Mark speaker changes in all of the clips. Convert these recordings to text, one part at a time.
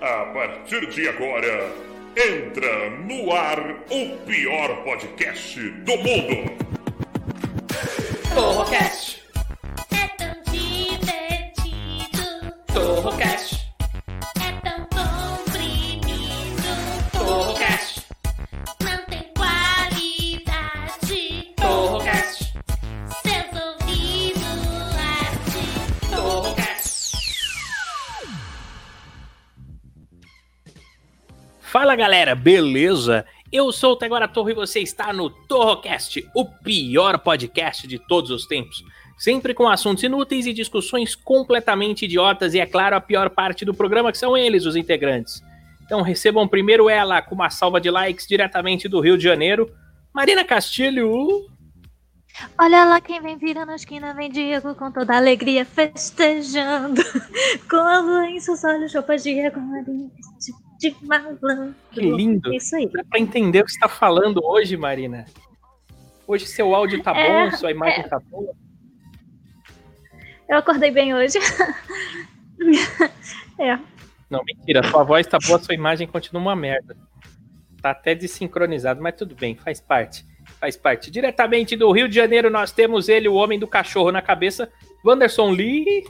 Speaker 1: A partir de agora, entra no ar o pior podcast do mundo.
Speaker 2: Torrocast,
Speaker 3: É tão divertido,
Speaker 2: Torrocast,
Speaker 3: é tão comprimido,
Speaker 2: Torrocast,
Speaker 3: não tem qualidade.
Speaker 2: Torrocast,
Speaker 3: Seus ouvidos arte.
Speaker 2: Torrocast.
Speaker 4: Fala galera, beleza? Eu sou o Tegora Torre e você está no Torrocast, o pior podcast de todos os tempos. Sempre com assuntos inúteis e discussões completamente idiotas, e é claro, a pior parte do programa, que são eles, os integrantes. Então recebam primeiro ela com uma salva de likes diretamente do Rio de Janeiro, Marina Castilho.
Speaker 5: Olha lá quem vem virando a esquina, vem Diego com toda a alegria festejando. Com a lua em seus olhos, roupas de agorinha de, de malandro.
Speaker 4: Que lindo!
Speaker 5: É Isso aí.
Speaker 4: Dá pra entender o que você está falando hoje, Marina? Hoje seu áudio tá
Speaker 5: É,
Speaker 4: bom, sua imagem tá boa.
Speaker 5: Eu acordei bem hoje.
Speaker 4: Não, mentira. Sua voz tá boa, sua imagem continua uma merda. Tá até desincronizado, mas tudo bem, faz parte. Faz parte. Diretamente do Rio de Janeiro, nós temos ele, o homem do cachorro na cabeça, Wanderson Lee.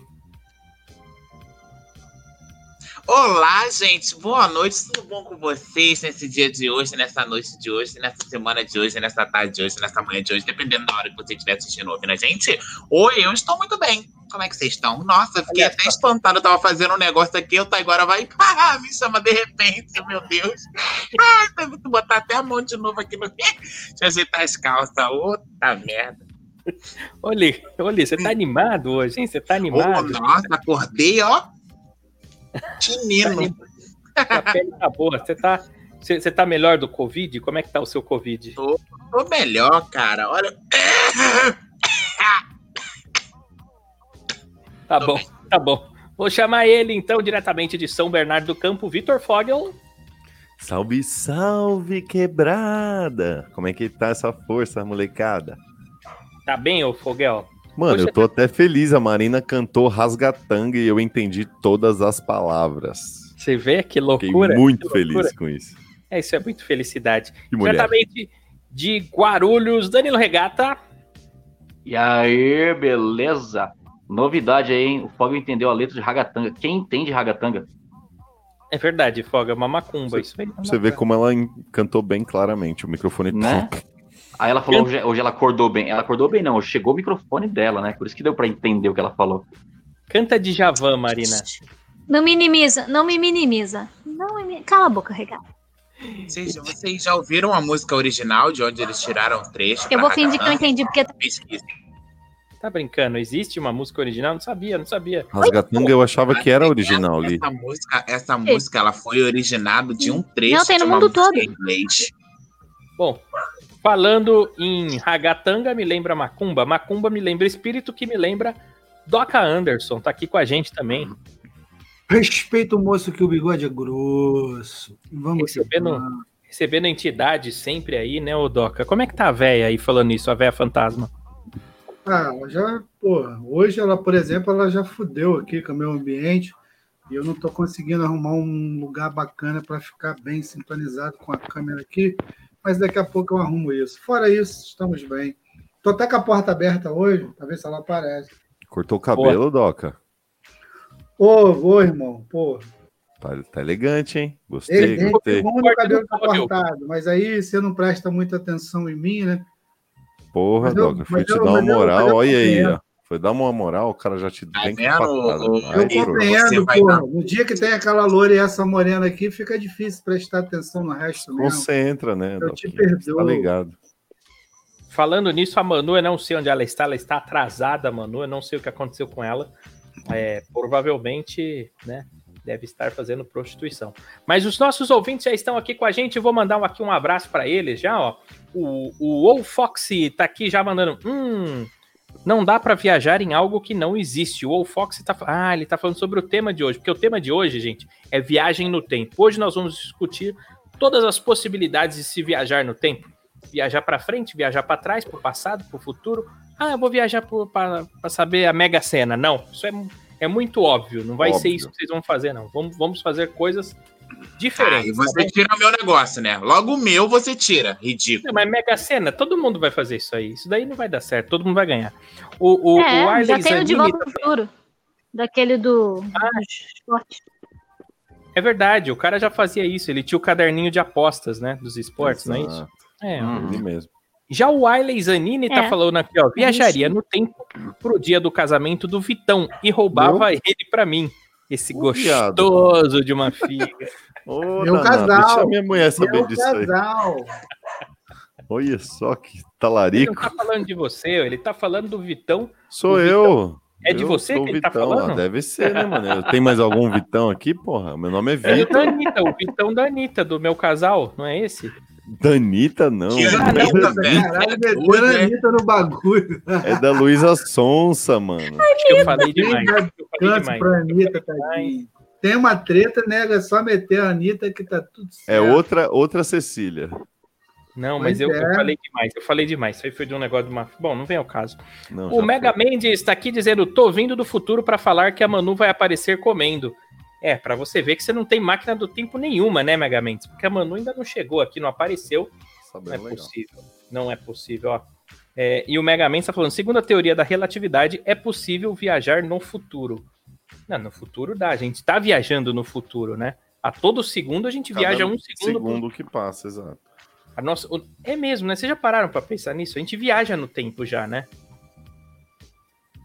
Speaker 6: Olá, gente. Boa noite. Tudo bom com vocês nesse dia de hoje, nessa noite de hoje, nessa semana de hoje, nessa tarde de hoje, nessa manhã de hoje, dependendo da hora que você estiver assistindo ouvindo a gente? Oi, eu estou muito bem. Como é que vocês estão? Nossa, eu fiquei
Speaker 4: Olha
Speaker 6: até
Speaker 4: só.
Speaker 6: espantada. Eu tava fazendo um negócio aqui, o Taiguara vai ah, me chama de repente, meu Deus. Ai, teve que botar até a mão de novo aqui no. Deixa eu ajeitar as calças. Outra merda.
Speaker 4: Olha, olha, você tá animado hoje, hein? Você tá
Speaker 6: Ô,
Speaker 4: animado.
Speaker 6: nossa, acordei, ó. Menino.
Speaker 4: Sua pele tá boa. Você tá, você, você tá melhor do Covid? Como é que tá o seu Covid?
Speaker 6: Tô melhor, cara. Olha.
Speaker 4: Tá bom, tá bom. Vou chamar ele, então, diretamente de São Bernardo do Campo, Vitor Fogel.
Speaker 7: Salve, salve, quebrada! Como é que tá essa força, molecada?
Speaker 4: Tá bem, ô Fogel?
Speaker 7: Mano,
Speaker 4: Poxa,
Speaker 7: eu tô até feliz. A Marina cantou Rasgatanga e eu entendi todas as palavras.
Speaker 4: Você vê que
Speaker 7: Fiquei
Speaker 4: loucura.
Speaker 7: muito
Speaker 4: que loucura. tá
Speaker 7: feliz com isso.
Speaker 4: É, isso é muito felicidade.
Speaker 7: Que mulher.
Speaker 4: Diretamente de Guarulhos, Danilo Regata.
Speaker 8: E aí, beleza? Novidade aí, hein? O Fogo entendeu a letra de ragatanga. Quem entende ragatanga?
Speaker 4: É verdade, Foga, é uma macumba.
Speaker 7: Você-
Speaker 4: Isso aí é uma
Speaker 7: Você vê
Speaker 4: macumba.
Speaker 7: como ela en- cantou bem claramente. O microfone
Speaker 8: Né? Aí ela falou, hoje, hoje ela acordou bem. Ela acordou bem, não. Chegou o microfone dela, né? Por isso que deu pra entender o que ela falou.
Speaker 4: Canta de Javan, Marina.
Speaker 5: Não minimiza, não me minimiza. Não me... mi- Cala a boca, Regal.
Speaker 6: Vocês, vocês já ouviram a música original de onde eles tiraram o trecho?
Speaker 5: Eu vou fingir que eu
Speaker 6: eu
Speaker 5: entendi, porque
Speaker 6: pesquisa.
Speaker 4: Tá brincando? Existe uma música original? Não sabia, não sabia.
Speaker 7: Rasgatanga eu achava que era original ali.
Speaker 6: Essa música, essa música ela foi originada de um trecho.
Speaker 5: Não, tem no
Speaker 6: de uma
Speaker 5: mundo
Speaker 6: música
Speaker 5: todo.
Speaker 6: em inglês.
Speaker 4: Bom, falando em ragatanga, me lembra macumba. Macumba me lembra espírito, que me lembra Doca Anderson. Tá aqui com a gente também.
Speaker 9: Respeita o moço que o bigode é grosso. Vamos
Speaker 4: Recebendo-
Speaker 9: lá.
Speaker 4: Recebendo entidade sempre aí, né, ô Doca? Como é que tá a véia aí falando isso, a véia fantasma?
Speaker 9: Ah, ela já, pô, hoje ela, por exemplo, ela já fudeu aqui com o meu ambiente e eu não tô conseguindo arrumar um lugar bacana para ficar bem sintonizado com a câmera aqui, mas daqui a pouco eu arrumo isso. Fora isso, estamos bem. Tô até com a porta aberta hoje, pra ver se ela aparece.
Speaker 7: Cortou o cabelo, Doca.
Speaker 9: Ô, ô, irmão, pô.
Speaker 7: Tá, tá elegante, hein? Gostei,
Speaker 9: Ele é
Speaker 7: gostei.
Speaker 9: bom meu cabelo tá cortado, mas aí você não presta muita atenção em mim, né?
Speaker 7: Porra,
Speaker 9: Mas eu-
Speaker 7: Doca, fui
Speaker 9: mas
Speaker 7: te
Speaker 9: eu-
Speaker 7: dar uma
Speaker 9: mas eu- mas
Speaker 7: moral.
Speaker 9: eu
Speaker 7: Olha aí,
Speaker 9: compreendo.
Speaker 7: ó. Foi dar uma moral, o cara já te
Speaker 4: Tá
Speaker 7: tem
Speaker 6: vendo, ô,
Speaker 9: Eu
Speaker 6: Aí, você
Speaker 9: compreendo,
Speaker 6: vai
Speaker 9: pô.
Speaker 6: dar-
Speaker 9: No dia que tem aquela loura e essa morena aqui, fica difícil prestar atenção no resto mesmo.
Speaker 7: Concentra, né?
Speaker 9: Eu te
Speaker 7: Doquinha? Você Tá
Speaker 9: perdoo.
Speaker 7: ligado.
Speaker 4: Falando nisso, a Manu, eu não sei onde ela está, ela está atrasada, Manu, eu não sei o que aconteceu com ela. É, provavelmente, né, deve estar fazendo prostituição. Mas os nossos ouvintes já estão aqui com a gente, eu vou mandar um- aqui um abraço para eles já, ó. O, o Ou Foxy tá aqui já mandando, hum, não dá para viajar em algo que não existe. O Ou Foxy tá, fa- ah, ele tá falando sobre o tema de hoje, porque o tema de hoje, gente, é viagem no tempo. Hoje nós vamos discutir todas as possibilidades de se viajar no tempo viajar para frente, viajar para trás, para o passado, para o futuro. Ah, eu vou viajar para saber a Mega Sena. Não, isso é, mu- é muito óbvio. Não vai ser
Speaker 7: Óbvio.
Speaker 4: isso que vocês vão fazer, não. Vamos, vamos fazer coisas
Speaker 6: Ah,
Speaker 4: Diferente.
Speaker 6: e
Speaker 8: tá
Speaker 6: você tira o meu negócio, né? Logo o meu você tira. Ridículo.
Speaker 4: Não, mas Mega Sena, todo mundo vai fazer isso aí. Isso daí não vai dar certo, todo mundo vai ganhar. O, o, o
Speaker 10: é,
Speaker 4: Arley
Speaker 10: já tem o de
Speaker 4: Zanini-
Speaker 10: volta pro futuro. Daquele do. dos shorts.
Speaker 4: É verdade, o cara já fazia isso. Ele tinha o caderninho de apostas, né? Dos esportes, não é isso?
Speaker 7: Exato, Uhum.
Speaker 4: É.
Speaker 9: Hum.
Speaker 7: Ele mesmo.
Speaker 4: Já o Wiley Zanini tá
Speaker 10: É.
Speaker 4: falando aqui, ó. Viajaria no tempo pro dia do casamento do Vitão e roubava ele pra mim. Esse
Speaker 7: Ô, viado.
Speaker 4: gostoso de uma filha.
Speaker 7: Ô,
Speaker 8: Meu
Speaker 7: danado,
Speaker 8: casal.
Speaker 7: Deixa minha mulher saber
Speaker 8: Meu
Speaker 7: disso aí.
Speaker 8: casal.
Speaker 7: Olha só que
Speaker 4: Ele não
Speaker 7: talarico.
Speaker 4: tá falando de você, ele tá falando do Vitão.
Speaker 7: Sou
Speaker 4: O
Speaker 7: eu.
Speaker 4: É de
Speaker 7: Eu
Speaker 4: você
Speaker 7: sou
Speaker 4: que
Speaker 7: o
Speaker 4: ele tá
Speaker 7: Vitão.
Speaker 4: falando?
Speaker 7: Ah, deve ser, né, mano? Eu- Tem mais algum Vitão aqui, porra? Meu nome é
Speaker 4: É
Speaker 7: Vitor.
Speaker 4: da Anitta, o Vitão da Anitta, do meu casal, não é esse?
Speaker 7: Danita, não.
Speaker 6: Que
Speaker 7: mano.
Speaker 6: Danita,
Speaker 7: É da-
Speaker 6: velho.
Speaker 8: Caralho,
Speaker 6: Ui,
Speaker 8: meteram
Speaker 6: né?
Speaker 8: a Anitta no bagulho.
Speaker 7: É da Luísa Sonsa, mano.
Speaker 4: Acho que eu falei demais.
Speaker 8: Quem dá
Speaker 4: Eu falei
Speaker 8: Câncer
Speaker 4: demais.
Speaker 8: pra Anitta, tadinho. Tem uma treta, nega, é só meter a Anitta que tá tudo certo.
Speaker 7: É outra, outra Cecília.
Speaker 4: Não, mas eu,
Speaker 8: Pois é.
Speaker 4: eu falei demais, eu falei demais. Isso aí foi de um negócio de uma. Bom, não vem ao caso.
Speaker 7: Não,
Speaker 4: O
Speaker 7: já
Speaker 4: Mega
Speaker 7: foi.
Speaker 4: Mendes está aqui dizendo: tô vindo do futuro para falar que a Manu vai aparecer comendo. É, para você ver que você não tem máquina do tempo nenhuma, né, Mega Mendes? Porque a Manu ainda não chegou aqui, não apareceu.
Speaker 7: Sabendo
Speaker 4: Não é
Speaker 7: legal.
Speaker 4: possível. Não é possível, ó. É, e o Mega Mendes está falando: segundo a teoria da relatividade, é possível viajar no futuro. Não, no futuro dá, a gente tá viajando no futuro, né? A todo segundo a gente
Speaker 7: Cada
Speaker 4: viaja um segundo. pro-
Speaker 7: que passa, exato.
Speaker 4: A nossa, o- é mesmo, né? Vocês já pararam para pensar nisso? A gente viaja no tempo já, né?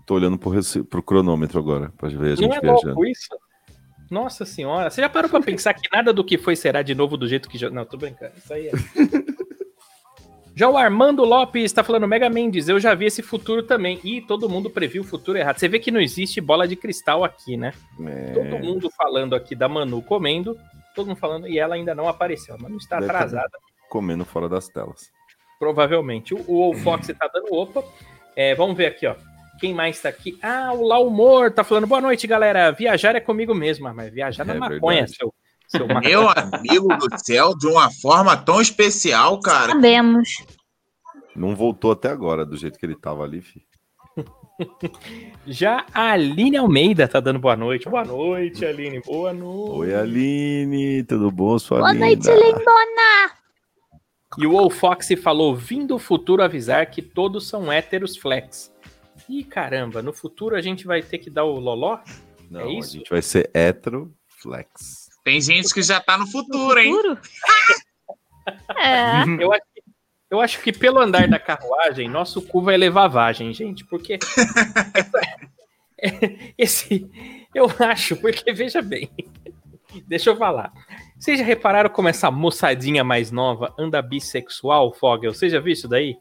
Speaker 7: Tô olhando pro, rece- pro cronômetro agora, pra ver a gente
Speaker 4: Não é
Speaker 7: viajando.
Speaker 4: louco isso? Nossa senhora, você já parou pra pensar que nada do que foi será de novo do jeito que já. Não, tô brincando, isso aí é. Já o Armando Lopes tá falando, Mega Mendes, eu já vi esse futuro também. Ih, todo mundo previu o futuro errado. Você vê que não existe bola de cristal aqui, né?
Speaker 7: É,
Speaker 4: Todo mundo falando aqui da Manu comendo, todo mundo falando, e ela ainda não apareceu. A Manu está
Speaker 7: Deve tá-
Speaker 4: atrasada.
Speaker 7: Comendo fora das telas.
Speaker 4: Provavelmente. O, o Fox tá dando opa. É, vamos ver aqui, ó. Quem mais tá aqui? Ah, o Laumor tá falando. Boa noite, galera. Viajar é comigo mesmo. Ah, mas viajar na
Speaker 7: É
Speaker 4: maconha,
Speaker 7: verdade.
Speaker 4: seu, seu maconha.
Speaker 6: Meu amigo do céu, de uma forma tão especial, cara.
Speaker 10: Sabemos.
Speaker 7: Não voltou até agora do jeito que ele tava ali, fi.
Speaker 4: Já a Aline Almeida tá dando boa noite. Boa noite, Aline. Boa noite.
Speaker 7: Oi, Aline, tudo bom, sua
Speaker 10: Boa
Speaker 7: linda?
Speaker 10: noite, lindona.
Speaker 4: E o Fox falou: vim do futuro avisar que todos são héteros flex. Ih, caramba, no futuro a gente vai ter que dar o loló?
Speaker 7: Não,
Speaker 4: É isso?
Speaker 7: a gente vai ser hétero flex.
Speaker 6: Tem gente que já tá no futuro, hein?
Speaker 10: Juro? é.
Speaker 4: Eu acho, que, eu acho que pelo andar da carruagem, nosso cu vai levar vagem, gente, porque. Esse. Eu acho, porque veja bem. Deixa eu falar. Vocês já repararam como essa moçadinha mais nova anda bissexual, Fogel? Você já viu isso daí?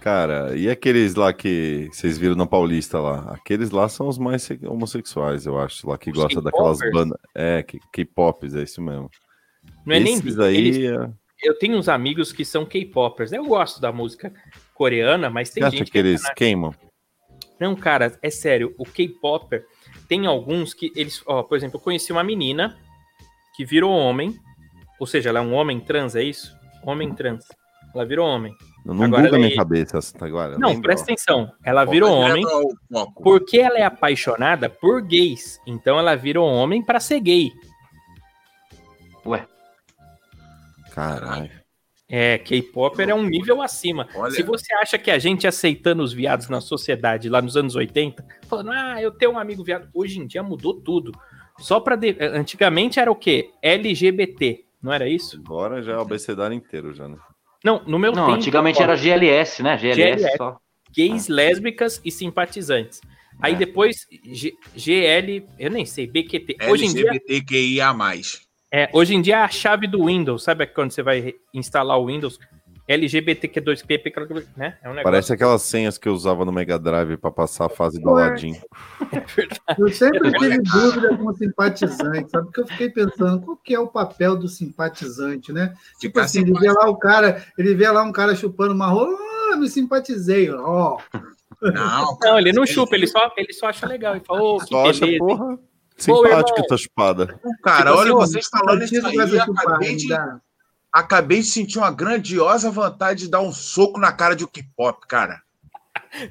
Speaker 7: Cara, e aqueles lá que vocês viram na Paulista lá? Aqueles lá são os mais se- homossexuais, eu acho, lá que
Speaker 4: Os
Speaker 7: gosta daquelas
Speaker 4: K-popers?
Speaker 7: bandas. É, que- K-pops, é isso mesmo.
Speaker 4: Não é nem.
Speaker 7: Esses
Speaker 4: bi,
Speaker 7: aí,
Speaker 4: eles-
Speaker 7: é-
Speaker 4: eu tenho uns amigos que são K-popers. né? Eu gosto da música coreana, mas
Speaker 7: você
Speaker 4: tem
Speaker 7: acha
Speaker 4: gente
Speaker 7: que
Speaker 4: é
Speaker 7: eles queimam?
Speaker 4: Não, cara, é sério. O K-Popper tem alguns que eles. Ó, por exemplo, eu conheci uma menina que virou homem. Ou seja, ela é um homem trans, é isso? Homem trans. Ela virou homem.
Speaker 7: Não, não
Speaker 4: Agora
Speaker 7: buga
Speaker 4: ele-
Speaker 7: minha cabeça essa- agora.
Speaker 4: Não,
Speaker 7: lembra,
Speaker 4: presta
Speaker 7: ó.
Speaker 4: atenção. Ela virou
Speaker 6: Vai
Speaker 4: homem
Speaker 6: direto ao foco.
Speaker 4: porque ela é apaixonada por gays. Então ela virou homem pra ser gay.
Speaker 7: Caralho.
Speaker 4: É, K-Popper é um nível acima.
Speaker 6: Olha.
Speaker 4: Se você acha que a gente aceitando os viados na sociedade lá nos anos 80, falando, ah, eu tenho um amigo viado, hoje em dia mudou tudo. Só para antigamente era o quê? LGBT, não era isso?
Speaker 7: Agora já é o abecedário inteiro, já, né?
Speaker 4: Não, no meu
Speaker 9: Não,
Speaker 4: tempo,
Speaker 9: antigamente
Speaker 4: ó,
Speaker 9: era GLS, né? GLS,
Speaker 4: GLS.
Speaker 9: só.
Speaker 4: gays, lésbicas e simpatizantes. Aí
Speaker 7: É.
Speaker 4: depois G- GL, eu nem sei, BQT. Hoje em dia
Speaker 6: LGBTQIA.
Speaker 8: Tipo
Speaker 4: É, hoje em dia é a chave do Windows, sabe quando você vai re- instalar o Windows? LGBTQ2P, né? É um negócio.
Speaker 7: Parece aquelas senhas que eu usava no Mega Drive pra passar a fase do
Speaker 10: Por-
Speaker 7: Aladdin.
Speaker 8: Eu sempre tive dúvida com simpatizante, sabe? Porque eu fiquei pensando, qual que é o papel do simpatizante, né? Tipo
Speaker 6: Ficar
Speaker 8: assim, ele vê
Speaker 6: simpático.
Speaker 8: lá o cara, ele vê lá um cara chupando uma rola, ah, me simpatizei, ó.
Speaker 6: Não,
Speaker 4: Não, ele não chupa, ele só, ele só acha legal. Ele fala, ô, que
Speaker 7: Só acha,
Speaker 4: beleza.
Speaker 7: porra,
Speaker 4: Pô,
Speaker 7: simpática
Speaker 4: irmão.
Speaker 7: essa chupada.
Speaker 6: cara,
Speaker 8: Tipo
Speaker 6: olha
Speaker 8: assim, ó,
Speaker 6: vocês falando isso
Speaker 8: simpatizo
Speaker 6: aí.
Speaker 8: com essa chupada,
Speaker 6: Acabei de,
Speaker 8: me dá.
Speaker 6: acabei de sentir uma grandiosa vontade de dar um soco na cara de um K-pop, cara.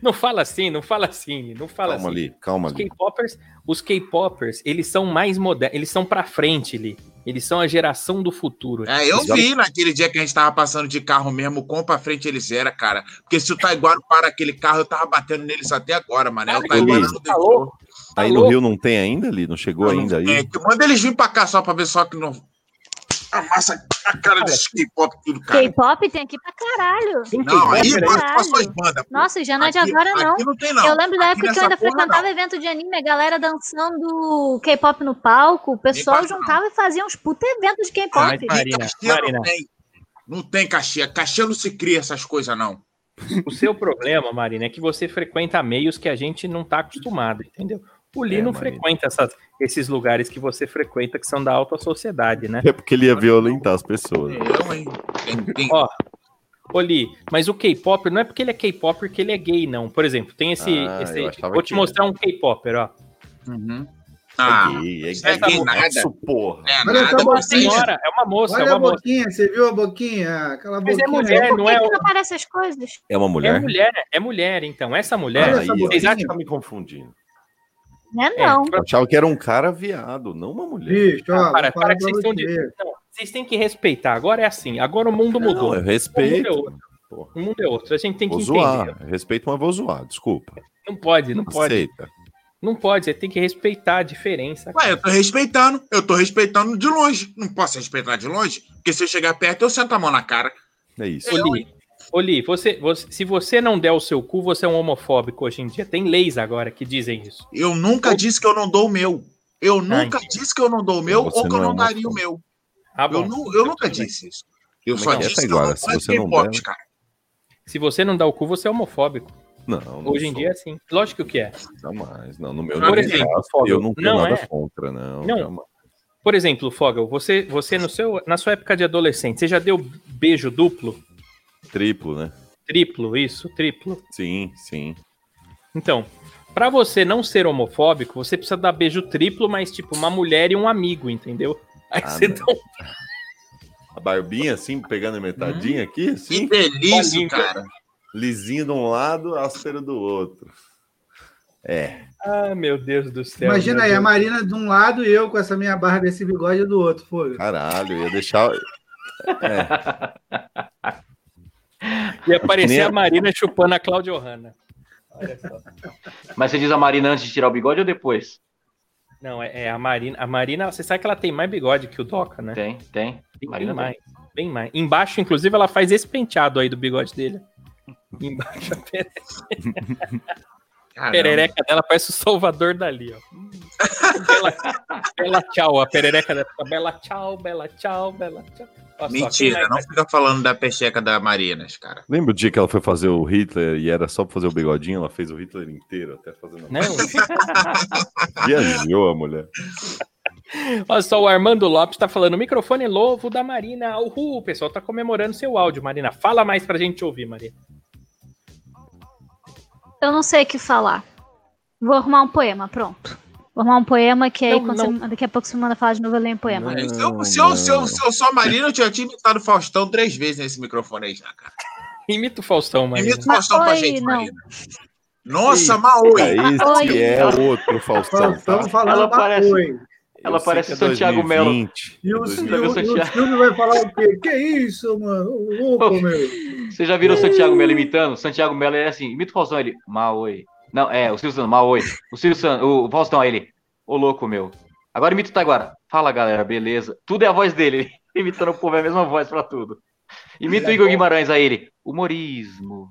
Speaker 4: Não fala assim, não fala assim, não fala
Speaker 7: Calma
Speaker 4: assim.
Speaker 7: ali, calma
Speaker 4: Os
Speaker 7: ali.
Speaker 4: K-popers, os K-popers, eles são mais modernos, eles são pra frente ali. Eles são a geração do futuro.
Speaker 6: É, eu
Speaker 4: Eles olham-
Speaker 6: vi naquele dia que a gente tava passando de carro mesmo, o quão pra frente eles era, cara. Porque se o Taiguara para aquele carro, eu tava batendo neles até agora, mano. O
Speaker 4: Cara,
Speaker 6: Taiguara
Speaker 7: Luiz,
Speaker 6: não
Speaker 4: tá
Speaker 6: deixou.
Speaker 4: louco? Tá
Speaker 7: Aí no
Speaker 4: louco?
Speaker 7: Rio não tem ainda ali? Não
Speaker 5: tá
Speaker 7: chegou ainda
Speaker 6: É,
Speaker 7: aí?
Speaker 6: que manda eles virem pra cá só pra ver só que não. Amassa a cara desse K-pop tudo, cara.
Speaker 5: K-pop tem aqui pra caralho.
Speaker 4: Quem que
Speaker 6: Não,
Speaker 4: vai,
Speaker 6: aí
Speaker 4: peraí?
Speaker 6: passa pra suas bandas. pô.
Speaker 5: Nossa, já não é de
Speaker 6: Aqui-
Speaker 5: agora, não.
Speaker 6: Aqui não tem, não.
Speaker 5: Eu lembro da
Speaker 6: Aqui
Speaker 5: época que eu
Speaker 6: nessa
Speaker 5: ainda
Speaker 6: porra,
Speaker 5: frequentava evento de anime, a galera dançando K-pop no palco, o pessoal
Speaker 6: passa, não.
Speaker 5: juntava e fazia uns puta eventos de
Speaker 6: não.
Speaker 5: K-pop.
Speaker 4: Ai, cara.
Speaker 6: Aqui
Speaker 4: Marina,
Speaker 6: cachê não
Speaker 4: Marina.
Speaker 6: tem. Não tem cachê. Cachê não se cria essas coisas, não.
Speaker 4: O seu problema, Marina, é que você frequenta meios que a gente não tá acostumado, entendeu? O Li
Speaker 7: É,
Speaker 4: não
Speaker 7: Marina.
Speaker 4: frequenta essas- esses lugares que você frequenta, que são da alta sociedade, né?
Speaker 7: É porque ele ia violentar as pessoas.
Speaker 6: Eu, hein? Tem, tem-
Speaker 4: Ó, Ô, Li, mas o K-pop não é porque ele é K-pop porque ele é gay, não. Por exemplo, tem esse.
Speaker 7: Ah,
Speaker 4: esse-
Speaker 7: eu achava
Speaker 4: vou te
Speaker 7: que
Speaker 4: mostrar um K-popper, ó.
Speaker 6: Uhum. Ah,
Speaker 7: é gay, é
Speaker 6: isso é gay nada.
Speaker 7: Isso, porra.
Speaker 6: É
Speaker 9: Olha
Speaker 6: nada,
Speaker 9: essa
Speaker 4: Uma
Speaker 9: boquinha.
Speaker 6: vocês-
Speaker 4: senhora, é uma moça,
Speaker 9: Olha
Speaker 4: é
Speaker 9: a
Speaker 4: uma moça.
Speaker 9: boquinha, você viu a
Speaker 8: Ah,
Speaker 9: boquinha? Aquela
Speaker 4: Mas é
Speaker 9: boquinha.
Speaker 4: mulher,
Speaker 7: um
Speaker 5: Por
Speaker 4: não
Speaker 5: que,
Speaker 4: é.
Speaker 5: que não aparecem essas coisas?
Speaker 7: É uma
Speaker 4: É
Speaker 7: mulher?
Speaker 4: mulher, é mulher, então. Essa mulher.
Speaker 9: Olha
Speaker 7: Aí,
Speaker 9: essa
Speaker 7: ó.
Speaker 4: vocês
Speaker 9: boquinha.
Speaker 4: acham
Speaker 7: Tá me confundindo.
Speaker 5: Né,
Speaker 4: que é,
Speaker 5: não.
Speaker 7: Eu achava que era um cara viado, não uma
Speaker 8: é
Speaker 7: mulher.
Speaker 9: Bicho, ó,
Speaker 4: Ah, para,
Speaker 9: vou falar
Speaker 4: para que
Speaker 9: pra
Speaker 4: vocês estão
Speaker 9: você.
Speaker 4: de... Não, vocês têm que respeitar. Agora é assim. Agora o mundo
Speaker 7: Não,
Speaker 4: mudou.
Speaker 7: eu
Speaker 4: O mundo
Speaker 7: respeito.
Speaker 4: é outro. O mundo é outro. A gente tem que
Speaker 7: Vou
Speaker 4: entender.
Speaker 7: zoar. Respeito, mas vou zoar. Desculpa.
Speaker 4: Não pode, não pode.
Speaker 7: Aceita.
Speaker 4: Não pode. Você tem que respeitar a diferença.
Speaker 6: Ué, eu tô respeitando. Eu tô respeitando de longe. Não posso respeitar de longe, porque se eu chegar perto, eu sento a mão na cara.
Speaker 7: É isso.
Speaker 6: Eu-
Speaker 4: Oli, Oli você, você- se você não der o seu cu, você é um homofóbico hoje em dia. Tem leis agora que dizem isso.
Speaker 6: Eu nunca disse que eu não dou o meu. Eu nunca
Speaker 4: entendi.
Speaker 6: disse que eu não dou o meu
Speaker 7: Você
Speaker 6: ou que eu
Speaker 7: não é
Speaker 6: não
Speaker 7: Tá um
Speaker 6: daria o meu.
Speaker 4: Ah, bom.
Speaker 6: Eu, nu- eu nunca
Speaker 4: Tudo bem.
Speaker 6: disse isso. Eu
Speaker 7: Como
Speaker 6: só
Speaker 7: é que é,
Speaker 6: disse que eu
Speaker 7: Taiguara?
Speaker 6: não
Speaker 7: Se
Speaker 6: gosto
Speaker 7: você
Speaker 6: de
Speaker 7: não
Speaker 6: hip-hop,
Speaker 7: der-
Speaker 6: cara.
Speaker 4: Se você não dá o cu, você é homofóbico.
Speaker 7: Não, não
Speaker 4: hoje em
Speaker 7: sou.
Speaker 4: dia, sim. Lógico que é.
Speaker 7: Jamais. Não, no meu
Speaker 6: Por
Speaker 7: não
Speaker 4: exemplo,
Speaker 7: faço,
Speaker 4: Fábio,
Speaker 7: eu não tenho
Speaker 4: não
Speaker 7: nada
Speaker 4: é.
Speaker 7: contra, não.
Speaker 4: Não.
Speaker 7: jamais.
Speaker 4: Por exemplo, Fogel, você, você no seu, na sua época de adolescente, você já deu beijo duplo?
Speaker 7: Triplo, né?
Speaker 4: Triplo, isso, triplo.
Speaker 7: Sim, sim.
Speaker 4: Então, pra você não ser homofóbico, você precisa dar beijo triplo, mas tipo uma mulher e um amigo, entendeu? Aí
Speaker 7: Ah,
Speaker 4: você
Speaker 7: não.
Speaker 4: dá um
Speaker 7: A barbinha, assim, pegando a metadinha
Speaker 4: Hum.
Speaker 7: aqui,
Speaker 6: Que
Speaker 7: assim,
Speaker 6: delícia,
Speaker 4: Olhinho.
Speaker 6: cara.
Speaker 7: lisinho de um lado, áspero do outro. É,
Speaker 4: Ah, meu Deus do céu.
Speaker 9: Imagina
Speaker 4: meu
Speaker 9: aí, a
Speaker 4: Deus.
Speaker 9: Marina de um lado e eu com essa minha barra desse bigode do outro, fogo.
Speaker 7: caralho, ia deixar. É,
Speaker 4: E aparecer
Speaker 7: Nem-
Speaker 4: a Marina chupando a Cláudia Hanna.
Speaker 8: Mas você diz a Marina antes de tirar o bigode ou depois?
Speaker 4: Não, é, é a Marina. A Marina, você sabe que ela tem mais bigode que o Doca, né?
Speaker 8: Tem, tem.
Speaker 4: Tem bem
Speaker 8: Marina tem.
Speaker 4: mais. Bem mais. Embaixo, inclusive, ela faz esse penteado aí do bigode dele. Embaixo, a pere-
Speaker 7: Ah,
Speaker 6: Caramba.
Speaker 7: né?
Speaker 4: perereca dela parece o Salvador Dali, ó. Bela, bela tchau, a perereca dela. fica Bela tchau, bela tchau, bela tchau. Ó só, quem
Speaker 6: Mentira,
Speaker 4: mais-
Speaker 6: não fica falando da pecheca da Marinas, cara.
Speaker 7: Lembra o dia que ela foi fazer o Hitler e era só pra fazer o bigodinho? Ela fez o Hitler inteiro, até fazendo.
Speaker 4: Não,
Speaker 7: Viajou a mulher.
Speaker 4: olha só, o Armando Lopes tá falando microfone novo da Marina. Uhul, o pessoal tá comemorando seu áudio, Marina. Fala mais pra gente ouvir, Marina.
Speaker 5: Eu não sei o que falar. Vou arrumar um poema, pronto. Vou arrumar um poema que aí
Speaker 4: Não,
Speaker 5: quando
Speaker 4: não.
Speaker 5: você- daqui a pouco você manda falar de novo, eu leio um poema.
Speaker 7: Não,
Speaker 6: Se eu, se, eu, se, eu,
Speaker 7: não.
Speaker 6: se eu sou a Marina, eu já tinha imitado o Faustão três vezes nesse microfone aí já, cara.
Speaker 4: Imita o Faustão, Marina.
Speaker 6: Imita o Faustão pra
Speaker 5: Mas oi,
Speaker 6: gente,
Speaker 5: não.
Speaker 6: Marina. Nossa, Maui!
Speaker 7: Esse
Speaker 5: Oi.
Speaker 7: é outro Faustão. tá?
Speaker 9: Estamos falando
Speaker 8: Ela
Speaker 9: da
Speaker 8: parece-
Speaker 9: Oi.
Speaker 8: Ela
Speaker 7: Eu sei
Speaker 8: parece
Speaker 7: que é
Speaker 8: Santiago Melo.
Speaker 7: 2020,
Speaker 9: E o,
Speaker 7: é
Speaker 9: e o,
Speaker 7: 2020.
Speaker 9: e o Silvio vai falar o quê? Que isso, mano? Ô, Louco, meu.
Speaker 8: Você já viram o Santiago Melo imitando? Santiago Melo é assim, imita o Faustão, ele, Maoi. Não, é, o Silvio Santos, Maoi. O Silvio Santos, o Faustão, aí ele, ô louco meu. Agora imita o Taguara. Fala galera, beleza. Tudo é a voz dele, ele imitando o povo, é a mesma voz pra tudo. Imita o Igor Guimarães, aí ele, humorismo.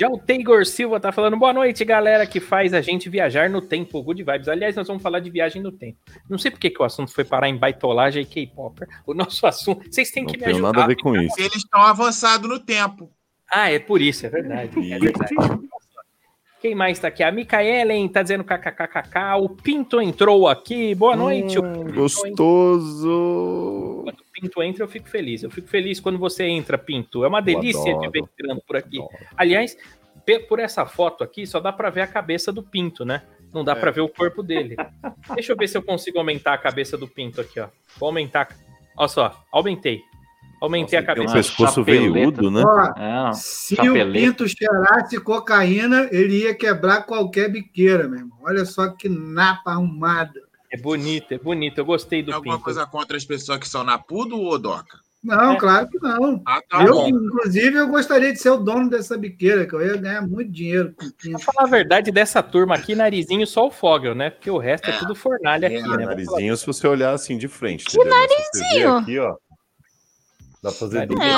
Speaker 4: Já o Taylor Silva tá falando boa noite, galera, que faz a gente viajar no tempo. Good vibes. Aliás, nós vamos falar de viagem no tempo. Não sei porque que o assunto foi parar em baitolagem e K-pop. O nosso assunto. Vocês têm
Speaker 7: Não
Speaker 4: que me
Speaker 7: tenho
Speaker 4: ajudar.
Speaker 7: nada a ver com isso.
Speaker 6: Eles estão avançados no tempo.
Speaker 4: Ah, é por isso, é verdade. É verdade. Quem mais tá aqui? A Micaelen tá dizendo kkkk. O Pinto entrou aqui. Boa noite.
Speaker 7: Hum.
Speaker 4: o Pinto entrou.
Speaker 7: Gostoso.
Speaker 4: Quando o Pinto entra, eu fico feliz. Eu fico feliz quando você entra, Pinto. É uma delícia de
Speaker 7: adoro.
Speaker 4: ver entrando por aqui. Aliás, pe- por essa foto aqui, só dá pra ver a cabeça do pinto, né? Não
Speaker 7: É.
Speaker 4: dá pra ver o corpo dele. Deixa eu ver se eu consigo aumentar a cabeça do pinto aqui, ó. Vou aumentar. a ca- Olha só, aumentei. Aumentei a
Speaker 7: Tem um
Speaker 4: cabeça.
Speaker 7: pescoço
Speaker 8: Chapeleta.
Speaker 7: veiudo, né?
Speaker 9: Ó,
Speaker 8: Não,
Speaker 9: se o
Speaker 8: chapeleta.
Speaker 9: Pinto cheirasse cocaína, ele ia quebrar qualquer biqueira, meu irmão. Olha só que napa arrumada.
Speaker 4: É bonito, é bonito. Eu gostei do
Speaker 6: Tem alguma
Speaker 4: Pinto.
Speaker 6: coisa contra as pessoas que são napudo ou doca?
Speaker 9: Não,
Speaker 4: É.
Speaker 9: claro que não.
Speaker 6: Ah, tá
Speaker 9: eu,
Speaker 6: bom.
Speaker 9: inclusive, eu gostaria de ser o dono dessa biqueira, que eu ia ganhar muito dinheiro com
Speaker 4: Pra
Speaker 9: pinto.
Speaker 4: falar a verdade, dessa turma aqui, narizinho só o Fogel, né? Porque o resto é,
Speaker 6: É.
Speaker 4: tudo fornalha
Speaker 6: É,
Speaker 4: aqui, né? Vamos falar-
Speaker 7: Narizinho, se você olhar assim de frente.
Speaker 5: Que
Speaker 7: entendeu? Se você ver
Speaker 5: narizinho?
Speaker 7: Aqui, ó. Dá pra fazer
Speaker 4: Nariz.
Speaker 7: duas
Speaker 5: É.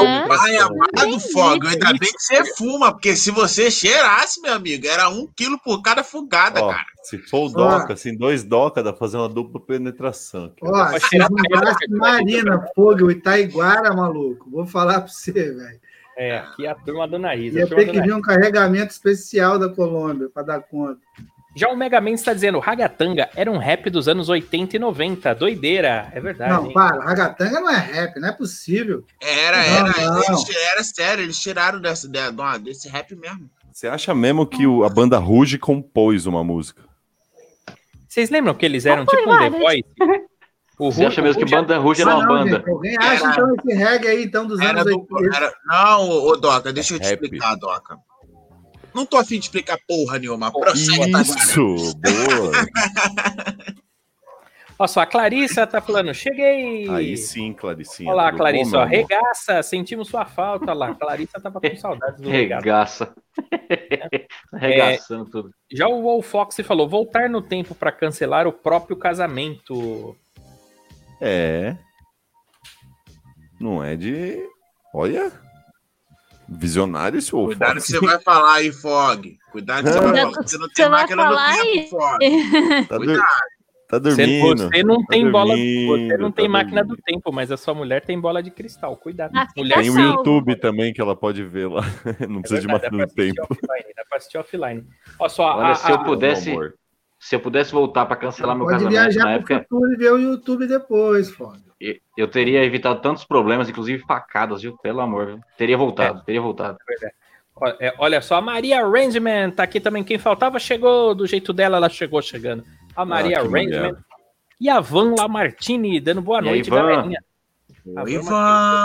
Speaker 6: Ai, amado
Speaker 5: Entendi,
Speaker 6: Tá fogo, ainda
Speaker 5: entendi.
Speaker 6: bem que você fuma, porque se você cheirasse, meu amigo, era um quilo por cada fugada,
Speaker 7: Ó,
Speaker 6: cara.
Speaker 7: se for o doca, assim, dois doca, dá pra fazer uma dupla penetração. aqui.
Speaker 9: Ó,
Speaker 4: Vai
Speaker 9: se
Speaker 4: tirar a né?
Speaker 9: juntasse
Speaker 4: pedra,
Speaker 9: Marina, Fogo e Itaiguara, maluco, vou falar pra você, velho.
Speaker 4: É, aqui é a turma do nariz. a
Speaker 9: Ia
Speaker 4: turma
Speaker 9: ter
Speaker 4: do
Speaker 9: que
Speaker 4: nariz.
Speaker 9: vir um carregamento especial da Colômbia pra dar conta.
Speaker 4: Já o Mega Man está dizendo, Ragatanga era um rap dos anos 80 e 90. Doideira, é verdade.
Speaker 9: Não,
Speaker 4: hein?
Speaker 9: para, ragatanga não é rap, não é possível.
Speaker 6: Era,
Speaker 4: É,
Speaker 9: Não,
Speaker 6: era,
Speaker 9: não.
Speaker 6: eles tiraram- era sério, eles tiraram dessa, de- de uma- desse rap mesmo.
Speaker 7: Você acha mesmo que o- a banda Ruge compôs uma música?
Speaker 4: Vocês lembram que eles eram
Speaker 5: Opa,
Speaker 4: tipo um The
Speaker 5: Iwara.
Speaker 4: Voice? O
Speaker 8: Você acha mesmo que banda Ruge era
Speaker 9: Ah,
Speaker 8: uma
Speaker 9: não,
Speaker 8: banda?
Speaker 9: gente, alguém acha então esse reggae aí, então, dos
Speaker 6: Era
Speaker 9: anos
Speaker 6: do,
Speaker 9: 80.
Speaker 6: era, não, ô, ô, Doca, deixa eu te
Speaker 7: Rap.
Speaker 6: explicar, Doca. Não tô afim de explicar porra nenhuma. Prossegue, tá agora.
Speaker 7: Isso, é boa.
Speaker 4: Olha só, a Clarissa tá falando, cheguei!
Speaker 7: Aí sim, Claricinha.
Speaker 4: Olha lá,
Speaker 7: tudo bom,
Speaker 4: Clarissa,
Speaker 7: meu
Speaker 4: ó,
Speaker 7: amor?
Speaker 4: regaça, sentimos sua falta. Olha lá, Clarissa tava com saudades do regaço.
Speaker 8: Regaça. Regaçando tudo.
Speaker 4: Já o Wolfox falou, voltar no tempo para cancelar o próprio casamento.
Speaker 7: É. Não é de. Olha. Visionário esse ovo.
Speaker 6: Cuidado que você vai falar aí, Fog. Cuidado que você vai falar. Você não tem
Speaker 5: Você vai
Speaker 6: máquina no
Speaker 5: falar
Speaker 6: tempo,
Speaker 5: aí?
Speaker 6: Fog.
Speaker 7: Tá, dur-
Speaker 6: Cuidado.
Speaker 4: Você,
Speaker 7: tá dormindo.
Speaker 4: você não tem
Speaker 7: Tá
Speaker 4: bola,
Speaker 7: dormindo,
Speaker 4: você não
Speaker 7: tá
Speaker 4: tem máquina
Speaker 7: dormindo.
Speaker 4: do tempo, mas a sua mulher tem bola de cristal. Cuidado.
Speaker 5: Ah, fica
Speaker 4: mulher
Speaker 7: Tem o
Speaker 5: Salvo.
Speaker 7: YouTube também que ela pode ver lá. Não precisa
Speaker 4: verdade,
Speaker 7: de máquina
Speaker 4: dá
Speaker 7: do
Speaker 4: pra
Speaker 7: tempo.
Speaker 4: assistir offline, Dá pra assistir offline. Ó só,
Speaker 8: Olha,
Speaker 4: É, a-
Speaker 8: se eu
Speaker 4: a-
Speaker 8: pudesse-
Speaker 7: Meu amor.
Speaker 8: Se eu pudesse voltar pra cancelar meu
Speaker 9: Pode
Speaker 8: casamento na
Speaker 9: viajar pro
Speaker 8: época,
Speaker 9: futuro e ver o YouTube depois, foda.
Speaker 8: eu- eu teria evitado tantos problemas, inclusive facadas, viu? Pelo amor, viu? Teria
Speaker 6: É.
Speaker 8: voltado, teria voltado.
Speaker 4: ó, é, olha só, a Maria Rangeman tá aqui também. Quem faltava chegou do jeito dela, ela chegou chegando. A Maria
Speaker 7: Ah,
Speaker 4: né?
Speaker 7: que
Speaker 4: Rangeman.
Speaker 7: maneiro.
Speaker 4: E a Van Lamartine dando boa
Speaker 8: E aí,
Speaker 4: noite,
Speaker 8: Van?
Speaker 4: galerinha. A
Speaker 6: Oi,
Speaker 4: Van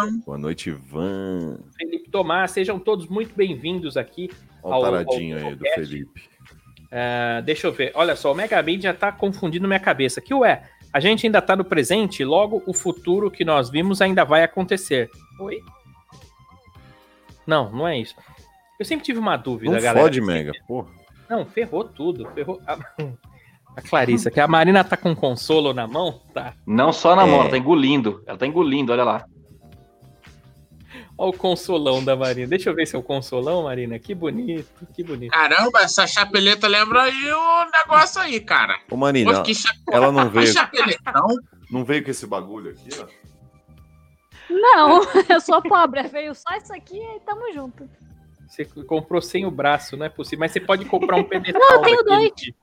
Speaker 6: Ivan.
Speaker 7: Boa noite, Ivan.
Speaker 4: Felipe Tomás, sejam todos muito bem-vindos aqui.
Speaker 7: Olha
Speaker 4: Ao-
Speaker 7: o taradinho
Speaker 4: ao-
Speaker 7: aí do
Speaker 4: podcast.
Speaker 7: Felipe.
Speaker 4: Ah, deixa eu ver. Olha só, o Mega Man já tá confundindo minha cabeça. Que ué, a gente ainda tá no presente, logo o futuro que nós vimos ainda vai acontecer. Oi? Não, não é isso. Eu sempre tive uma dúvida,
Speaker 7: Não
Speaker 4: galera.
Speaker 7: fode, Mega. Porra.
Speaker 4: Não, ferrou tudo. Ferrou. A, a Clarissa, que a Marina tá com consolo na mão, tá?
Speaker 8: Não só na
Speaker 7: É.
Speaker 8: mão, ela tá engolindo. Ela tá engolindo, olha lá.
Speaker 4: Olha o consolão da Marina. Deixa eu ver se é o consolão, Marina. Que bonito, que bonito.
Speaker 6: Caramba, essa chapeleta lembra aí o negócio aí, cara.
Speaker 7: Ô, Marina,
Speaker 6: Pô, que cha-
Speaker 7: ela não
Speaker 6: que
Speaker 7: veio,
Speaker 6: chapeletão.
Speaker 7: não veio com esse bagulho aqui, ó.
Speaker 5: Não, eu sou pobre. Veio só isso aqui e tamo junto.
Speaker 4: Você comprou sem o braço, não é possível. Mas você pode comprar um pedestal.
Speaker 5: Não, eu tenho
Speaker 4: daquele
Speaker 5: dois.
Speaker 4: que-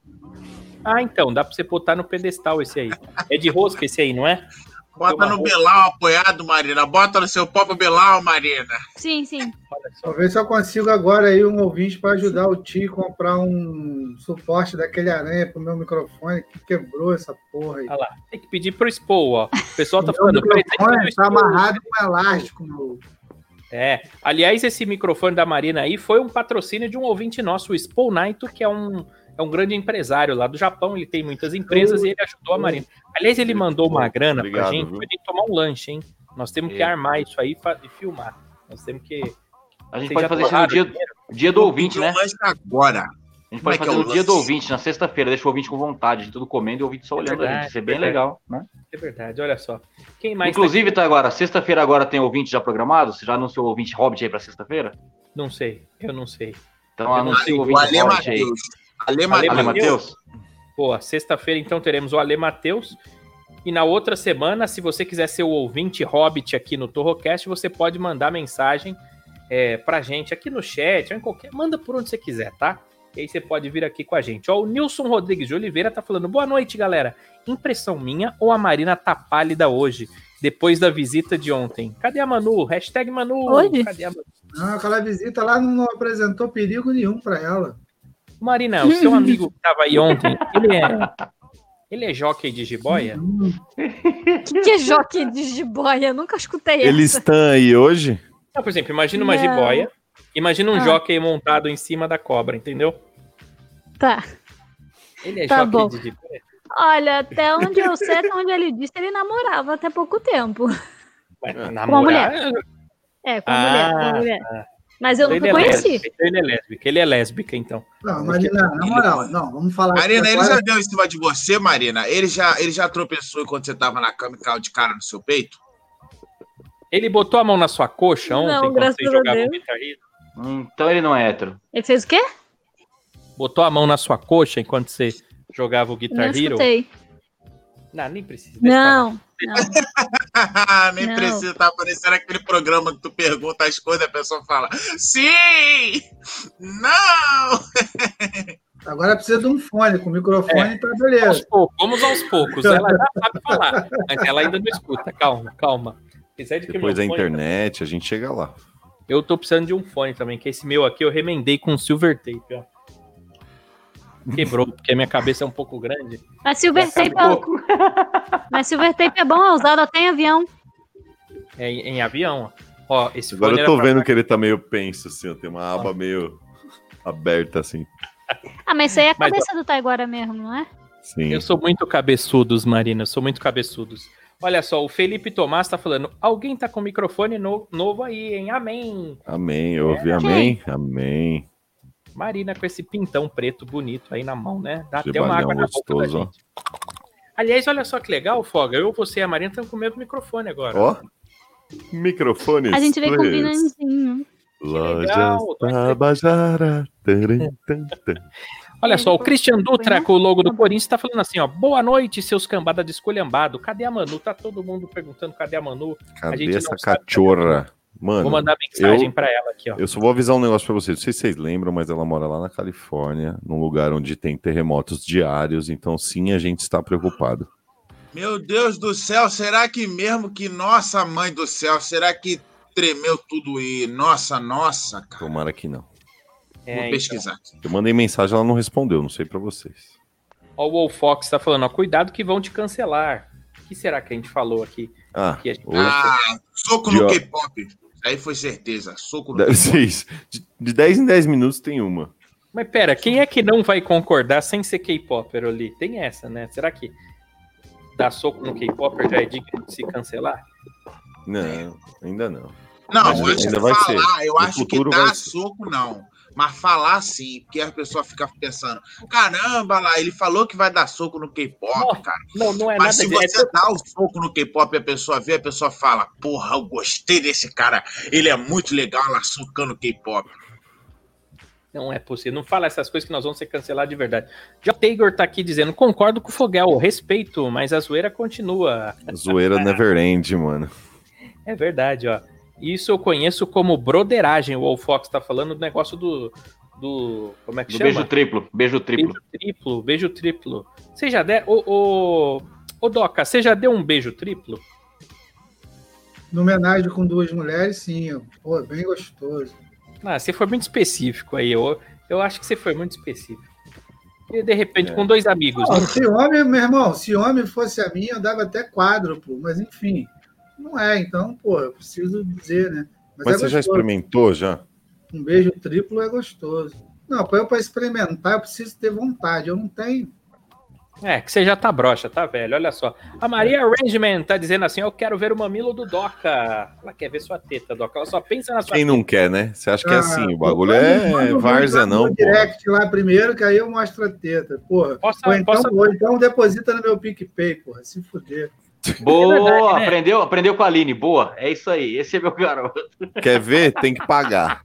Speaker 4: Ah, então, dá pra você botar no pedestal esse aí. É de rosca esse aí, não é?
Speaker 6: Bota
Speaker 4: Toma
Speaker 6: no
Speaker 4: roupa.
Speaker 6: Belau apoiado, Marina. Bota no seu próprio Belau, Marina.
Speaker 5: Sim, sim.
Speaker 9: Talvez eu consigo agora aí um ouvinte para ajudar o Ti a comprar um suporte daquele aranha pro meu microfone que quebrou essa porra aí.
Speaker 4: Ah, Tem que pedir pro Expo, ó. O pessoal tá
Speaker 9: Meu
Speaker 4: falando. "Presente do
Speaker 9: microfone
Speaker 4: Expo".
Speaker 9: tá amarrado com elástico, meu.
Speaker 4: É. Aliás, esse microfone da Marina aí foi um patrocínio de um ouvinte nosso, o Expo Naito, que é um, é um grande empresário lá do Japão. Ele tem muitas empresas e ele ajudou a Marina. Aliás, ele mandou uma grana
Speaker 7: Obrigado,
Speaker 4: pra gente
Speaker 7: viu?
Speaker 4: pra gente tomar um lanche, hein? Nós temos que
Speaker 8: É.
Speaker 4: armar isso aí e fa- e filmar. Nós temos que.
Speaker 8: A gente
Speaker 4: Vocês
Speaker 8: pode
Speaker 4: já
Speaker 8: fazer isso
Speaker 6: tá
Speaker 8: no
Speaker 4: doaram
Speaker 8: dia, dia do ouvinte,
Speaker 6: Eu
Speaker 8: né?
Speaker 6: lanço agora.
Speaker 8: A gente
Speaker 6: Como é
Speaker 8: pode
Speaker 6: que
Speaker 8: fazer
Speaker 6: é o
Speaker 8: no dia do
Speaker 6: lance?
Speaker 8: ouvinte, na sexta-feira. Deixa o ouvinte com vontade, tudo comendo e o ouvinte só
Speaker 4: É
Speaker 8: olhando a
Speaker 4: verdade,
Speaker 8: gente. Isso é bem
Speaker 4: verdade.
Speaker 8: legal, né?
Speaker 4: É verdade, olha só. Quem mais? tá
Speaker 8: Inclusive, tá agora, sexta-feira agora tem ouvinte já programado? Você já anunciou o ouvinte Hobbit aí pra sexta-feira?
Speaker 4: Não sei, eu não sei.
Speaker 8: Então anuncia o
Speaker 6: O
Speaker 8: ouvinte
Speaker 6: Ale
Speaker 8: Hobbit aí.
Speaker 6: Matheus. Ale
Speaker 4: Ale
Speaker 8: Ale
Speaker 6: Matheus.
Speaker 8: Matheus?
Speaker 4: Boa, sexta-feira então teremos o Ale Matheus. E na outra semana, se você quiser ser o ouvinte hobbit aqui no Torrocast, você pode mandar mensagem é, pra gente aqui no chat, ou em qualquer. Manda por onde você quiser, tá? E aí você pode vir aqui com a gente. Ó, o Nilson Rodrigues de Oliveira tá falando: boa noite, galera. Impressão minha ou a Marina tá pálida hoje, depois da visita de ontem? Cadê a Manu? Hashtag Manu.
Speaker 5: Hoje?
Speaker 4: Cadê a Manu?
Speaker 9: Não, aquela visita lá não apresentou perigo nenhum para ela.
Speaker 4: Marina, o seu amigo que tava aí ontem, ele é. Ele é jockey de jiboia?
Speaker 5: Que que é jockey de jiboia? Eu Nunca escutei
Speaker 7: Eles
Speaker 5: essa.
Speaker 7: estão aí hoje?
Speaker 4: Não, por exemplo, imagina uma
Speaker 5: Não.
Speaker 4: jiboia. Imagina um
Speaker 5: Ah.
Speaker 4: jockey montado em cima da cobra, entendeu?
Speaker 5: Tá.
Speaker 4: Ele é
Speaker 5: Tá
Speaker 4: jockey
Speaker 5: bom.
Speaker 4: de jiboia.
Speaker 5: Olha, até onde eu sei, até onde ele disse, ele namorava até pouco tempo.
Speaker 4: Ué,
Speaker 7: Com a
Speaker 4: namorar-
Speaker 5: É, com
Speaker 4: Ah,
Speaker 5: mulher, com mulher.
Speaker 7: tá.
Speaker 5: Mas eu
Speaker 4: ele
Speaker 5: nunca
Speaker 4: é
Speaker 5: conheci.
Speaker 4: lésbica, então ele é lésbica, ele é lésbica, então.
Speaker 9: Não, Marina, na moral, não, vamos falar.
Speaker 6: Marina,
Speaker 9: aqui
Speaker 6: ele
Speaker 9: agora.
Speaker 6: já deu em cima de você, Marina? Ele já, ele já tropeçou enquanto você tava na cama e caiu de cara no seu peito?
Speaker 4: Ele botou a mão na sua coxa ontem,
Speaker 5: Não,
Speaker 4: quando
Speaker 5: graças
Speaker 4: você
Speaker 5: a
Speaker 4: jogava
Speaker 5: Deus.
Speaker 4: o Guitar Hero?
Speaker 8: Hum, Então ele não é hétero.
Speaker 5: Ele fez o quê?
Speaker 4: Botou a mão na sua coxa enquanto você jogava o
Speaker 5: Não
Speaker 4: Guitar Hero?
Speaker 5: escutei.
Speaker 4: Não, nem precisa. deixa pra lá.
Speaker 5: Não, não.
Speaker 6: Nem
Speaker 5: Não.
Speaker 6: precisa, tá aparecendo aquele programa que tu pergunta as coisas e a pessoa fala sim! Não!
Speaker 9: Agora precisa de um fone, com microfone, tá beleza.
Speaker 4: Aos poucos, vamos aos poucos. Ela já sabe falar, mas ela ainda não escuta. Calma, calma. Apesar de que
Speaker 7: Depois da
Speaker 4: meu né? fone-
Speaker 7: internet, a gente chega lá.
Speaker 4: Eu tô precisando de um fone também, que esse meu aqui eu remendei com silver tape, ó. Quebrou, porque a minha cabeça é um pouco grande.
Speaker 5: Mas Silver Tape, é...
Speaker 8: Pouco.
Speaker 5: Mas Silver Tape é bom, é usado até em avião.
Speaker 4: É em, em avião, ó. Ó, esse
Speaker 7: Agora
Speaker 4: fone
Speaker 7: eu tô
Speaker 4: era pra- Ah.
Speaker 7: vendo que ele tá meio penso, assim, ó, tem uma aba meio aberta, assim.
Speaker 5: Ah, mas isso aí é a
Speaker 4: Mas,
Speaker 5: cabeça do Taiguara mesmo, não é?
Speaker 7: Sim.
Speaker 4: Eu sou muito cabeçudos, Marina. Eu sou muito cabeçudos. Olha só, o Felipe Tomás tá falando. Alguém tá com microfone no- novo aí, hein? Amém.
Speaker 7: Amém. Eu
Speaker 4: É,
Speaker 7: ouvi amém? Amém.
Speaker 4: Marina com esse pintão preto bonito aí na mão, né? Dá até uma
Speaker 7: Gebalhão
Speaker 4: água na boca da
Speaker 7: gostoso, ó.
Speaker 4: gente. Aliás, olha só que legal, Foga. Eu, você e a Marina estamos com o mesmo microfone agora.
Speaker 7: Ó. Microfones.
Speaker 5: A gente vem
Speaker 7: please.
Speaker 5: combinandinho.
Speaker 7: Lojas
Speaker 4: legal.
Speaker 7: Tabajara.
Speaker 9: É.
Speaker 7: Tarim, tam, tam.
Speaker 4: Olha só, o Christian Dutra,
Speaker 5: Né?
Speaker 4: com o logo do Corinthians, tá falando assim, ó. Boa noite, seus cambada de esculhambado. Cadê a Manu? Tá todo mundo perguntando cadê a Manu. gente
Speaker 7: Cadê
Speaker 4: não
Speaker 7: essa
Speaker 4: sabe.
Speaker 7: cachorra?
Speaker 4: Vou
Speaker 7: Mano,
Speaker 4: mandar mensagem
Speaker 7: eu-
Speaker 4: pra ela aqui, ó.
Speaker 7: eu só vou avisar um negócio pra vocês. Não sei se vocês lembram, mas ela mora lá na Califórnia, num lugar onde tem terremotos diários. Então, sim, a gente está preocupado.
Speaker 6: Meu Deus do céu, será que mesmo que nossa mãe do céu, será que tremeu tudo e nossa, nossa, cara?
Speaker 7: Tomara que não.
Speaker 4: É,
Speaker 6: Vou
Speaker 4: então.
Speaker 6: pesquisar aqui.
Speaker 7: Eu mandei mensagem, ela não respondeu. Não sei pra vocês.
Speaker 4: Ó, o Wolfox tá falando, ó. Cuidado que vão te cancelar. O que será que a gente falou aqui?
Speaker 7: Ah,
Speaker 4: Que a gente- tá
Speaker 7: ô,
Speaker 6: Ah, soco
Speaker 7: Dio-
Speaker 6: no K-pop. Aí foi certeza, soco no
Speaker 7: deve
Speaker 6: K-pop.
Speaker 7: ser isso. De, de 10 em 10 minutos tem uma.
Speaker 4: Mas pera, quem é que não vai concordar sem ser K-Popper ali? Tem essa, né? Será que dar soco no K-Popper já é digno de se cancelar?
Speaker 7: Não, ainda não.
Speaker 6: Não,
Speaker 7: Mas
Speaker 6: eu acho
Speaker 7: ainda
Speaker 6: que
Speaker 7: vai
Speaker 6: falar, eu
Speaker 7: No
Speaker 6: acho que
Speaker 7: futuro vai
Speaker 6: dar
Speaker 7: ser.
Speaker 6: soco não. Mas falar sim, porque a pessoa fica pensando: caramba, lá, ele falou que vai dar soco no K-pop,
Speaker 4: Não,
Speaker 6: cara.
Speaker 4: Não, não é
Speaker 6: Mas se
Speaker 4: nada disso.
Speaker 6: você dá o soco no K-pop e a pessoa vê, a pessoa fala: porra, eu gostei desse cara, ele é muito legal lá socando K-pop.
Speaker 4: Não é possível. Não fala essas coisas que nós vamos ser cancelados de verdade. Já o Taylor tá aqui dizendo: concordo com o Fogel, respeito, mas a zoeira continua.
Speaker 7: Zoeira never end, mano.
Speaker 4: É verdade, ó. Isso eu conheço como broderagem. O Fox tá falando do negócio do. do como é que
Speaker 8: Do
Speaker 4: chama?
Speaker 8: beijo triplo. Beijo triplo.
Speaker 4: Beijo triplo. Beijo triplo. Você já deu. Ô, ô, ô Doca, você já deu um beijo triplo?
Speaker 9: No homenagem com duas mulheres, sim. ó. Pô, é bem gostoso.
Speaker 4: Ah, você foi muito específico aí. Eu, eu acho que você foi muito específico. E de repente,
Speaker 7: É.
Speaker 4: com dois amigos.
Speaker 9: Ó,
Speaker 4: né?
Speaker 9: se homem, meu irmão, se homem fosse a minha, eu dava até quádruplo, mas enfim. Não é, então, pô, eu preciso dizer, né?
Speaker 7: Mas
Speaker 9: é
Speaker 7: você
Speaker 9: gostoso.
Speaker 7: já experimentou já?
Speaker 9: Um beijo triplo é gostoso. Não, para eu para experimentar, eu preciso ter vontade. Eu não tenho.
Speaker 4: É, que você já tá broxa, tá, velho? Olha só. A Maria Rangeman tá dizendo assim: eu quero ver o mamilo do Doca. Ela quer ver sua teta, Doca. Ela só pensa na sua
Speaker 7: Quem não quer, né? Você acha que é
Speaker 9: Ah,
Speaker 7: assim? O bagulho
Speaker 9: Manda-
Speaker 7: é
Speaker 9: manda um vídeo
Speaker 7: várzea,
Speaker 9: lá no
Speaker 7: não, pô.
Speaker 9: direct lá primeiro, que aí eu mostro a teta, porra.
Speaker 4: Posso-
Speaker 9: ou, então,
Speaker 4: Ah, posso-
Speaker 9: ou então deposita no meu PicPay, porra. Se fuder.
Speaker 8: Boa,
Speaker 4: É verdade, né?
Speaker 8: aprendeu, aprendeu com a Aline. Boa, é isso aí. Esse é meu garoto.
Speaker 7: Quer ver? Tem que pagar.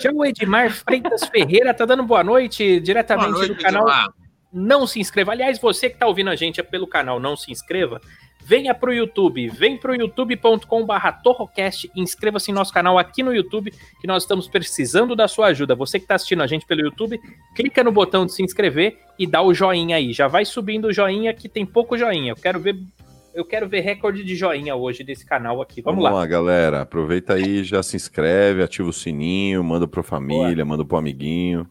Speaker 4: Já o Edmar Freitas Ferreira tá dando boa noite diretamente
Speaker 6: Boa noite,
Speaker 4: do Tá canal.
Speaker 6: Edmar.
Speaker 4: Não se inscreva. Aliás, você que tá ouvindo a gente pelo canal, não se inscreva. Venha pro YouTube, vem pro youtube.com/barra torrocast, inscreva-se em nosso canal aqui no YouTube, que nós estamos precisando da sua ajuda. Você que está assistindo a gente pelo YouTube, clica no botão de se inscrever e dá o joinha aí. Já vai subindo o joinha, que tem pouco joinha. Eu quero ver, eu quero ver recorde de joinha hoje desse canal aqui. Vamos, lá.
Speaker 7: galera. Aproveita aí, já se inscreve, ativa o sininho, manda pra família, manda pro amiguinho.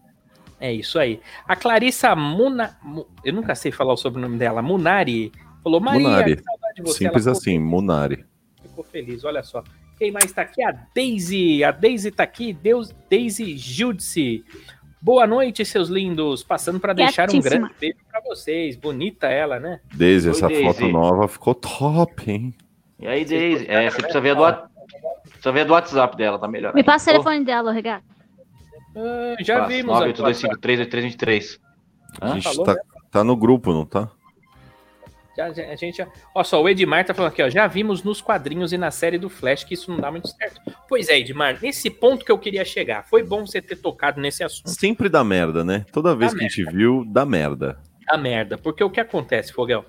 Speaker 4: É isso aí. A Clarissa Muna. Mu- Eu nunca sei falar o sobrenome dela. Munari. Falou, Maria,
Speaker 7: Munari.
Speaker 4: que saudade de você.
Speaker 7: Simples
Speaker 4: Ela ficou-
Speaker 7: assim, Munari.
Speaker 4: Ficou feliz, olha só. Quem mais tá aqui? A Daisy. A Daisy tá aqui. Deus, Daisy Gildice. Boa noite, seus lindos. Passando para deixar um
Speaker 5: Gatíssima.
Speaker 4: grande beijo para vocês. Bonita ela, né?
Speaker 7: Daisy,
Speaker 8: Oi,
Speaker 7: essa
Speaker 8: Daisy.
Speaker 7: foto nova ficou top, hein?
Speaker 8: E aí, Daisy? É, você precisa ver, a do, wa- precisa ver a do WhatsApp dela, tá melhor.
Speaker 5: Me passa o telefone dela, ô, Regato.
Speaker 4: Ah, já vimos. a tua-
Speaker 8: 982538323.
Speaker 7: A
Speaker 8: Hã?
Speaker 7: gente
Speaker 4: Falou
Speaker 7: tá, tá no grupo, não tá?
Speaker 4: Já, já- a gente já... Ó, só, o Edmar tá falando aqui, ó. Já vimos nos quadrinhos e na série do Flash que isso não dá muito certo. Pois é, Edmar, nesse ponto que eu queria chegar. Foi bom você ter tocado nesse assunto
Speaker 7: Sempre dá merda, né? Toda vez que a gente viu, dá merda.
Speaker 4: da merda. Porque o que acontece, Fogão?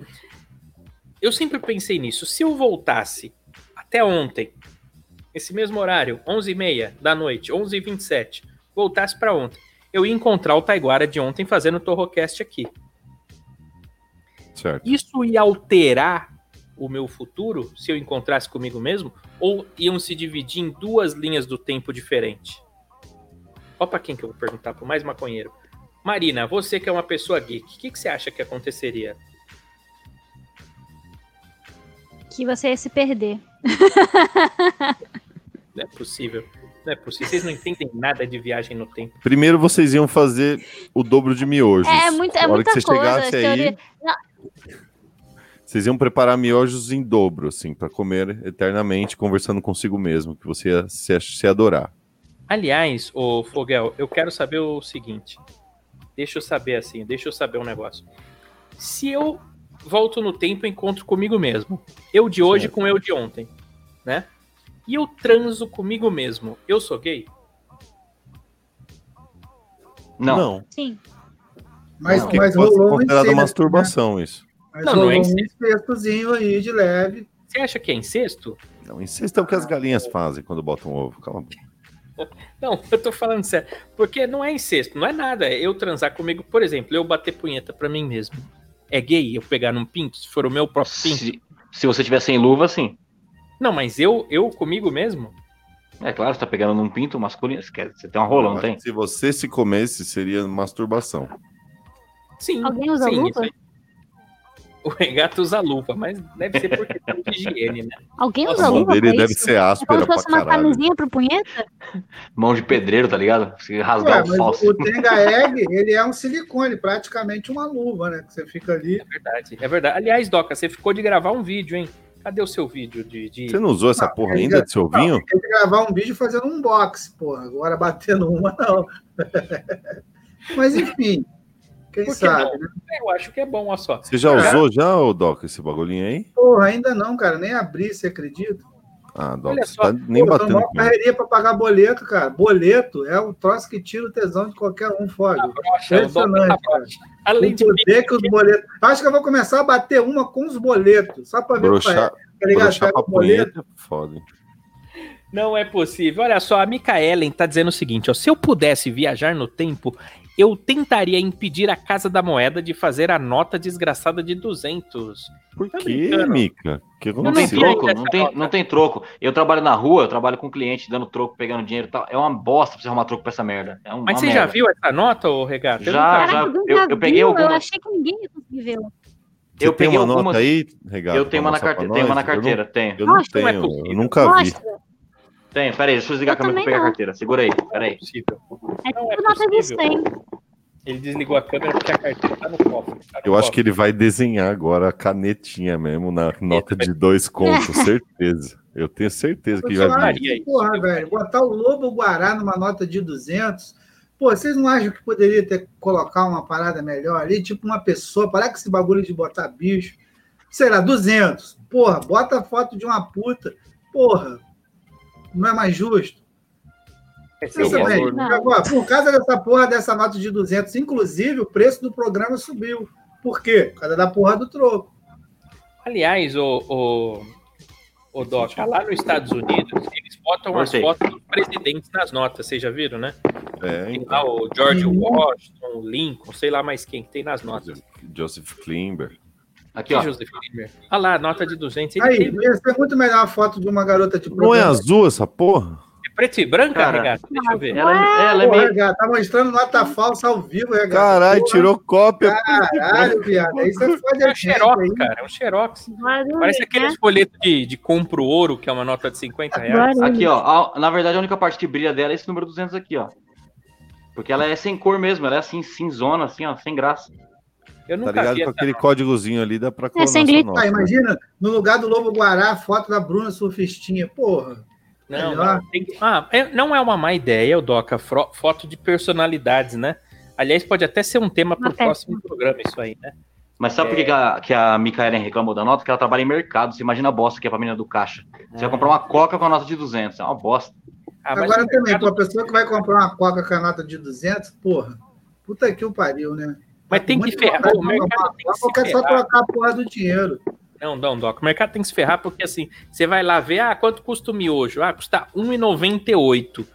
Speaker 4: Eu sempre pensei nisso. Se eu voltasse até ontem, esse mesmo horário, 11h30 da noite, 11h27, voltasse pra ontem, eu ia encontrar o Taiguara de ontem fazendo o Torrocast aqui.
Speaker 7: Certo.
Speaker 4: isso ia alterar o meu futuro se eu encontrasse comigo mesmo? Ou iam se dividir em duas linhas do tempo diferente? Ó, pra quem que eu vou perguntar, pro mais maconheiro. Marina, você que é uma pessoa geek, o que, que você acha que aconteceria?
Speaker 5: Que você ia se perder.
Speaker 4: Não é possível. Não é possível. Vocês não entendem nada de viagem no tempo.
Speaker 7: Primeiro vocês iam fazer o dobro de miojos.
Speaker 5: É, muito- é
Speaker 7: A hora
Speaker 5: muita
Speaker 7: que você
Speaker 5: coisa, é
Speaker 7: chegasse aí,
Speaker 5: teoria- Não.
Speaker 7: vocês iam preparar miojos em dobro, assim, pra comer eternamente, conversando consigo mesmo, que você ia se, ach- se adorar.
Speaker 4: Aliás, ô Fogel, eu quero saber o seguinte. Deixa eu saber assim, deixa eu saber um negócio. Se eu volto no tempo e encontro comigo mesmo, eu de hoje
Speaker 7: Certo.
Speaker 4: com eu de ontem, né? E eu transo comigo mesmo, eu sou gay?
Speaker 8: Não.
Speaker 5: Sim.
Speaker 9: Mas,
Speaker 8: Não,
Speaker 9: mas
Speaker 7: pode ser
Speaker 9: rolou um
Speaker 7: considerado
Speaker 9: incesto,
Speaker 7: masturbação isso.
Speaker 9: né? Mas
Speaker 4: Não, não
Speaker 9: rolou
Speaker 4: é
Speaker 9: um
Speaker 4: incesto.
Speaker 9: incestozinho aí de leve.
Speaker 4: Você acha que é incesto?
Speaker 7: Não, incesto é o que as galinhas fazem quando botam ovo. Calma. a boca.
Speaker 4: Não, eu tô falando sério. Porque não é incesto, não é nada. É Eu transar comigo, por exemplo, eu bater punheta pra mim mesmo. É gay eu pegar num pinto, se for o meu próprio pinto?
Speaker 8: Se, se você tiver sem luva, sim.
Speaker 4: Não, mas eu, eu comigo mesmo?
Speaker 8: É claro, você tá pegando num pinto masculino. Você, quer, você tem uma rola, não tem?
Speaker 7: Se você se comesse, seria masturbação.
Speaker 4: Sim.
Speaker 5: Alguém usa
Speaker 4: sim,
Speaker 5: luva?
Speaker 4: isso aí. O regato usa luva, mas deve ser por questão de higiene, né?
Speaker 5: Alguém
Speaker 4: Nossa,
Speaker 5: usa
Speaker 7: a mão
Speaker 5: luva pra
Speaker 7: dele deve
Speaker 5: isso?
Speaker 7: ser
Speaker 5: É
Speaker 7: áspera
Speaker 5: como se
Speaker 7: pra
Speaker 5: fosse uma
Speaker 7: caralho.
Speaker 5: camisinha pro punheta?
Speaker 8: Mão de pedreiro, tá ligado? Se
Speaker 9: Ué,
Speaker 8: rasgar o
Speaker 9: É, mas
Speaker 8: falso.
Speaker 9: o Tenga Egg, ele é um silicone, praticamente uma luva, né? Que você fica ali.
Speaker 4: É verdade, é verdade. Aliás, Doca, você ficou de gravar um vídeo, hein? Cadê o seu vídeo de. de-
Speaker 7: Você não usou essa
Speaker 9: Não, é
Speaker 7: porra
Speaker 9: ele
Speaker 7: ainda
Speaker 9: já-
Speaker 7: de seu vinho?
Speaker 9: Tem que gravar um vídeo fazendo um box, porra. Agora batendo uma, não. mas enfim, quem
Speaker 4: Por que
Speaker 9: sabe, né?
Speaker 4: Eu acho que é bom, olha só.
Speaker 7: Você já
Speaker 9: Ah.
Speaker 7: usou já, ô Doc, esse bagulhinho aí?
Speaker 9: Porra, ainda não, cara. Nem abri, você acredita?
Speaker 7: Ah, Doc,
Speaker 4: Olha
Speaker 7: você
Speaker 4: só,
Speaker 7: tá nem
Speaker 9: Pô, eu tô
Speaker 7: batendo.
Speaker 9: mó
Speaker 7: com ele.
Speaker 9: correria pra pagar boleto, cara. Boleto é o troço que tira o tesão de qualquer um, foda.
Speaker 4: Brocha, o Doca tá
Speaker 9: Impressionante, cara.
Speaker 4: broxa. Além
Speaker 9: O
Speaker 4: de
Speaker 9: poder que os boletos. Acho que eu vou começar a bater uma com os boletos, só pra ver o
Speaker 7: Broxar,
Speaker 9: Tá ligado?
Speaker 7: broxar
Speaker 9: Pega
Speaker 7: pra
Speaker 9: o boleto.
Speaker 7: punheta, é foda. hein?
Speaker 4: Não é possível. Olha só, a Micaelen tá dizendo o seguinte: ó, se eu pudesse viajar no tempo, eu tentaria impedir a Casa da Moeda de fazer a nota desgraçada de 200.
Speaker 7: Por
Speaker 4: Tá
Speaker 7: que,
Speaker 4: brincando.
Speaker 7: Mica? Que
Speaker 8: Não tem
Speaker 4: sei ainda
Speaker 8: troco, não
Speaker 4: essa
Speaker 8: tem,
Speaker 4: nota.
Speaker 8: não tem troco. Eu trabalho na rua, eu trabalho com cliente, dando troco, pegando dinheiro e tal. É uma bosta pra você arrumar troco pra essa merda. É uma
Speaker 4: Mas você
Speaker 8: merda.
Speaker 4: já viu essa nota, ô Regato? Eu
Speaker 8: Já,
Speaker 4: nunca vi.
Speaker 8: já.
Speaker 5: Caraca, alguém
Speaker 8: Ah, eu-
Speaker 5: já
Speaker 8: eu peguei
Speaker 5: viu? Eu
Speaker 8: algumas.
Speaker 5: achei que ninguém ia conseguir ver.
Speaker 7: Eu
Speaker 8: Eu
Speaker 7: tenho
Speaker 8: peguei
Speaker 7: uma
Speaker 8: algumas.
Speaker 7: nota aí, Regato?
Speaker 8: eu tenho
Speaker 7: pra
Speaker 8: uma na
Speaker 7: mostrar pra
Speaker 8: carteira. Tenho uma na
Speaker 7: nós? Eu não-
Speaker 8: carteira, tenho.
Speaker 7: Eu não,
Speaker 5: Mostra,
Speaker 7: tenho,
Speaker 4: não é
Speaker 7: eu
Speaker 4: possível.
Speaker 7: nunca vi.
Speaker 5: Mostra.
Speaker 8: Tenho. Pera aí, deixa eu
Speaker 5: Eu
Speaker 8: desligar a câmera pra
Speaker 5: também
Speaker 8: pegar a
Speaker 5: não.
Speaker 8: carteira. Segura aí, pera aí.
Speaker 4: É possível.
Speaker 5: É
Speaker 4: Não é
Speaker 5: tudo nota de
Speaker 4: possível.
Speaker 5: 100.
Speaker 4: Ele desligou a câmera porque a carteira tá no cofre. tá no
Speaker 7: Eu acho que
Speaker 4: cofre.
Speaker 7: ele vai desenhar agora a canetinha mesmo na nota de dois contos,
Speaker 4: É.
Speaker 7: certeza. Eu tenho certeza que
Speaker 9: Eu
Speaker 7: ele vai
Speaker 9: acho
Speaker 7: vir.
Speaker 4: vir.
Speaker 9: Ah, que, Porra, velho, botar o Lobo Guará numa nota de 200. Pô, vocês não acham que poderia ter colocar uma parada melhor ali? Tipo uma pessoa, parar com esse bagulho de botar bicho. Sei lá, 200. Porra, bota a foto de uma puta. Porra, não é mais justo?
Speaker 4: Esse é o
Speaker 9: Pensa
Speaker 4: valor.
Speaker 9: bem,
Speaker 5: valor, né?
Speaker 9: agora, por causa dessa porra dessa nota de 200, inclusive, o preço do programa subiu. Por quê? Por causa da porra do troco.
Speaker 4: Aliás, o, o, o Doc, tá lá nos Estados Unidos, eles botam as
Speaker 8: Gostei.
Speaker 4: fotos dos presidentes nas notas, vocês já viram, né?
Speaker 7: É,
Speaker 4: Tem
Speaker 7: então,
Speaker 4: lá o George
Speaker 9: Sim.
Speaker 4: Washington, o Lincoln, sei lá mais quem, que tem nas notas.
Speaker 7: Joseph Klimber.
Speaker 8: Aqui,
Speaker 4: Que
Speaker 8: ó.
Speaker 4: Joseph Kramer? Olha lá, nota de 200. Ele
Speaker 9: Aí,
Speaker 4: tem-
Speaker 9: ia ser muito melhor a foto de uma garota de
Speaker 7: Não é
Speaker 9: programa.
Speaker 7: azul essa porra?
Speaker 4: é preto e branco,
Speaker 8: Cara,
Speaker 4: Regato?
Speaker 9: Ah,
Speaker 4: Deixa eu ver.
Speaker 8: Ela, ela é
Speaker 9: Porra,
Speaker 8: meio.
Speaker 9: Regato, tá mostrando nota falsa ao vivo, Regato.
Speaker 7: Caralho,
Speaker 9: Porra,
Speaker 7: tirou cópia. tá
Speaker 9: Caralho, viado. Aí você fode
Speaker 4: É
Speaker 9: a
Speaker 4: um
Speaker 9: gente
Speaker 4: xerox,
Speaker 9: aí.
Speaker 4: cara, é um xerox.
Speaker 5: Barulho,
Speaker 4: Parece
Speaker 5: né?
Speaker 4: aqueles folhetos de, de compro ouro, que é uma nota de 50 reais.
Speaker 5: Barulho.
Speaker 8: Aqui, ó. A- na verdade, a única parte que brilha dela é esse número 200 aqui, ó. Porque ela é sem cor mesmo, ela é assim, cinzona, assim, ó, sem graça.
Speaker 4: Eu
Speaker 7: Tá
Speaker 4: nunca vi
Speaker 7: ligado? Com
Speaker 4: essa- É,
Speaker 7: aquele códigozinho ali dá pra clonar
Speaker 5: sem
Speaker 7: seu
Speaker 5: glitch.
Speaker 7: nome.
Speaker 9: Ah, imagina, no lugar do Lobo Guará, a foto da Bruna surfistinha. Porra.
Speaker 4: Não,
Speaker 9: Melhor.
Speaker 4: não, tem que- ah, é- não é uma má ideia, o Doca, fro- foto de personalidades, né? Aliás, pode até ser um tema para
Speaker 5: Uma
Speaker 4: o próximo programa, isso aí, né?
Speaker 8: Mas sabe por
Speaker 7: É.
Speaker 8: que que a, que a Micaela reclamou da nota? Que ela trabalha em mercado. Você imagina a bosta que é pra menina do caixa. Você
Speaker 7: É.
Speaker 8: vai comprar uma coca com a nota de 200. É uma bosta.
Speaker 4: Ah, mas
Speaker 9: Agora
Speaker 4: o
Speaker 9: também,
Speaker 4: mercado-
Speaker 9: pra pessoa que vai comprar uma coca com a nota de 200, porra. Puta que o pariu, né?
Speaker 4: Mas tem que
Speaker 9: Muito
Speaker 4: ferrar,
Speaker 9: vontade
Speaker 4: o
Speaker 9: de
Speaker 4: mercado tem que
Speaker 9: Eu
Speaker 4: se
Speaker 9: quero só
Speaker 4: ferrar.
Speaker 9: trocar a porra do dinheiro.
Speaker 4: Não, não, Doc, o mercado tem que se ferrar porque assim, você vai lá ver, ah, quanto custa o miojo? Ah, custa R$1,98,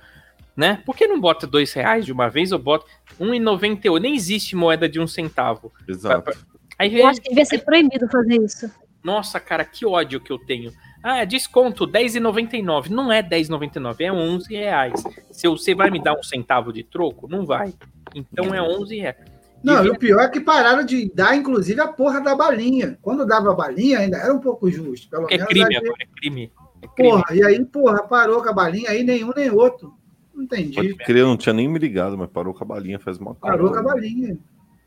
Speaker 4: né? Por que não bota dois reais de uma vez um ou bota R$1,98? Nem existe moeda de um centavo.
Speaker 7: Exato.
Speaker 4: Aí,
Speaker 5: Eu acho que devia ser proibido fazer isso.
Speaker 4: nossa, cara, que ódio que eu tenho. Ah, desconto, R$10,99. Não é R$10,99, é R$11,00. Se você vai me dar um centavo de troco, não vai. Então é R$11,00.
Speaker 9: Não, e
Speaker 4: Devia-
Speaker 9: o pior é que pararam de dar, inclusive, a porra da balinha. Quando dava a balinha, ainda era um pouco justo. Pelo
Speaker 4: É
Speaker 9: menos
Speaker 4: crime
Speaker 9: a gente-
Speaker 4: agora, é crime. É crime.
Speaker 9: Porra, e aí, porra, parou com a balinha, aí nenhum nem outro. Não
Speaker 7: Pode
Speaker 9: entendi.
Speaker 7: crer, eu não tinha nem me ligado, mas parou com a balinha, faz uma
Speaker 9: Parou com a balinha.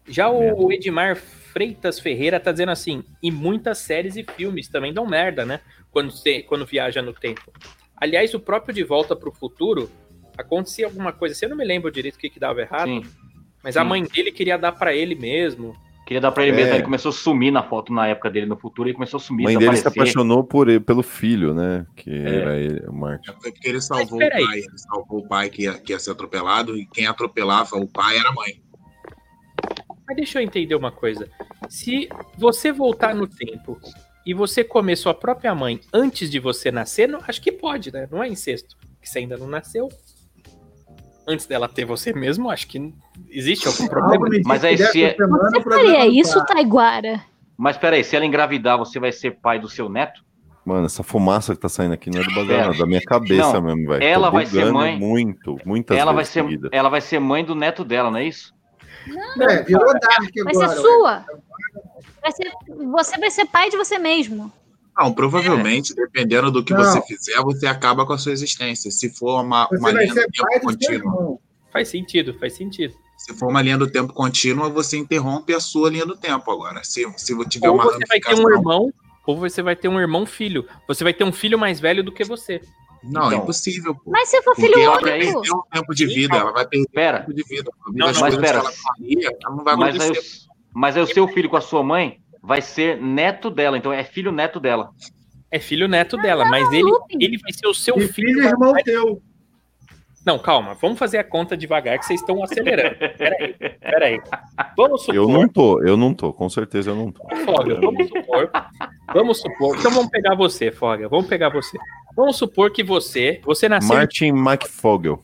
Speaker 4: Já
Speaker 7: Merda.
Speaker 4: o Edmar Freitas Ferreira tá dizendo assim, e muitas séries e filmes também dão merda, né? Quando, você, quando viaja no tempo. Aliás, o próprio De Volta pro Futuro, acontecia alguma coisa, assim, eu não me lembro direito o que, que dava
Speaker 7: Ah.
Speaker 4: errado,
Speaker 8: Sim.
Speaker 4: mas
Speaker 8: sim.
Speaker 4: a mãe dele queria dar pra ele mesmo.
Speaker 8: Queria dar pra ele mesmo.
Speaker 7: É.
Speaker 8: aí Ele começou a sumir na foto na época dele, no futuro. Ele começou a sumir,
Speaker 7: mãe dele se
Speaker 8: desaparecer.
Speaker 7: apaixonou por ele- pelo filho, né? Que
Speaker 4: É.
Speaker 7: era ele, o Martin.
Speaker 6: Foi porque ele salvou o
Speaker 4: peraí.
Speaker 6: pai. Ele salvou o pai que ia, que ia ser atropelado. E quem atropelava o pai era a mãe.
Speaker 4: Mas deixa eu entender uma coisa. Se você voltar no tempo e você comer sua própria mãe antes de você nascer, não- acho que pode, né? Não é incesto. Que você ainda não nasceu. Antes dela ter você mesmo, acho que existe algum problema.
Speaker 9: Algo me diz
Speaker 8: Mas
Speaker 9: que
Speaker 8: aí
Speaker 9: dessa
Speaker 8: se é-
Speaker 9: semana
Speaker 5: Você
Speaker 9: o programa
Speaker 5: faria
Speaker 9: não
Speaker 5: isso,
Speaker 9: para.
Speaker 5: Taiguara?
Speaker 8: Mas peraí, se ela engravidar, você vai ser pai do seu neto?
Speaker 7: Mano, essa fumaça que tá saindo aqui não é do bazar,
Speaker 8: É.
Speaker 7: não, é da minha cabeça
Speaker 8: Não,
Speaker 7: mesmo, velho.
Speaker 8: ela
Speaker 7: Tô
Speaker 8: vai ser
Speaker 7: bugando
Speaker 8: mãe.
Speaker 7: Muito, muitas
Speaker 8: Ela vai,
Speaker 7: vezes
Speaker 8: ser,
Speaker 7: seguida.
Speaker 8: ela vai ser mãe do neto dela, não é isso?
Speaker 9: É, virou Dark
Speaker 5: Vai
Speaker 9: agora.
Speaker 5: ser sua. Vai ser, você vai ser pai de você mesmo.
Speaker 6: Não, provavelmente, dependendo do que
Speaker 9: Não.
Speaker 6: você fizer, você acaba com a sua existência. Se for uma, uma
Speaker 9: Você vai
Speaker 6: linha do
Speaker 9: ser pai
Speaker 6: tempo
Speaker 9: do seu
Speaker 6: contínua.
Speaker 9: irmão.
Speaker 4: Faz sentido, faz sentido.
Speaker 6: Se for uma linha do tempo contínua, você interrompe a sua linha do tempo agora. Se, se tiver
Speaker 4: Ou
Speaker 6: É uma
Speaker 4: você vai ter um
Speaker 6: ramificação-
Speaker 4: irmão, ou você vai ter um irmão filho. Você vai ter um filho mais velho do que você.
Speaker 6: Não, é
Speaker 8: Então.
Speaker 6: impossível, pô.
Speaker 5: Mas se for
Speaker 6: Porque
Speaker 5: filho
Speaker 6: ela
Speaker 5: único.
Speaker 7: é
Speaker 6: vai perder o é um tempo de vida, ela vai perder o
Speaker 8: Pera,
Speaker 6: tempo de vida. A vida
Speaker 4: Não,
Speaker 6: das
Speaker 4: não, mas
Speaker 6: coisas
Speaker 8: pera.
Speaker 6: que ela faria, ela não vai
Speaker 8: mas é aí,
Speaker 6: acontecer.
Speaker 8: o- mas aí o seu filho com a sua mãe vai ser neto dela, então é filho neto dela.
Speaker 4: É filho neto dela, mas ele,
Speaker 5: looping.
Speaker 4: ele vai ser o seu
Speaker 9: E
Speaker 4: filho.
Speaker 9: É um filho irmão teu.
Speaker 4: Não, calma, vamos fazer a conta devagar que vocês estão acelerando. Peraí, peraí. Vamos supor.
Speaker 7: Eu não tô, eu não tô, com certeza eu não tô.
Speaker 4: Foga, vamos supor. Vamos supor. Então vamos pegar você, Foga. Vamos pegar você. Vamos supor que você. Você nasceu. em-
Speaker 7: Martin McFogel,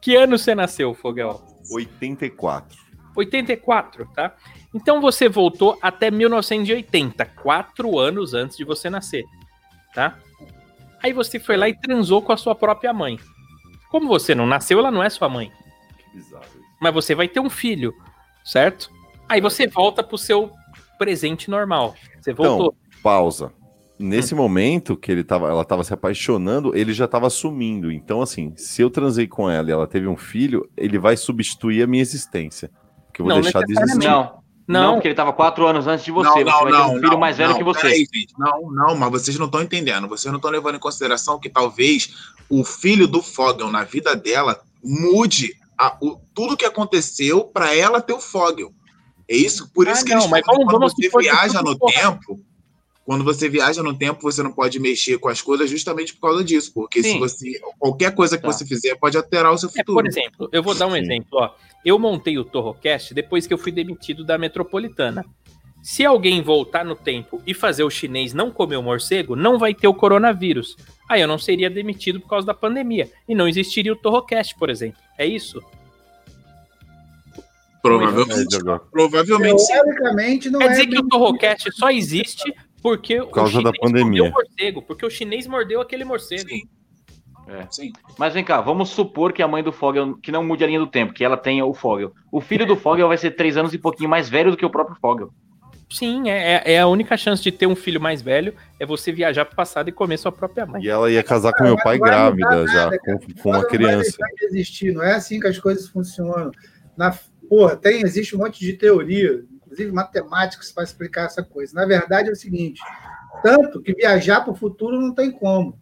Speaker 4: Que ano você nasceu, Fogel?
Speaker 7: 84.
Speaker 4: 84, tá? Então você voltou até 1980, quatro anos antes de você nascer, tá? Aí você foi lá e transou com a sua própria mãe. Como você não nasceu, ela não é sua mãe.
Speaker 7: Que bizarro isso.
Speaker 4: Mas você vai ter um filho, certo? Aí você volta pro seu presente normal. Você voltou.
Speaker 7: Pausa. Nesse
Speaker 8: Hum.
Speaker 7: momento que ele tava, ela tava se apaixonando, ele já tava sumindo. Então, assim, se eu transei com ela e ela teve um filho, ele vai substituir a minha existência. Porque eu vou
Speaker 4: Não
Speaker 7: deixar de
Speaker 4: necessariamente.
Speaker 7: existir.
Speaker 8: Não, não,
Speaker 4: não,
Speaker 8: porque ele tava quatro anos antes de você.
Speaker 6: Não,
Speaker 8: você
Speaker 6: não,
Speaker 8: vai ter
Speaker 6: não,
Speaker 8: um filho
Speaker 6: não,
Speaker 8: mais velho
Speaker 6: não,
Speaker 8: que você.
Speaker 6: peraí, gente. Não, não, mas vocês não estão entendendo. Vocês não estão levando em consideração que talvez o filho do Fogel na vida dela mude a- o- tudo que aconteceu para ela ter o Fogel. É isso, por
Speaker 4: Ah,
Speaker 6: isso que
Speaker 4: não,
Speaker 6: eles
Speaker 4: mas
Speaker 6: falam que
Speaker 4: vamos-
Speaker 6: quando
Speaker 4: vamos
Speaker 6: você
Speaker 4: supor que
Speaker 6: viaja
Speaker 4: tudo
Speaker 6: no
Speaker 4: corra.
Speaker 6: tempo, quando você viaja no tempo, você não pode mexer com as coisas justamente por causa disso, porque se
Speaker 8: Sim.
Speaker 6: você qualquer coisa que
Speaker 8: Tá.
Speaker 6: você fizer pode alterar o seu
Speaker 4: É,
Speaker 6: futuro.
Speaker 4: por exemplo, eu vou dar um
Speaker 7: Sim.
Speaker 4: exemplo. Ó. Eu montei o Torrocast depois que eu fui demitido da Metropolitana. Se alguém voltar no tempo e fazer o chinês não comer o morcego, não vai ter o coronavírus. Aí eu não seria demitido por causa da pandemia. E não existiria o Torrocast, por exemplo. É isso?
Speaker 7: Perde
Speaker 6: provavelmente,
Speaker 7: É, agora.
Speaker 6: provavelamente sim.
Speaker 9: Teoricamente, não
Speaker 4: Quer
Speaker 9: é.
Speaker 4: dizer que
Speaker 9: bem-
Speaker 4: o Torrocast só existe porque por
Speaker 7: causa da pandemia.
Speaker 4: mordeu o morcego. Porque o chinês mordeu aquele morcego.
Speaker 6: Sim.
Speaker 8: É.
Speaker 6: Sim.
Speaker 8: Mas vem cá, vamos supor que a mãe do Fogel, que não mude a linha do tempo, que ela tenha o Fogel. O filho do Fogel vai ser três anos e pouquinho mais velho do que o próprio Fogel.
Speaker 4: Sim, é, é- é a única chance de ter um filho mais velho é você viajar pro passado e comer sua própria mãe.
Speaker 7: E ela ia casar com meu
Speaker 8: Não
Speaker 7: pai
Speaker 8: vai mudar
Speaker 7: grávida
Speaker 8: nada,
Speaker 7: já,
Speaker 8: cara.
Speaker 7: com, com uma
Speaker 8: Não vai
Speaker 7: criança.
Speaker 8: deixar de existir, não é assim que as coisas funcionam. Na, porra, tem, existe um monte de teoria, inclusive matemáticos, para explicar essa coisa. Na verdade é o seguinte: tanto que viajar para o futuro não tem como.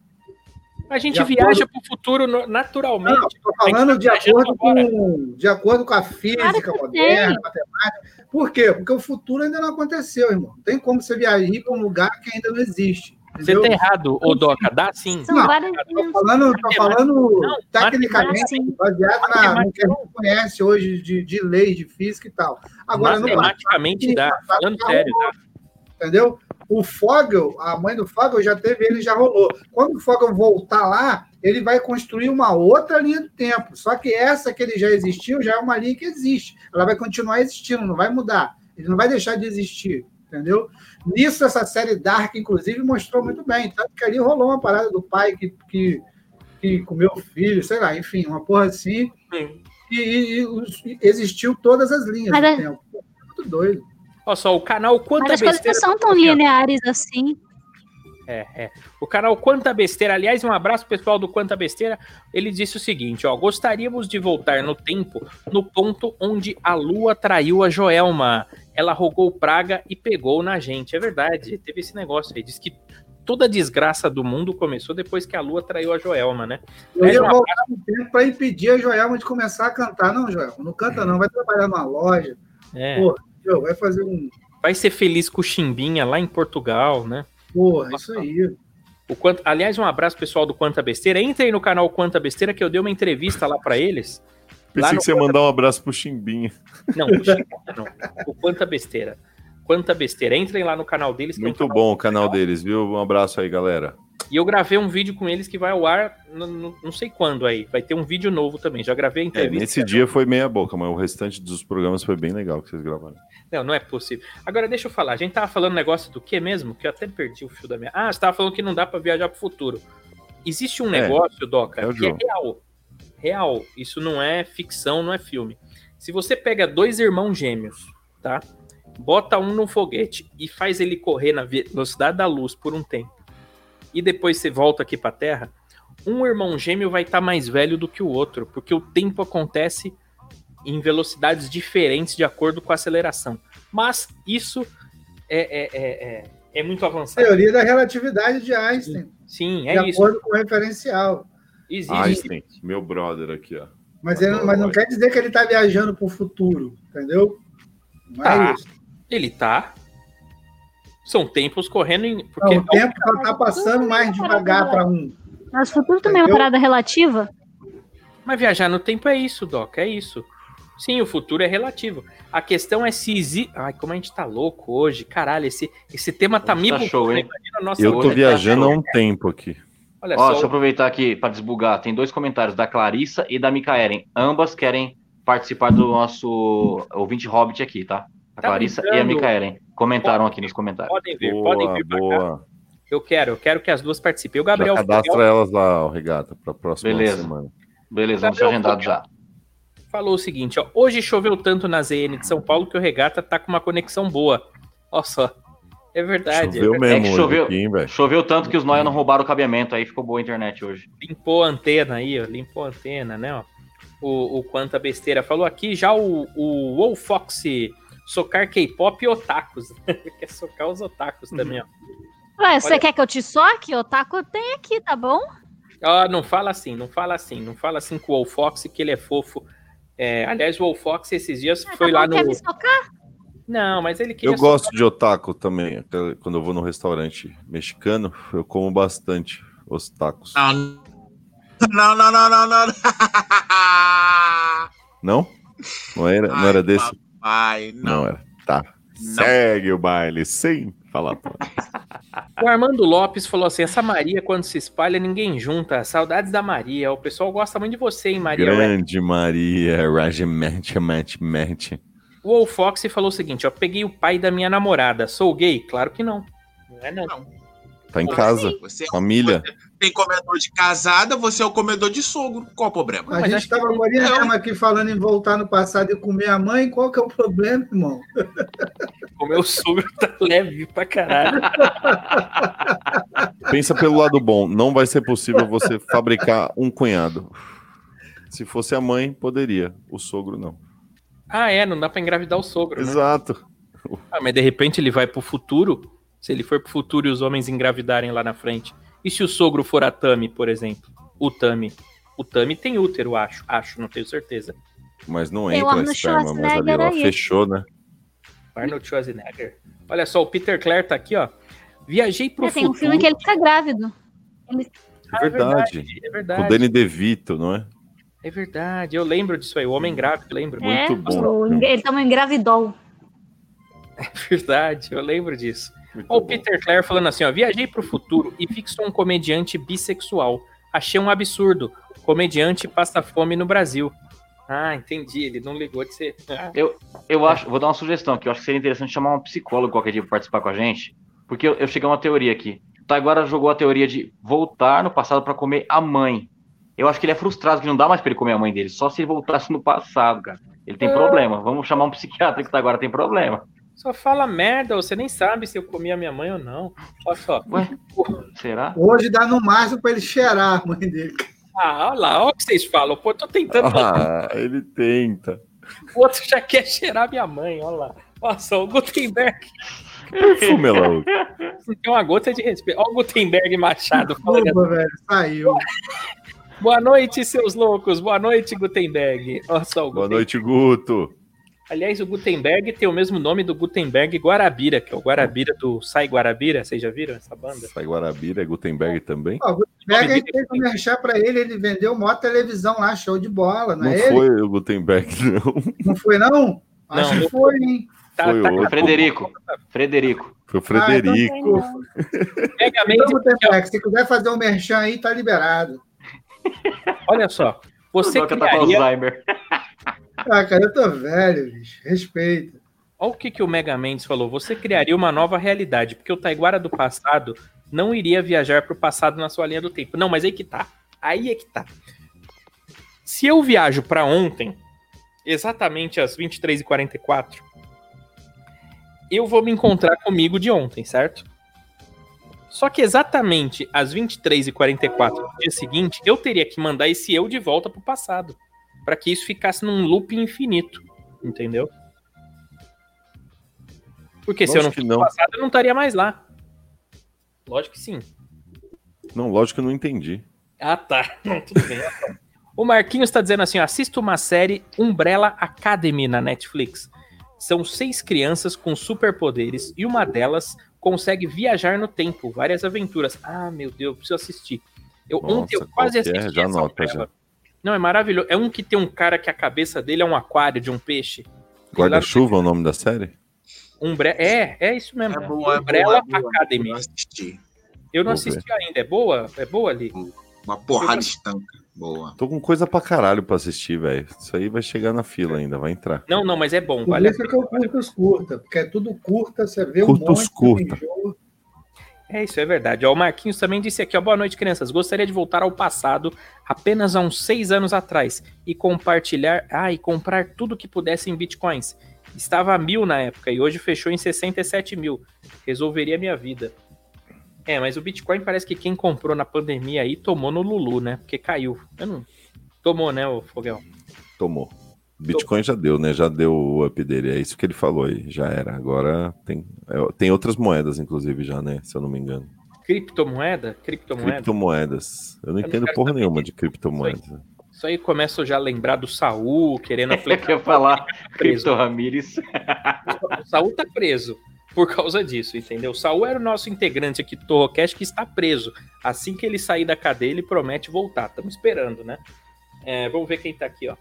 Speaker 4: A gente
Speaker 8: De
Speaker 4: viaja pro futuro no- naturalmente.
Speaker 8: Não, estou falando de
Speaker 4: Tem que viajar
Speaker 8: acordo,
Speaker 4: agora.
Speaker 8: com, de acordo com a física
Speaker 5: Claro que
Speaker 8: moderna, matemática. Por quê? Porque o futuro ainda não aconteceu, irmão. Não tem como você viajar para um lugar que ainda não existe.
Speaker 4: Você
Speaker 8: Entendeu?
Speaker 4: tá errado, ô Doca, dá sim.
Speaker 5: São
Speaker 8: é Não,
Speaker 5: várias. assim,
Speaker 8: Tô falando, tô falando
Speaker 4: Não,
Speaker 8: tecnicamente,
Speaker 5: matemática-
Speaker 8: baseado na, no que a
Speaker 4: matemática-
Speaker 8: gente conhece hoje de, de leis, de física e tal. Agora, não é vai,
Speaker 4: Matematicamente dá, falando sério, dá.
Speaker 8: entendeu? O Fogel, a mãe do Fogel já teve ele, já rolou. Quando o Fogel voltar lá, ele vai construir uma outra linha do tempo. Só que essa que ele já existiu já é uma linha que existe. Ela vai continuar existindo, não vai mudar. Ele não vai deixar de existir, entendeu? Nisso, essa série Dark, inclusive, mostrou muito bem. Tanto que ali rolou uma parada do pai que, que, que comeu o filho, sei lá, enfim, uma porra assim.
Speaker 4: Sim.
Speaker 8: E, e- e os- e existiu todas as linhas
Speaker 5: Mas a-
Speaker 8: do tempo. Muito doido.
Speaker 4: Olha só, o canal Quanta
Speaker 5: Mas as coisas não
Speaker 4: Besteira.
Speaker 5: são tão lineares assim.
Speaker 4: É, é. O canal Quanta Besteira, aliás, um abraço pessoal do Quanta Besteira. Ele disse o seguinte: ó, gostaríamos de voltar no tempo no ponto onde a lua traiu a Joelma. Ela rogou praga e pegou na gente. É verdade, teve esse negócio aí. Diz que toda a desgraça do mundo começou depois que a lua traiu a Joelma, né?
Speaker 8: Eu
Speaker 4: Pede
Speaker 8: ia
Speaker 4: um
Speaker 8: voltar no tempo para impedir a Joelma de começar a cantar. Não, Joelma, não canta não, vai trabalhar numa loja,
Speaker 4: É.
Speaker 8: Pô. entendeu? vai fazer um...
Speaker 4: Vai ser feliz com o Chimbinha lá em Portugal, né?
Speaker 8: Porra, isso aí.
Speaker 4: O quanto, aliás, um abraço pessoal do Quanta Besteira. Entrem no canal Quanta Besteira que eu dei uma entrevista lá pra eles. Lá
Speaker 7: Pensei
Speaker 4: no
Speaker 7: que você ia mandar um abraço pro Chimbinha.
Speaker 4: Não, o Chico, não. O Quanta Besteira. Quanta Besteira. Entrem lá no canal deles. que é um
Speaker 7: Muito
Speaker 4: canal-
Speaker 7: bom o canal deles, viu? Um abraço aí, galera.
Speaker 4: E eu gravei um vídeo com eles que vai ao ar, no- no- não sei quando aí. Vai ter um vídeo novo também. Já gravei a
Speaker 7: É,
Speaker 4: entrevista.
Speaker 7: nesse dia foi meia boca, mas o restante dos programas foi bem legal que vocês gravaram.
Speaker 4: Não, não é possível. Agora, deixa eu falar. A gente tava falando um negócio do que mesmo? Que eu até perdi o fio da minha. Ah, você tava falando que não dá pra viajar pro futuro. Existe um
Speaker 7: É.
Speaker 4: negócio, Doca,
Speaker 7: É o
Speaker 4: que é
Speaker 7: jogo.
Speaker 4: real. Real. Isso não é ficção, não é filme. Se você pega dois irmãos gêmeos, tá? Bota um num foguete e faz ele correr na ve- velocidade da luz por um tempo. E depois você volta aqui pra Terra. Um irmão gêmeo vai estar mais velho do que o outro, porque o tempo acontece em velocidades diferentes de acordo com a aceleração. Mas isso é, é, é, é, é muito avançado.
Speaker 8: Teoria da relatividade de Einstein,
Speaker 4: Sim,
Speaker 8: de
Speaker 4: é isso.
Speaker 8: acordo com o referencial.
Speaker 4: Existe.
Speaker 7: Einstein, meu brother aqui, ó.
Speaker 8: Mas, ele, mas não quer dizer que ele está viajando para o futuro, entendeu? Não é
Speaker 4: Tá,
Speaker 8: isso.
Speaker 4: Ele tá. São tempos correndo em.
Speaker 8: Não,
Speaker 4: Porque
Speaker 8: o tempo só está passando mais devagar para um.
Speaker 5: Mas o futuro também é uma
Speaker 8: Entendeu?
Speaker 5: parada relativa.
Speaker 4: Mas viajar no tempo é isso, Doc, é isso. Sim, o futuro é relativo. A questão é se existe. Ai, como a gente tá louco hoje. Caralho, esse, esse tema tá
Speaker 9: Hoje
Speaker 4: me
Speaker 9: tá
Speaker 4: bugando,
Speaker 9: show, hein?
Speaker 4: Imagina a nossa
Speaker 7: Eu
Speaker 4: hoje,
Speaker 7: tô
Speaker 4: tá?
Speaker 7: viajando há um tempo aqui.
Speaker 4: Olha
Speaker 9: Ó,
Speaker 4: só,
Speaker 9: deixa eu aproveitar aqui para desbugar. Tem dois comentários da Clarissa e da Micaelen. Ambas querem participar do nosso ouvinte Hobbit aqui, tá? A
Speaker 4: Tá
Speaker 9: Clarissa e a
Speaker 4: brincando.
Speaker 9: Micaelen comentaram aqui nos comentários.
Speaker 4: podem vir, podem
Speaker 7: Boa,
Speaker 4: vir pra cá.
Speaker 7: boa.
Speaker 4: Eu quero, eu quero que as duas participem. O
Speaker 7: Já
Speaker 4: Gabriel Fugel
Speaker 7: cadastra elas lá, ó, regata, pra próxima
Speaker 9: Beleza.
Speaker 7: semana.
Speaker 9: Beleza, vamos ser
Speaker 4: Gabriel,
Speaker 9: agendados já.
Speaker 4: falou o seguinte: ó, hoje choveu tanto na ZN de São Paulo que o Regata tá com uma conexão boa. Olha só. É verdade.
Speaker 7: Choveu
Speaker 4: é verdade.
Speaker 7: mesmo
Speaker 9: É que
Speaker 7: hoje
Speaker 9: choveu.
Speaker 7: aqui, hein, velho?
Speaker 9: Choveu tanto que os Noia não roubaram o cabeamento, aí ficou boa a internet hoje.
Speaker 4: Limpou a antena aí, ó. Limpou a antena, né? Ó. O, o quanta besteira falou aqui. Já o, o Wolf Fox socar K-pop e otakus. Quer socar os otakus também, ó.
Speaker 7: Uhum.
Speaker 5: Ué, você
Speaker 4: Olha-
Speaker 5: quer que eu te soque? Otaku tem aqui, tá bom?
Speaker 4: Ah, não fala assim, não fala assim, não fala assim com o Wolf Fox que ele é fofo. É, aliás, o Wolf Fox esses dias
Speaker 5: Ah,
Speaker 4: foi
Speaker 5: tá
Speaker 4: lá
Speaker 5: bom,
Speaker 4: no.
Speaker 5: Quer me socar?
Speaker 4: Não, mas ele queria
Speaker 7: Eu gosto de otaku também. aquela- Quando eu vou num restaurante mexicano, eu como bastante os tacos.
Speaker 6: Ah, Não, não, não, não, não. não.
Speaker 7: Não? Não era, não
Speaker 6: Ai,
Speaker 7: era desse?
Speaker 6: Papai, não.
Speaker 7: Não. era. Tá. Segue o baile sem falar. pra-
Speaker 4: O Armando Lopes falou assim: essa Maria, quando se espalha, ninguém junta. Saudades da Maria. O pessoal gosta muito de você, hein, Maria?
Speaker 7: Grande Maria, Rajmete, Mete, Mete.
Speaker 4: O Wolf Fox falou o seguinte: ó, peguei o pai da minha namorada. Sou gay? Claro que não. Não é, não.
Speaker 7: Tá em casa,
Speaker 6: Você é um
Speaker 7: família.
Speaker 6: tem comedor de casada, você é o comedor de sogro. Qual o problema?
Speaker 8: A
Speaker 4: mas
Speaker 8: gente
Speaker 4: acho que
Speaker 8: estava agora mesmo aqui falando em voltar no passado e comer a mãe. Qual que é o problema, irmão?
Speaker 4: O meu sogro tá leve pra caralho.
Speaker 7: Pensa pelo lado bom, não vai ser possível você fabricar um cunhado. Se fosse a mãe, poderia. O sogro, não.
Speaker 4: Ah, é, não dá pra engravidar o sogro. né?
Speaker 7: Exato.
Speaker 4: Ah, mas de repente ele vai pro futuro. Se ele for pro futuro e os homens engravidarem lá na frente. E se o sogro for a Tami, por exemplo? O Tami. O Tami tem útero, acho. Acho, não tenho certeza.
Speaker 7: Mas não
Speaker 10: Tem o
Speaker 7: entra a
Speaker 10: Arnold
Speaker 7: esperma, mas ali
Speaker 10: Schwarzenegger
Speaker 7: ela
Speaker 10: aí.
Speaker 7: fechou, né?
Speaker 4: Arnold Schwarzenegger. Olha só, o Peter Clare tá aqui, ó. Viajei pro
Speaker 5: É, tem
Speaker 4: futuro.
Speaker 5: um filme que ele fica grávido.
Speaker 4: Ah, é
Speaker 7: Verdade.
Speaker 4: É
Speaker 7: Com o
Speaker 4: verdade.
Speaker 7: Danny DeVito, não é?
Speaker 4: É verdade. Eu lembro disso aí. O Homem Grávido, lembro.
Speaker 5: É,
Speaker 7: Muito bom.
Speaker 5: o- ele toma um gravidol.
Speaker 4: Verdade, eu lembro disso.
Speaker 7: Muito
Speaker 4: Ó, o
Speaker 7: bom.
Speaker 4: Peter Clare falando assim, ó, viajei pro futuro e vi que sou um comediante bissexual. Achei um absurdo. Comediante passa fome no Brasil. Ah, entendi. Ele não ligou de ser. Ah,
Speaker 9: Eu acho, vou dar uma sugestão aqui. Eu acho que seria interessante chamar um psicólogo qualquer dia pra participar com a gente. Porque eu, eu cheguei a uma teoria aqui. O Taguara jogou a teoria de voltar no passado pra comer a mãe. Eu acho que ele é frustrado que não dá mais pra ele comer a mãe dele, só se ele voltasse no passado, cara. Ele tem problema. Vamos chamar um psiquiatra que o Taguara tem problema.
Speaker 4: Só fala merda, você nem sabe se eu comi a minha mãe ou não. Olha só.
Speaker 9: Ué, será?
Speaker 8: Hoje dá no máximo pra ele cheirar a mãe dele.
Speaker 4: Ah, olha lá, olha o que vocês falam. Pô, eu tô tentando.
Speaker 7: Ah, ele tenta.
Speaker 4: O outro já quer cheirar minha mãe, olha lá. Olha só, o Gutenberg
Speaker 7: Perfume, Laú.
Speaker 4: não tem uma gota de respeito. Olha o Gutenberg Machado falando assim.
Speaker 8: Desculpa, velho. Saiu.
Speaker 4: Boa noite, seus loucos. Boa noite, Gutenberg. Olha só o
Speaker 7: Boa
Speaker 4: Gutenberg.
Speaker 7: noite, Guto.
Speaker 4: Aliás, o Gutenberg tem o mesmo nome do Gutenberg Guarabira, que é o Guarabira do Sai Guarabira. Vocês já viram essa banda?
Speaker 7: Sai Guarabira, é Gutenberg também?
Speaker 8: Ó, o Gutenberg, a gente fez um merchan pra ele, ele vendeu uma televisão lá, show de bola, não,
Speaker 7: Não
Speaker 8: é ele?
Speaker 7: foi o Gutenberg, não.
Speaker 8: Não foi, não? Acho
Speaker 4: Não.
Speaker 8: que foi, hein?
Speaker 4: Tá,
Speaker 7: Foi
Speaker 4: tá
Speaker 7: outro.
Speaker 9: Frederico.
Speaker 8: Ah,
Speaker 9: Frederico.
Speaker 7: Foi o Frederico.
Speaker 8: Então,
Speaker 4: Mega Man,
Speaker 8: então, Gutenberg, se quiser fazer um merchan aí, tá liberado.
Speaker 4: olha só. Você
Speaker 9: O Doca tá com
Speaker 4: criaria.
Speaker 9: Alzheimer.
Speaker 8: Ah, cara, eu tô velho, bicho. Respeita.
Speaker 4: Olha o que, que o Mega Mendes falou. Você criaria uma nova realidade, porque o Taiguara do passado não iria viajar para o passado na sua linha do tempo. Não, mas aí que tá. Aí é que tá. Se eu viajo para ontem, exatamente às 23h44, eu vou me encontrar comigo de ontem, certo? Só que exatamente às 23h44 do dia seguinte, eu teria que mandar esse eu de volta pro passado. para que isso ficasse num loop infinito. Entendeu? Porque se eu não
Speaker 7: Lógico que não.
Speaker 4: passado, eu não estaria mais lá. Lógico que sim.
Speaker 7: Não, lógico que eu não entendi.
Speaker 4: Ah, tá. Não, tudo bem. o Marquinhos está dizendo assim: ó, assista uma série Umbrella Academy na Netflix. São seis crianças com superpoderes e uma delas consegue viajar no tempo. Várias aventuras. Ah, meu Deus, eu preciso assistir. Eu
Speaker 7: Nossa,
Speaker 4: ontem eu quase
Speaker 7: qual que é?
Speaker 4: assisti.
Speaker 7: Já
Speaker 4: essa
Speaker 7: anota,
Speaker 4: novela.
Speaker 7: já.
Speaker 4: Não, é maravilhoso. É um que tem um cara que a cabeça dele é um aquário de um peixe.
Speaker 7: Guarda-chuva é o nome da série?
Speaker 4: Umbre... É, é isso mesmo.
Speaker 6: É boa, é
Speaker 4: Umbrella
Speaker 6: boa, é boa.
Speaker 4: Academy.
Speaker 6: Eu assisti.
Speaker 4: Eu não
Speaker 7: Vou
Speaker 4: assisti ainda. É boa? É boa ali?
Speaker 6: Uma porrada de estanca. Boa.
Speaker 7: Tô com coisa pra caralho pra assistir, velho. Isso aí vai chegar na fila ainda, vai entrar.
Speaker 4: Não, não, mas é bom.
Speaker 8: Por
Speaker 4: Vale a
Speaker 8: isso
Speaker 4: pena,
Speaker 8: que eu
Speaker 4: vale a
Speaker 8: curto os curta, porque é tudo curta, você vê
Speaker 7: Curta
Speaker 8: um
Speaker 7: os
Speaker 8: monte
Speaker 7: curta.
Speaker 8: de jogo.
Speaker 4: É, isso é verdade. Ó, o Marquinhos também disse aqui, ó, boa noite, crianças. Gostaria de voltar ao passado, apenas há uns seis anos atrás, e compartilhar, ah, e comprar tudo que pudesse em bitcoins. Estava a mil na época e hoje fechou em 67 mil. Resolveria minha vida. É, mas o Bitcoin parece que quem comprou na pandemia aí tomou no Lulu, né? Porque caiu. Eu não... Tomou, né, o Fogel?
Speaker 7: Tomou. Bitcoin já deu, né? Já deu o up dele. É isso que ele falou aí. Já era. Agora tem, é, tem outras moedas, inclusive, já, né? Se eu não me engano.
Speaker 4: Criptomoeda? Criptomoeda?
Speaker 7: Criptomoedas. Eu não
Speaker 4: não
Speaker 7: entendo
Speaker 4: quero
Speaker 7: porra
Speaker 4: saber
Speaker 7: nenhuma
Speaker 4: disso.
Speaker 7: de criptomoedas.
Speaker 4: Isso aí começa eu já a lembrar do Saul querendo
Speaker 9: Eu
Speaker 4: afletar.
Speaker 9: quero falar
Speaker 4: preso.
Speaker 9: Cripto Ramírez.
Speaker 4: O Saul tá preso por causa disso, entendeu? O Saul era o nosso integrante aqui do Torrocast que está preso. Assim que ele sair da cadeia, ele promete voltar. Estamos esperando, né? É, vamos ver quem tá aqui, ó.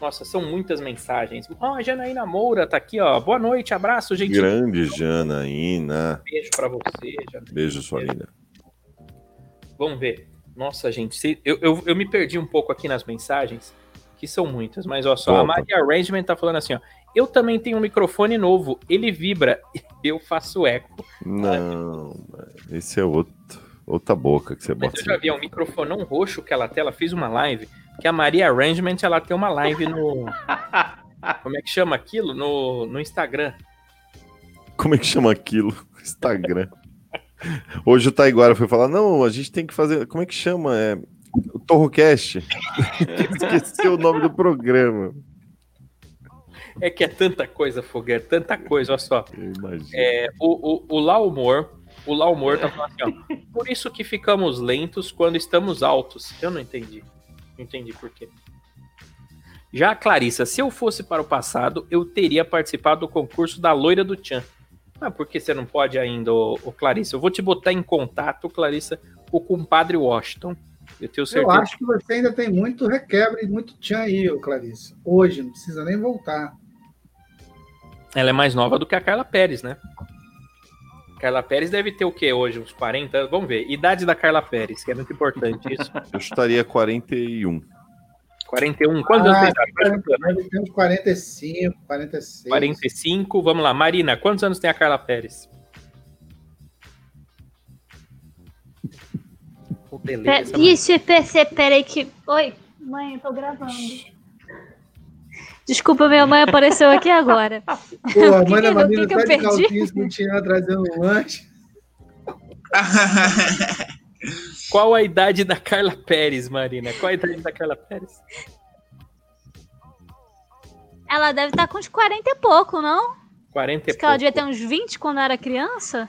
Speaker 4: Nossa, são muitas mensagens. Ó, a Janaína Moura tá aqui, ó. Boa noite, abraço, gente.
Speaker 7: Grande Janaína.
Speaker 4: Beijo pra você, Janaína.
Speaker 7: Beijo, sua
Speaker 4: É.
Speaker 7: linda.
Speaker 4: Vamos ver. Nossa, gente, se- eu, eu, eu me perdi um pouco aqui nas mensagens, que são muitas, mas ó só, a
Speaker 7: Volta.
Speaker 4: Maria Arrangement tá falando assim, ó. Eu também tenho um microfone novo, ele vibra, eu faço eco.
Speaker 7: Não, esse é outro. Outra boca que você
Speaker 4: Mas
Speaker 7: bota.
Speaker 4: eu já vi, é um microfonão roxo que ela tem, ela fez uma live, que a Maria Arrangement, ela tem uma live no... Como é que chama aquilo? No, no Instagram.
Speaker 7: Como é que chama aquilo? Instagram. Hoje o Taiguara foi falar: não, a gente tem que fazer. Como é que chama? É, o Torrocast. Esqueci o nome do programa.
Speaker 4: É que é tanta coisa, Fogueira, tanta coisa, olha só.
Speaker 7: Eu imagino.
Speaker 4: É, o, o, o Laumor, o Laumor tá falando assim, ó. Por isso que ficamos lentos quando estamos altos. Eu não entendi. Não entendi por quê. Já a Clarissa, se eu fosse para o passado, eu teria participado do concurso da loira do Tchan. Ah, por que você não pode ainda, ô, ô Clarissa? Eu vou te botar em contato, Clarissa, com o compadre Washington. Eu tenho
Speaker 9: Eu
Speaker 4: certeza.
Speaker 9: acho que você ainda tem muito requebra e muito tchan aí, ô Clarice. Hoje, não precisa nem voltar.
Speaker 4: Ela é mais nova do que a Carla Pérez, né? Carla Pérez deve ter o quê hoje? Uns 40 anos? Vamos ver. Idade da Carla Pérez, que é muito importante isso.
Speaker 7: Eu chutaria 41.
Speaker 4: 41. Quantos anos
Speaker 9: Ah,
Speaker 4: tem a Carla?
Speaker 9: Deve ter uns 45, 46.
Speaker 4: 45. Vamos lá. Marina, quantos anos tem a Carla Pérez? Ô,
Speaker 5: Pe-
Speaker 4: beleza, mano.
Speaker 5: Ixi, PC, peraí que.
Speaker 11: Oi, mãe, eu tô gravando. Desculpa, minha mãe apareceu aqui agora.
Speaker 9: Pô, a
Speaker 5: Que
Speaker 9: mãe da
Speaker 5: que-
Speaker 9: Marina
Speaker 5: que
Speaker 9: tá
Speaker 5: que eu
Speaker 9: de
Speaker 5: perdi?
Speaker 9: calcinha, não tinha trazendo um lanche.
Speaker 4: Qual a idade da Carla Pérez, Marina? Qual a idade da Carla Pérez?
Speaker 5: Ela deve estar com uns 40 e pouco, não?
Speaker 4: 40 e
Speaker 5: Acho que ela
Speaker 4: pouco.
Speaker 5: devia ter uns 20 quando era criança.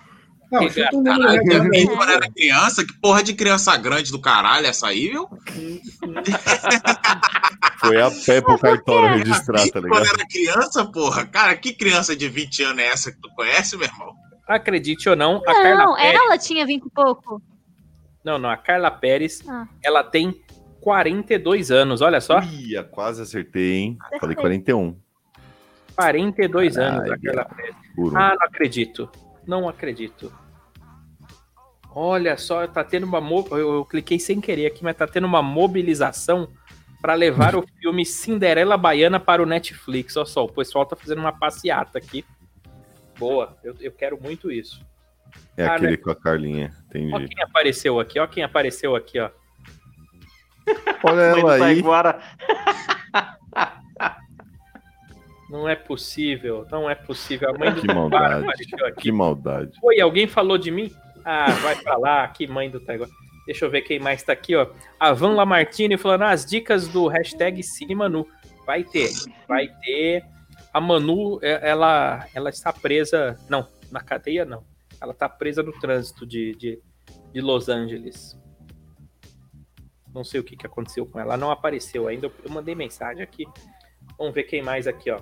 Speaker 5: É.
Speaker 9: Não, chuta um número
Speaker 6: Caralho, eu
Speaker 9: requebra.
Speaker 6: vi quando era criança. Que porra de criança grande do caralho é essa aí, viu?
Speaker 7: Foi a pé pro cartório registrar, tá
Speaker 6: Quando
Speaker 7: ligado?
Speaker 6: era criança, porra. Cara, que criança de 20 anos é essa que tu conhece, meu irmão?
Speaker 4: Acredite ou não, a
Speaker 5: Não,
Speaker 4: Carla Pérez.
Speaker 5: ela tinha 20 e pouco.
Speaker 4: Não, não. A Carla Pérez,
Speaker 5: Ah.
Speaker 4: ela tem 42 anos. Olha só.
Speaker 7: Ia, quase acertei, hein? Falei 41.
Speaker 4: 42 anos a
Speaker 7: Caralho.
Speaker 4: Carla Pérez.
Speaker 7: Por um.
Speaker 4: Ah, não acredito. Não acredito. Olha só, tá tendo uma. mo- Eu, eu cliquei sem querer aqui, mas tá tendo uma mobilização para levar o filme Cinderela Baiana para o Netflix. Olha só, o pessoal tá fazendo uma passeata aqui. Boa, eu, eu quero muito isso.
Speaker 7: é
Speaker 4: ah,
Speaker 7: aquele
Speaker 4: né?
Speaker 7: com a Carlinha.
Speaker 4: Ó
Speaker 7: Entendi.
Speaker 4: quem apareceu aqui, ó quem apareceu aqui, ó.
Speaker 7: Olha
Speaker 8: Mãe do
Speaker 7: ela aí.
Speaker 8: Taiguara.
Speaker 4: Não é possível, não é possível. A mãe do
Speaker 7: Que
Speaker 4: Taiguara
Speaker 7: maldade.
Speaker 4: apareceu aqui.
Speaker 7: Que maldade.
Speaker 4: Oi, alguém falou de mim? Ah, vai pra lá, que mãe do Taiguara. Deixa eu ver quem mais tá aqui, ó. A Van Lamartine falando ah, as dicas do hashtag CineManu. Vai ter, vai ter. A Manu, é- ela, ela está presa. Não, na cadeia não. Ela tá presa no trânsito de, de, de Los Angeles. Não sei o que, que aconteceu com ela. Ela não apareceu ainda. Eu- Eu mandei mensagem aqui. Vamos ver quem mais aqui, ó.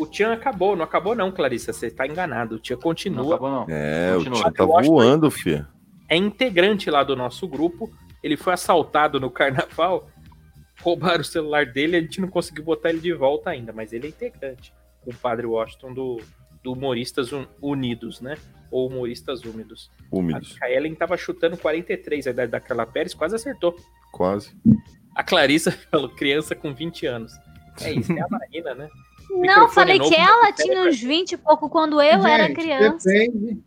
Speaker 4: O Tian acabou, não acabou, não, Clarissa. Você tá enganado. O Tian
Speaker 8: Não,
Speaker 4: continua
Speaker 8: acabou não.
Speaker 7: É, o
Speaker 8: Continua.
Speaker 7: Tio tá
Speaker 4: Eu acho que-
Speaker 7: voando, filho.
Speaker 4: é integrante lá do nosso grupo. Ele foi assaltado no carnaval, roubaram o celular dele, a gente não conseguiu botar ele de volta ainda, mas ele é integrante com o padre Washington do, do Humoristas Un- Unidos, né? Ou Humoristas Úmidos.
Speaker 7: Úmidos.
Speaker 4: A Ellen tava chutando 43 a idade da Carla Pérez, quase acertou.
Speaker 7: Quase.
Speaker 4: A Clarissa falou criança com 20 anos. É isso, é a Marina, né?
Speaker 5: Não,
Speaker 4: Microfone
Speaker 5: falei
Speaker 4: novo, tá
Speaker 5: que ela
Speaker 4: microfone
Speaker 5: tinha uns 20 e pouco quando eu era
Speaker 9: Gente,
Speaker 5: criança.
Speaker 9: Depende,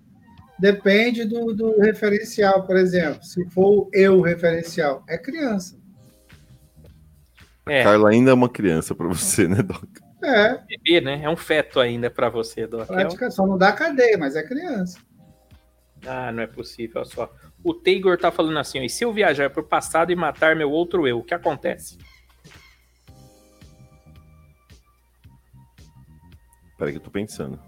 Speaker 9: depende do, do referencial, por exemplo. Se for eu o referencial, é criança.
Speaker 4: É,
Speaker 7: Carla ainda é uma criança pra você, né, Doc?
Speaker 9: É,
Speaker 4: bebê, né? É um feto ainda pra você, Doc. É um-
Speaker 9: prática, só não dá cadeia, mas é criança.
Speaker 4: Ah, não é possível, olha só. O Taylor tá falando assim, ó, e se eu viajar pro passado e matar meu outro eu, o que acontece?
Speaker 7: Peraí que eu tô pensando.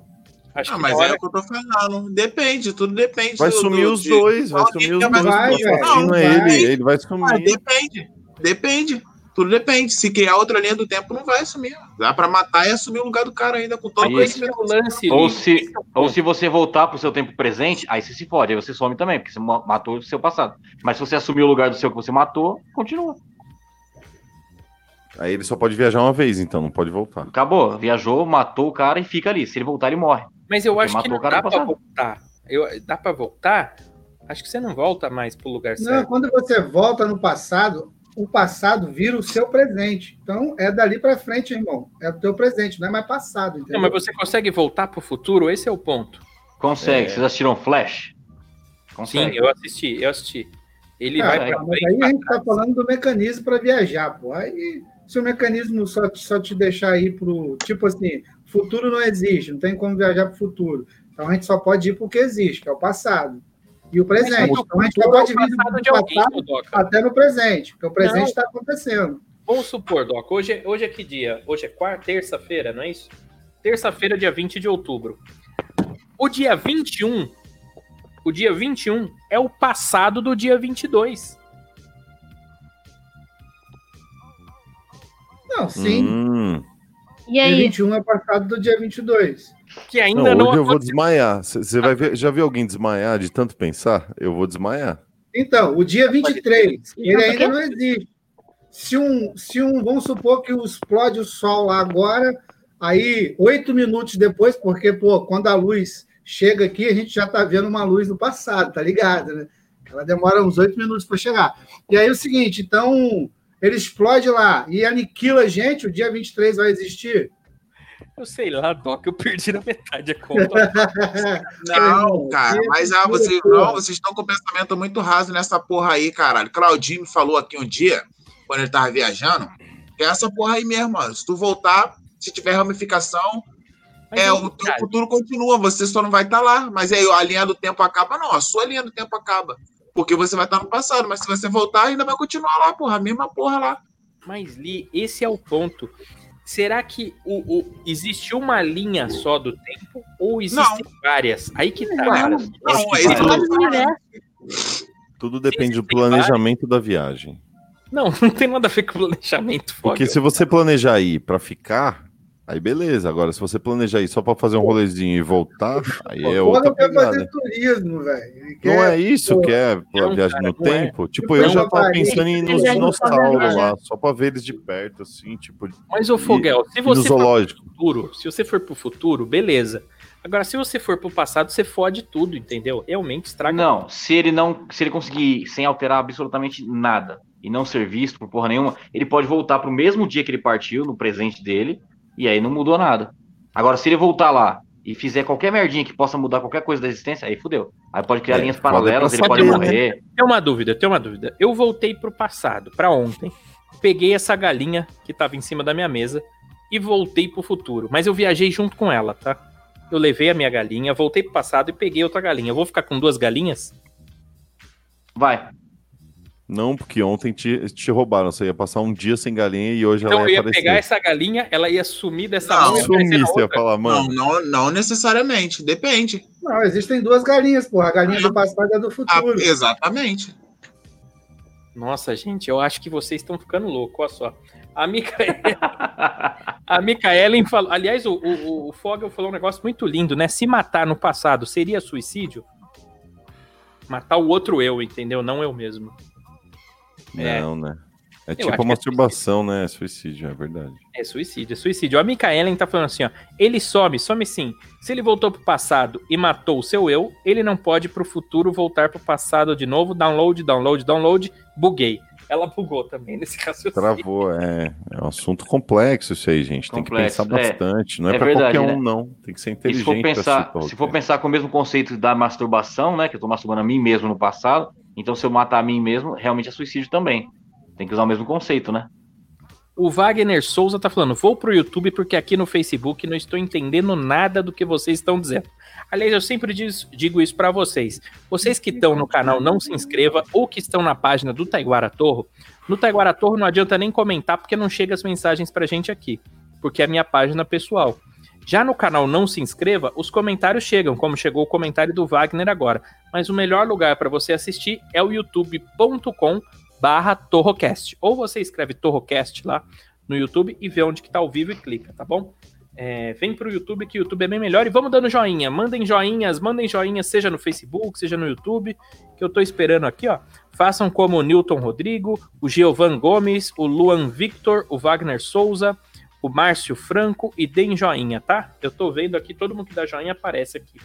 Speaker 4: Acho
Speaker 6: Ah,
Speaker 4: que
Speaker 6: mas
Speaker 4: na
Speaker 6: é
Speaker 4: hora-
Speaker 6: o que eu tô falando. Depende, tudo depende.
Speaker 7: Vai
Speaker 6: do-
Speaker 7: sumir
Speaker 6: do-
Speaker 7: os
Speaker 6: de-
Speaker 7: dois, vai
Speaker 6: Não,
Speaker 7: sumir os
Speaker 6: não, mas
Speaker 7: dois.
Speaker 9: vai,
Speaker 7: O
Speaker 9: velho,
Speaker 7: assassino
Speaker 9: vai.
Speaker 7: é ele, ele vai
Speaker 6: Ah,
Speaker 7: sumir.
Speaker 6: depende. Depende. Tudo depende. Se criar outra linha do tempo, não vai sumir. Dá pra matar e assumir o lugar do cara ainda com todo
Speaker 8: Aí,
Speaker 6: o
Speaker 4: Esse é
Speaker 6: conhecimento.
Speaker 4: o lance,
Speaker 8: Ou
Speaker 4: Lili.
Speaker 8: se,
Speaker 4: Esse é o
Speaker 8: ou
Speaker 4: ponto.
Speaker 8: se você voltar pro seu tempo presente, aí você se fode, aí você some também, porque você ma- matou o seu passado. Mas se você assumir o lugar do seu que você matou, continua.
Speaker 7: Aí ele só pode viajar uma vez, então, não pode voltar.
Speaker 8: Acabou. Viajou, matou o cara e fica ali. Se ele voltar, ele morre.
Speaker 4: Mas eu
Speaker 8: Porque
Speaker 4: acho que
Speaker 8: matou
Speaker 4: não
Speaker 8: o
Speaker 4: dá
Speaker 8: cara no
Speaker 4: pra
Speaker 8: passado.
Speaker 4: voltar. Eu, dá pra voltar? Acho que você não volta mais pro
Speaker 5: É
Speaker 4: lugar
Speaker 9: Não,
Speaker 4: certo.
Speaker 9: quando você volta no passado, o passado vira o seu presente. Então é dali pra frente, irmão. É o teu presente, não é mais passado, entendeu?
Speaker 4: Não, mas você consegue voltar pro futuro? Esse é o ponto.
Speaker 8: Consegue.
Speaker 7: É.
Speaker 8: Vocês assistiram Flash?
Speaker 4: Sim,
Speaker 8: Consegue.
Speaker 4: eu assisti, eu assisti. Ele
Speaker 9: Cara,
Speaker 4: vai pra
Speaker 9: Ah, mas
Speaker 4: frente,
Speaker 9: aí a
Speaker 4: pra
Speaker 9: gente está
Speaker 4: trás.
Speaker 9: falando do mecanismo para viajar, pô. Aí se o mecanismo só, só te deixar ir pro tipo assim, futuro não existe, não tem como viajar para o futuro. Então a gente só pode ir para o que existe, que é o passado. E o presente.
Speaker 4: Mas o
Speaker 9: Então a gente só
Speaker 4: futuro é o
Speaker 9: pode vir do
Speaker 4: passado de alguém,
Speaker 9: passado
Speaker 4: ô, Doca.
Speaker 9: até no presente, porque o presente está acontecendo.
Speaker 4: Vamos supor, Doc, hoje, hoje é que dia? Hoje é quarta, terça-feira, não é isso? Terça-feira, dia 20 de outubro. O dia 21, o dia 21 é o passado do dia 22.
Speaker 9: Não, sim.
Speaker 7: Hum.
Speaker 5: E
Speaker 9: Dia
Speaker 5: aí?
Speaker 9: 21 é passado do dia 22.
Speaker 4: Que
Speaker 7: Não,
Speaker 4: ainda
Speaker 7: hoje
Speaker 4: não,
Speaker 7: eu vou
Speaker 4: aconteceu.
Speaker 7: desmaiar. Você vai ver, já viu alguém desmaiar de tanto pensar? Eu vou desmaiar.
Speaker 9: Então, o dia 23, ele
Speaker 5: Nossa,
Speaker 9: ainda não existe. Se um, se um, vamos supor que explode o sol lá agora, aí oito minutos depois, porque, pô, quando a luz chega aqui, a gente já tá vendo uma luz do passado, tá ligado, né? Ela demora uns oito minutos para chegar. E aí é o seguinte, então, ele explode lá e aniquila a gente, o dia 23 vai existir?
Speaker 4: Eu sei lá, Doc, eu perdi na metade a
Speaker 6: É
Speaker 4: conta.
Speaker 6: Não, cara,
Speaker 9: Esse
Speaker 6: mas ah,
Speaker 9: filho
Speaker 6: vocês,
Speaker 9: é
Speaker 6: não,
Speaker 9: porra.
Speaker 6: vocês estão com um pensamento muito raso nessa porra aí, caralho. Claudinho me falou aqui um dia, quando ele tava viajando, que é essa porra aí mesmo, mano. Se tu voltar, se tiver ramificação,
Speaker 4: Mas um
Speaker 6: é,
Speaker 4: eu-
Speaker 6: o teu
Speaker 4: cara,
Speaker 6: futuro continua, você só não vai estar lá. Mas aí a linha do tempo acaba, não, a sua linha do tempo acaba. Porque você vai estar no passado, mas se você voltar, ainda vai continuar lá, porra, a mesma porra lá.
Speaker 4: Mas, Li, esse é o ponto. Será que o, o- existe uma linha só do tempo ou existem várias? Aí que tá. cara.
Speaker 6: Não,
Speaker 4: Esse
Speaker 6: é
Speaker 4: que
Speaker 6: isso.
Speaker 4: vale.
Speaker 5: Todos os universos.
Speaker 7: Tudo depende do
Speaker 4: tem
Speaker 7: planejamento da viagem.
Speaker 4: Não, não tem nada a ver com planejamento, foda.
Speaker 7: Porque se você planejar ir para ficar, aí beleza. Agora, se você planejar ir só para fazer um rolezinho e voltar, aí é
Speaker 9: Agora
Speaker 7: outra
Speaker 9: eu quero fazer
Speaker 7: pegada.
Speaker 9: turismo, velho. Ele
Speaker 7: Não
Speaker 9: quer-
Speaker 7: é isso que é a viagem no
Speaker 4: não é.
Speaker 7: tempo? Tipo, eu já tava pensando em ir nos
Speaker 5: Viagem no
Speaker 7: dinossauros
Speaker 5: programa.
Speaker 7: lá, só pra ver eles de perto, assim, tipo, ir
Speaker 4: Mas, ô Fogel, se
Speaker 7: no
Speaker 4: você for
Speaker 7: zoológico.
Speaker 4: pro futuro, se você for pro futuro, beleza. Agora, se você for pro passado, você fode tudo, entendeu? Realmente estraga.
Speaker 8: Não, se ele não, se ele conseguir sem alterar absolutamente nada e não ser visto por porra nenhuma, ele pode voltar pro mesmo dia que ele partiu, no presente dele, e aí não mudou nada. Agora, se ele voltar lá e fizer qualquer merdinha que possa mudar qualquer coisa da existência, aí fudeu. Aí pode criar
Speaker 7: É,
Speaker 8: linhas
Speaker 7: foda
Speaker 8: paralelas,
Speaker 7: pra
Speaker 8: ele pode
Speaker 7: saber, né?
Speaker 8: morrer.
Speaker 4: Eu tenho uma dúvida, eu tenho uma dúvida. Eu voltei pro passado, pra ontem, peguei essa galinha que tava em cima da minha mesa e voltei pro futuro. Mas eu viajei junto com ela, tá? Eu levei a minha galinha, voltei pro passado e peguei outra galinha. Eu vou ficar com duas galinhas?
Speaker 8: Vai.
Speaker 7: Não, porque ontem te, te roubaram. Você ia passar um dia sem galinha e hoje
Speaker 4: Então
Speaker 7: ela
Speaker 4: eu
Speaker 7: ia
Speaker 4: ia pegar
Speaker 7: aparecer.
Speaker 4: essa galinha, ela ia sumir dessa mão
Speaker 6: Não,
Speaker 4: e aparecer
Speaker 7: é Sumir,
Speaker 4: na
Speaker 7: você ia
Speaker 4: outra.
Speaker 7: falar, mano.
Speaker 6: Não, não, não necessariamente, depende.
Speaker 9: Não, existem duas galinhas, porra. A galinha do passado e a do
Speaker 6: Ah,
Speaker 9: futuro.
Speaker 6: exatamente.
Speaker 4: Nossa, gente, eu acho que vocês estão ficando loucos, olha só. A Micaela, a Micaelen falou. Aliás, o, o, o Fogel falou um negócio muito lindo, né? Se matar no passado seria suicídio? Matar o outro eu, entendeu? Não eu mesmo. É.
Speaker 7: Não, né? É
Speaker 4: acho
Speaker 7: tipo
Speaker 4: que é
Speaker 7: masturbação, né? É suicídio, é verdade.
Speaker 4: É suicídio, é suicídio. A Micaelen tá falando assim, ó. Ele some, some sim. Se ele voltou pro passado e matou o seu eu, ele não pode pro futuro voltar pro passado de novo. Download, download, download. Buguei. Ela bugou também nesse raciocínio.
Speaker 7: Travou, é. É um assunto complexo isso aí, gente. Tem
Speaker 8: Complexo,
Speaker 7: que pensar
Speaker 8: é.
Speaker 7: bastante. Não é,
Speaker 8: É
Speaker 7: pra
Speaker 8: verdade,
Speaker 7: qualquer
Speaker 8: né?
Speaker 7: um, não. Tem que ser
Speaker 8: E se
Speaker 7: inteligente.
Speaker 8: for pensar,
Speaker 7: pra se
Speaker 8: se for pensar com o mesmo conceito da masturbação, né, que eu tô masturbando a mim mesmo no passado, então se eu matar a mim mesmo, realmente é suicídio também. Tem que usar o mesmo conceito, né?
Speaker 4: O Wagner Souza tá falando, vou pro YouTube porque aqui no Facebook não estou entendendo nada do que vocês estão dizendo. Aliás, eu sempre diz- digo isso pra vocês. Vocês que estão no canal, não se inscreva, ou que estão na página do Taiguara Torro. No Taiguara Torro não adianta nem comentar porque não chega as mensagens pra gente aqui, porque é a minha página pessoal. Já no canal Não Se Inscreva, os comentários chegam, como chegou o comentário do Wagner agora. Mas o melhor lugar para você assistir é o youtube.com barra Torrocast. Ou você escreve Torrocast lá no YouTube e vê onde que tá ao vivo e clica, tá bom? É, vem pro YouTube que o YouTube é bem melhor e vamos dando joinha. Mandem joinhas, mandem joinhas, seja no Facebook, seja no YouTube, que eu tô esperando aqui, ó. Façam como o Newton Rodrigo, o Giovan Gomes, o Luan Victor, o Wagner Souza, o Márcio Franco e deem joinha, tá? Eu tô vendo aqui, todo mundo que dá joinha aparece aqui.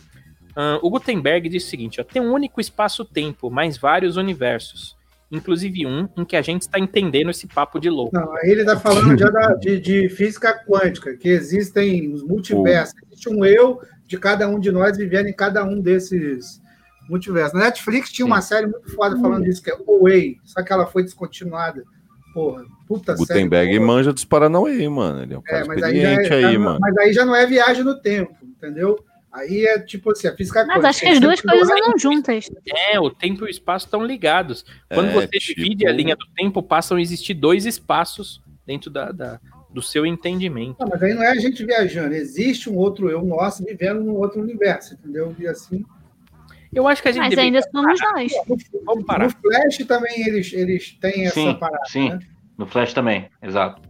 Speaker 4: Ahn, o Gutenberg diz o seguinte: ó, tem um único espaço-tempo, mas vários universos. Inclusive um em que a gente está entendendo esse papo de louco.
Speaker 9: Não, aí ele está falando já da- de, de física quântica, que existem os multiversos. Existe um eu de cada um de nós vivendo em cada um desses multiversos. Na Netflix tinha uma série muito foda falando disso, que é Away, só que ela foi descontinuada. porra, puta
Speaker 7: Gutenberg
Speaker 9: série. boa.
Speaker 7: manja dos Paranauê, mano. Ele é um cara
Speaker 9: É, mas aí, já é-
Speaker 7: experiente aí,
Speaker 9: já não-
Speaker 7: mano.
Speaker 9: mas aí já não é viagem no tempo, entendeu? Aí é tipo assim, a física
Speaker 5: Mas acho que as duas coisas andam juntas.
Speaker 4: É, o tempo e o espaço estão ligados. Quando
Speaker 7: É,
Speaker 4: você
Speaker 7: tipo-
Speaker 4: divide a linha do tempo, passam a existir dois espaços dentro da, da- do seu entendimento.
Speaker 9: Não, mas aí não é a gente viajando, existe um outro eu nosso vivendo num outro universo, entendeu? E assim.
Speaker 4: Eu acho que a gente
Speaker 5: Mas
Speaker 4: deveria-
Speaker 5: ainda somos nós.
Speaker 4: Vamos parar.
Speaker 9: No Flash também eles, eles têm essa
Speaker 8: Sim,
Speaker 9: parada.
Speaker 8: sim. No Flash também, exato.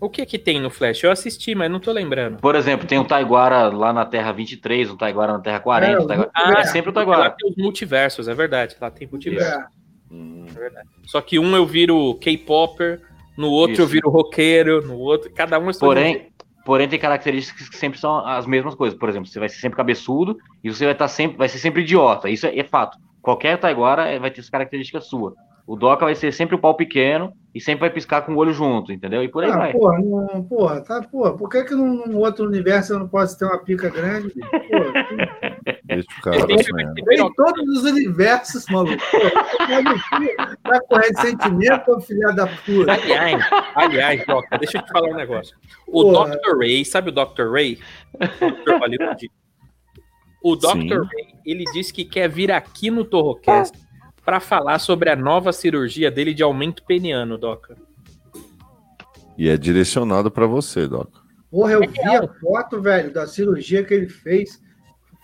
Speaker 4: O que que tem no Flash? Eu assisti, mas não tô lembrando.
Speaker 8: Por exemplo, tem um Taiguara lá na Terra 23, um Taiguara na Terra 40.
Speaker 9: É,
Speaker 8: um Taiguara-
Speaker 4: Ah,
Speaker 8: é sempre o
Speaker 4: Lá
Speaker 8: Taiguara.
Speaker 4: tem os multiversos, é verdade. Lá tem multiverso.
Speaker 9: É,
Speaker 7: Hum.
Speaker 4: Só que um eu viro K-Popper, no outro
Speaker 8: Isso.
Speaker 4: eu viro roqueiro, no outro. Cada um é seu
Speaker 8: Porém, porém, tem características que sempre são as mesmas coisas. Por exemplo, você vai ser sempre cabeçudo e você vai estar sempre, vai ser sempre idiota. Isso é, é fato. Qualquer Taiguara é- vai ter essa característica sua. O Doca vai ser sempre o pau pequeno e sempre vai piscar com o olho junto, entendeu? E por aí
Speaker 9: ah,
Speaker 8: vai.
Speaker 9: porra, não, porra, tá, porra, por que que num, num outro universo eu não posso ter uma pica grande? bicho? Porra,
Speaker 7: Deixa o
Speaker 4: Ele
Speaker 7: cara
Speaker 4: tem
Speaker 7: sonhar.
Speaker 4: que-
Speaker 9: tem em todos os universos, maluco. Porra, tá maluco? vai correr de sentimento, ô filha da puta.
Speaker 4: Aliás, aliás, Doca, deixa eu te falar um negócio. O
Speaker 9: Porra.
Speaker 4: Dr. Ray, sabe o Dr. Ray? Dr. Hollywood. O Dr.
Speaker 7: Sim.
Speaker 4: Ray, ele disse que quer vir aqui no Torrocast para falar sobre a nova cirurgia dele de aumento peniano, Doca.
Speaker 7: E é direcionado pra você, Doc.
Speaker 9: Porra, eu vi a foto, velho, da cirurgia que ele fez.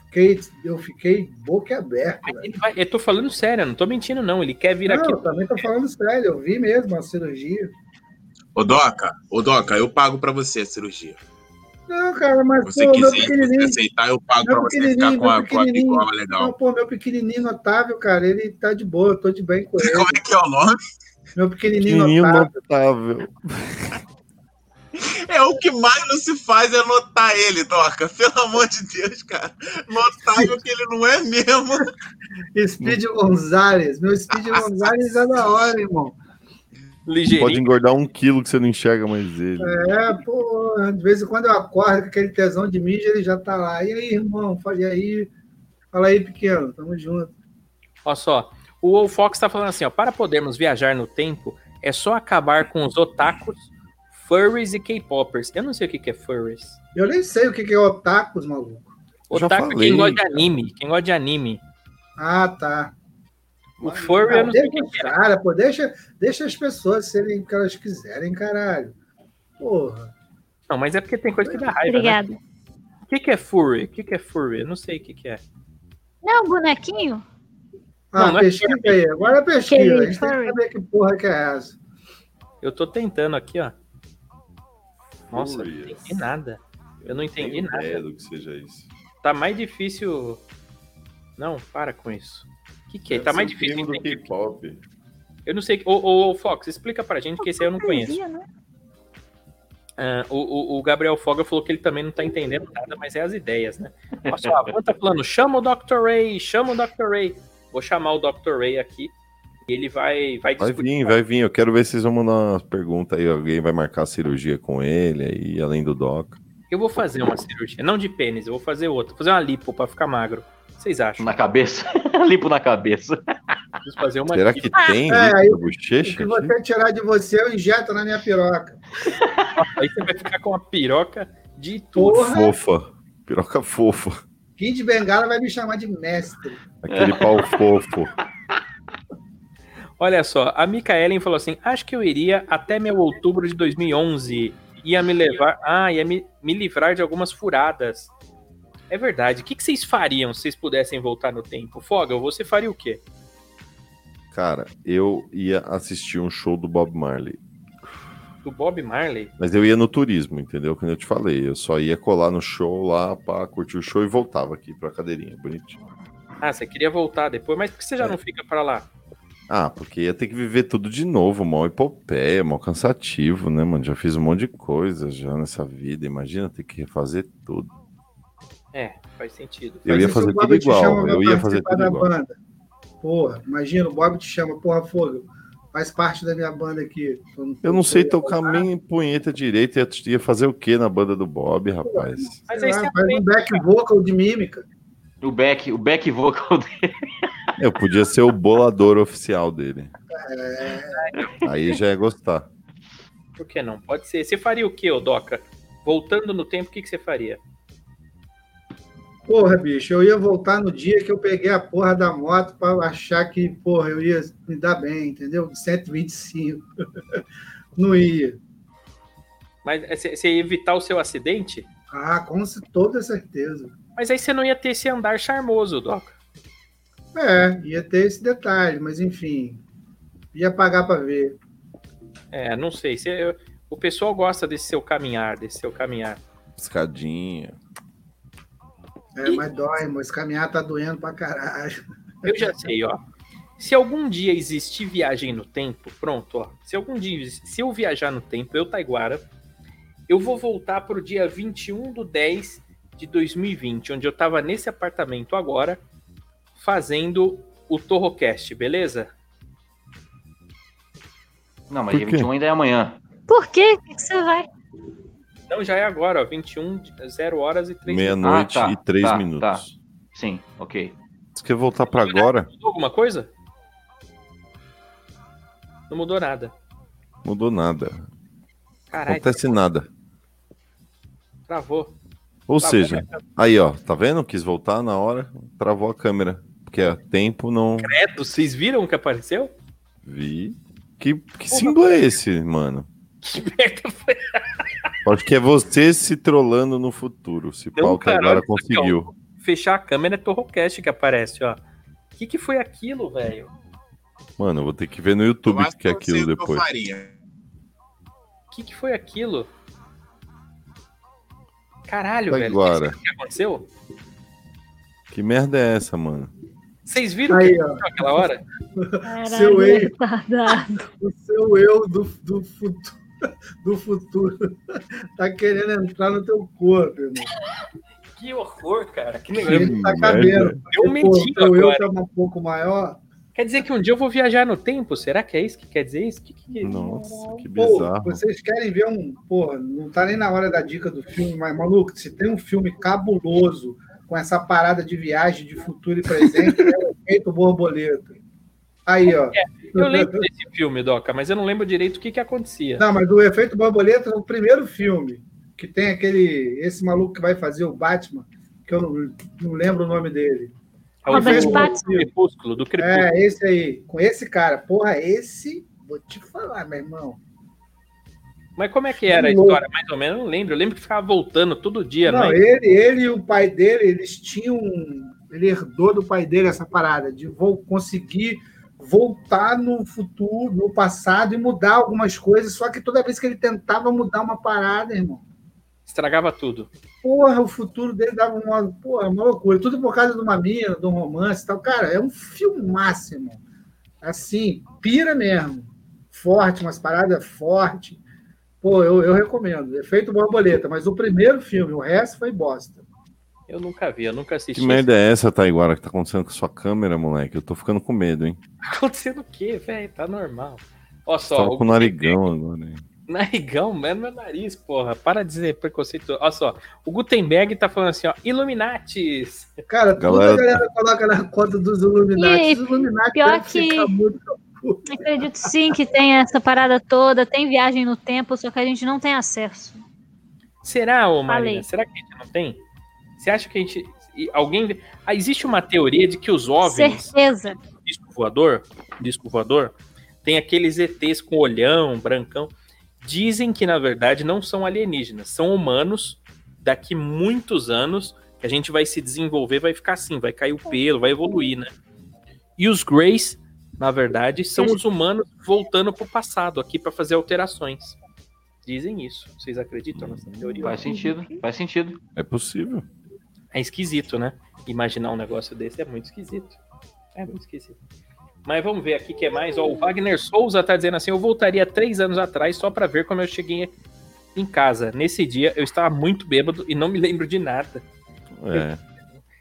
Speaker 9: Fiquei, eu fiquei boca aberta. velho.
Speaker 4: Ele vai- eu tô falando sério, eu não tô mentindo, não. Ele quer vir
Speaker 9: Não,
Speaker 4: aqui.
Speaker 9: eu também tô falando sério, eu vi mesmo a cirurgia.
Speaker 6: Ô, Doca, ô, Doca, eu pago pra você a cirurgia.
Speaker 9: Não, cara, mas
Speaker 6: Se você
Speaker 9: pô, meu
Speaker 6: quiser, se você
Speaker 9: pequenininho.
Speaker 6: aceitar, eu pago
Speaker 9: Meu
Speaker 6: pra você ficar
Speaker 9: pequenininho,
Speaker 6: com a,
Speaker 9: meu
Speaker 6: com a
Speaker 9: pequenininho.
Speaker 6: bigola
Speaker 9: Não,
Speaker 6: legal.
Speaker 9: pô, meu pequenininho notável, cara, ele tá de boa, eu tô de bem com ele.
Speaker 6: Como é que é o nome?
Speaker 9: Meu pequenininho
Speaker 7: Menino
Speaker 9: notável.
Speaker 7: notável.
Speaker 6: É o que mais não se faz é notar ele, Doca. Pelo amor de Deus, cara. Notável que ele não é mesmo.
Speaker 9: Speed Gonzalez. Meu Speed Gonzalez é da hora, irmão.
Speaker 7: Pode
Speaker 4: Ligeirinho.
Speaker 7: engordar um quilo que você não enxerga mais ele.
Speaker 9: É, pô, de vez em quando eu acordo com aquele tesão de mídia, ele já tá lá. E aí, irmão, fala e aí. Fala aí, pequeno, tamo junto.
Speaker 4: Olha só. O Wolf Fox tá falando assim, ó. Para podermos viajar no tempo, é só acabar com os otakus, furries e K-poppers. Eu não sei o que, que é furries.
Speaker 9: Eu nem sei o que que é otakus, maluco.
Speaker 7: Eu já
Speaker 4: Otaku é
Speaker 7: falei.
Speaker 4: quem gosta de anime. Quem gosta de anime.
Speaker 9: Ah, tá.
Speaker 4: O furry
Speaker 9: Ah,
Speaker 4: eu não sei
Speaker 9: deixa
Speaker 4: o que
Speaker 9: os
Speaker 4: que é.
Speaker 9: cara, pô, deixa, deixa as pessoas serem o que elas quiserem, caralho. Porra.
Speaker 4: Não, mas é porque tem coisa que dá raiva, né?
Speaker 5: Obrigada.
Speaker 4: O que, que é furry? O que, que é furry? Eu não sei o que, que é.
Speaker 5: Não, bonequinho?
Speaker 9: Ah,
Speaker 4: Não, não é
Speaker 9: pesquisa aí, agora pesquisa. A gente tem que
Speaker 5: furry.
Speaker 9: saber que porra que é essa.
Speaker 4: Eu tô tentando aqui, ó. Nossa, eu não
Speaker 7: Furry.
Speaker 4: entendi nada. Eu não entendi
Speaker 7: Tenho
Speaker 4: nada.
Speaker 7: ideia do que seja isso.
Speaker 4: Tá mais difícil. Não, para com isso. O que, que é?
Speaker 7: Deve
Speaker 4: Tá
Speaker 7: ser
Speaker 4: mais
Speaker 7: o
Speaker 4: difícil.
Speaker 7: primo do
Speaker 4: entender.
Speaker 7: K-pop.
Speaker 4: Eu não sei. Ô, ô, ô, Fox, explica pra gente, que esse aí eu não conheço. Ah, o, o- o Gabriel Foga falou que ele também não tá entendendo nada, mas é as ideias, né? Olha só, a Van tá falando, chama o Dr. Ray, chama o Dr. Ray. Vou chamar o Dr. Ray aqui e ele vai, vai
Speaker 7: Vai
Speaker 4: discutir.
Speaker 7: vir, vai vir. Eu quero ver se vocês vão mandar uma pergunta aí. Alguém vai marcar a cirurgia com ele aí, além do Doc.
Speaker 4: Eu vou fazer uma cirurgia, não de pênis, eu vou fazer outra. Vou fazer uma lipo pra ficar magro. O que Vocês acham?
Speaker 8: Na cabeça. Limpo na cabeça.
Speaker 4: Preciso fazer uma
Speaker 7: Será
Speaker 4: lipo.
Speaker 7: que tem
Speaker 9: é,
Speaker 7: líquido
Speaker 9: aí-
Speaker 7: na
Speaker 9: O
Speaker 7: bochecha? assim?
Speaker 9: que você tirar de você, eu injeto na minha piroca.
Speaker 4: Aí você vai ficar com uma piroca de tudo.
Speaker 9: Porra,
Speaker 7: Fofa. Piroca fofa.
Speaker 9: Kid de Bengala vai me chamar de mestre.
Speaker 7: Aquele pau fofo.
Speaker 4: Olha só, a Micaelen falou assim: acho que eu iria até meu outubro de 2011. Ia me levar. Ah, ia me, me livrar de algumas furadas. É verdade. O que, que vocês fariam se vocês pudessem voltar no tempo? Foga, você faria o quê?
Speaker 7: Cara, eu ia assistir um show do Bob Marley.
Speaker 4: Do Bob Marley?
Speaker 7: Mas eu ia no turismo, entendeu? Como eu te falei. Eu só ia colar no show lá, pá, curtir o show e voltava aqui pra cadeirinha. Bonitinho.
Speaker 4: Ah, você queria voltar depois, mas por que você já
Speaker 9: É.
Speaker 4: não fica pra lá?
Speaker 7: Ah, porque ia ter que viver tudo de novo, mal epopeia, mal cansativo, né, mano? Já fiz um monte de coisa já nessa vida. Imagina ter que refazer tudo.
Speaker 4: É, faz sentido.
Speaker 7: Eu
Speaker 9: Mas
Speaker 7: ia
Speaker 9: se
Speaker 7: fazer
Speaker 9: o Bob
Speaker 7: tudo
Speaker 9: te chama
Speaker 7: igual.
Speaker 9: pra
Speaker 7: Eu ia fazer
Speaker 9: participar
Speaker 7: tudo
Speaker 9: da
Speaker 7: igual.
Speaker 9: Banda. Porra, imagina, o Bob te chama, porra, fogo. Faz parte da minha banda aqui.
Speaker 7: Eu não sei tocar nem punheta direito. Ia- Ia fazer o que na banda do Bob, rapaz?
Speaker 4: Mas
Speaker 9: Sei
Speaker 4: aí
Speaker 9: lá, faz
Speaker 4: você
Speaker 9: um
Speaker 4: aprende.
Speaker 9: back vocal de mímica.
Speaker 8: O back, o back vocal dele.
Speaker 7: Eu podia ser o bolador oficial dele.
Speaker 8: É.
Speaker 7: Aí já ia gostar.
Speaker 9: um
Speaker 4: Por que não? Pode ser. Você faria o que, ô Doca? Voltando no tempo, o que, que você faria?
Speaker 9: Porra, bicho, eu ia voltar no dia que eu peguei a porra da moto pra achar que, porra, eu ia me dar bem, entendeu? 125. Não ia.
Speaker 4: Mas é, você você ia evitar o seu acidente?
Speaker 9: Ah, com c- toda certeza.
Speaker 4: Mas aí você não ia ter esse andar charmoso, Doca.
Speaker 9: É, ia ter esse detalhe, mas enfim. Ia pagar pra ver.
Speaker 4: É, não sei. Você- eu- o pessoal gosta desse seu caminhar, desse seu caminhar.
Speaker 7: Piscadinha.
Speaker 9: É, mas dói, mas caminhar tá doendo pra caralho.
Speaker 4: Eu já sei, ó. Se algum dia existir viagem no tempo, pronto, ó. Se algum dia, se eu viajar no tempo, eu, Taiguara, eu vou voltar pro dia 21 do 10 de 2020, onde eu tava nesse apartamento agora, fazendo o Torrocast, beleza?
Speaker 8: Não, mas
Speaker 7: Por
Speaker 8: dia
Speaker 7: quê?
Speaker 8: 21 ainda é amanhã.
Speaker 5: Por quê? Por que você vai?
Speaker 4: Não, já é agora, ó, 21, de- 0 horas e 3
Speaker 7: Meia-noite
Speaker 8: Ah, tá,
Speaker 7: e três
Speaker 8: tá,
Speaker 7: minutos.
Speaker 8: tá. Sim, ok.
Speaker 7: Você quer voltar pra agora?
Speaker 4: Mudou alguma coisa? Não mudou nada.
Speaker 7: Mudou nada.
Speaker 4: Caralho,
Speaker 7: Acontece nada.
Speaker 4: travou.
Speaker 7: Ou
Speaker 4: Tá
Speaker 7: seja, aí ó, tá vendo? Quis voltar na hora, travou a câmera. Porque a tempo não
Speaker 4: Credo, vocês viram o que apareceu?
Speaker 7: vi. Que, que símbolo é esse, mano?
Speaker 4: Que merda foi?
Speaker 7: Acho que é você se trolando no futuro. Se
Speaker 4: Não,
Speaker 7: pauta
Speaker 4: cara,
Speaker 7: agora
Speaker 4: olha isso aqui,
Speaker 7: conseguiu.
Speaker 4: Fechar a câmera é Torrocast que aparece, ó. O que, que foi aquilo, velho?
Speaker 7: Mano, eu vou ter que ver no
Speaker 6: Eu
Speaker 7: YouTube o
Speaker 6: acho
Speaker 7: que é
Speaker 6: eu sei
Speaker 7: aquilo
Speaker 6: o que eu
Speaker 7: depois.
Speaker 6: faria.
Speaker 4: O que, que foi aquilo? Caralho,
Speaker 7: Tá
Speaker 4: velho.
Speaker 7: agora.
Speaker 4: O que aconteceu?
Speaker 7: Que merda é essa, mano?
Speaker 4: Vocês viram o
Speaker 9: Aí,
Speaker 4: que aconteceu aquela hora?
Speaker 5: Caralho,
Speaker 9: Seu erro.
Speaker 5: retardado.
Speaker 9: O seu eu do, do, futuro, do futuro tá querendo entrar no teu corpo, irmão.
Speaker 4: Que horror, cara. Que negócio.
Speaker 9: Ele tá
Speaker 7: merda.
Speaker 9: cabendo.
Speaker 4: Deu um
Speaker 9: Pô,
Speaker 4: medinho
Speaker 9: teu eu
Speaker 4: agora.
Speaker 9: tá um pouco maior.
Speaker 4: Quer dizer que um dia eu vou viajar no tempo? Será que é isso que quer dizer isso? Que, que...
Speaker 7: Nossa, que
Speaker 9: Pô,
Speaker 7: bizarro.
Speaker 9: vocês querem ver um. Porra, não tá nem na hora da dica do filme, mas, maluco, se tem um filme cabuloso com essa parada de viagem de futuro e presente, é o efeito borboleta. Aí, ó.
Speaker 4: Eu lembro desse filme, Doca, mas eu não lembro direito o que, que acontecia.
Speaker 9: Não, mas do efeito borboleta é o primeiro filme que tem aquele. Esse maluco que vai fazer o Batman, que eu não, não lembro o nome dele.
Speaker 4: É o
Speaker 5: Robert
Speaker 4: filme do
Speaker 5: Pattinson.
Speaker 4: Crepúsculo, do Crepúsculo.
Speaker 9: É, esse aí. Com esse cara. Porra, esse. Vou te falar, meu irmão.
Speaker 4: Mas como é que era a
Speaker 9: Louco.
Speaker 4: história? Mais ou menos, eu não lembro. Eu lembro que ficava voltando todo dia,
Speaker 9: Não,
Speaker 4: não é?
Speaker 9: ele, ele e o pai dele, eles tinham. Ele herdou do pai dele essa parada de vou conseguir voltar no futuro, no passado e mudar algumas coisas. Só que toda vez que ele tentava mudar uma parada, irmão,
Speaker 4: Estragava tudo.
Speaker 9: porra, o futuro dele dava uma, porra, uma loucura. Tudo por causa de uma mina, de um romance e tal. Cara, é um filmaço, irmão. Assim, pira mesmo. Forte, umas paradas fortes. Pô, eu, eu recomendo. Efeito borboleta, mas o primeiro filme, o resto foi bosta.
Speaker 4: Eu nunca vi, eu nunca assisti.
Speaker 7: Que merda é essa, Taiguara, que tá acontecendo com sua câmera, moleque? Eu tô ficando com medo, hein?
Speaker 4: Tá acontecendo o quê, velho? Tá normal. Ó só,
Speaker 7: Tava
Speaker 4: o
Speaker 7: Tá com o narigão agora. hein?
Speaker 4: narigão, mano, meu nariz, porra. Para de dizer preconceito. Ó só, o Gutenberg tá falando assim, ó, Illuminatis.
Speaker 9: Cara,
Speaker 7: Galera-
Speaker 9: tudo a galera coloca na conta dos Illuminati.
Speaker 5: E
Speaker 9: Os Illuminati
Speaker 5: pior
Speaker 9: devem ficar
Speaker 5: que-
Speaker 9: muito-
Speaker 5: Acredito sim que tem essa parada toda, tem viagem no tempo, só que a gente não tem acesso.
Speaker 4: Será, ô Marina?
Speaker 5: Falei.
Speaker 4: Será que a gente não tem? Você acha que a gente... e Alguém... Ah, existe uma teoria de que os OVNIs,
Speaker 5: Certeza.
Speaker 4: disco voador, disco voador, tem aqueles ETs com olhão, brancão. Dizem que, na verdade, não são alienígenas, são humanos. Daqui muitos anos, que a gente vai se desenvolver, vai ficar assim, vai cair o pelo, vai evoluir, né? E os Greys, na verdade, são os humanos voltando pro passado aqui para fazer alterações. Dizem isso. Vocês acreditam nessa teoria?
Speaker 8: Faz sentido, faz sentido.
Speaker 7: É possível.
Speaker 4: É esquisito, né? Imaginar um negócio desse é muito esquisito. É muito esquisito. Mas vamos ver aqui o que é mais. Ó, o Wagner Souza tá dizendo assim: eu voltaria três anos atrás só pra ver como eu cheguei em casa. Nesse dia eu estava muito bêbado e não me lembro de nada.
Speaker 7: É.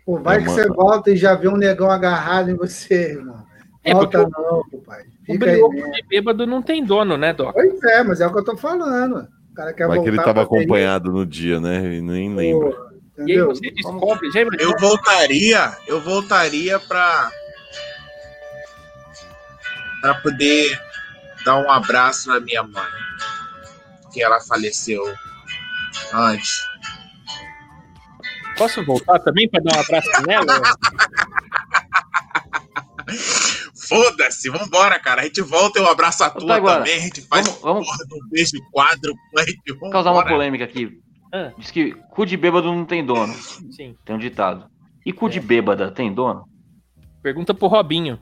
Speaker 9: Pô, vai
Speaker 7: É
Speaker 9: que
Speaker 7: uma-
Speaker 9: você volta e já vê um negão agarrado em você, irmão.
Speaker 4: É,
Speaker 9: Volta não, pai.
Speaker 4: O
Speaker 9: Fica aí né?
Speaker 4: brioco
Speaker 9: mesmo.
Speaker 4: de bêbado não tem dono, né, Doc?
Speaker 9: Pois é, mas é o que eu tô falando. O cara quer
Speaker 7: Mas
Speaker 9: voltar
Speaker 7: que ele tava
Speaker 9: pra ter
Speaker 7: acompanhado no dia, né? E nem
Speaker 9: isso,
Speaker 7: lembra.
Speaker 9: pô,
Speaker 4: E aí
Speaker 9: Entendeu?
Speaker 4: você descobre. Já imaginou?
Speaker 6: Eu voltaria, eu voltaria pra pra poder dar um abraço na minha mãe, que ela faleceu antes.
Speaker 4: Posso voltar também para dar um abraço nela?
Speaker 6: Foda-se, vambora, cara. A gente volta, eu abraço a tua
Speaker 8: Taiguara,
Speaker 6: também. A gente faz
Speaker 8: vamos- vamos-
Speaker 6: porra do beijo quadro, gente
Speaker 8: Vou
Speaker 6: vambora.
Speaker 8: causar uma polêmica aqui.
Speaker 4: Ah.
Speaker 8: Diz que cu de bêbado não tem dono.
Speaker 4: Sim.
Speaker 8: Tem um ditado. E cu de bêbada tem dono?
Speaker 4: Pergunta pro Robinho.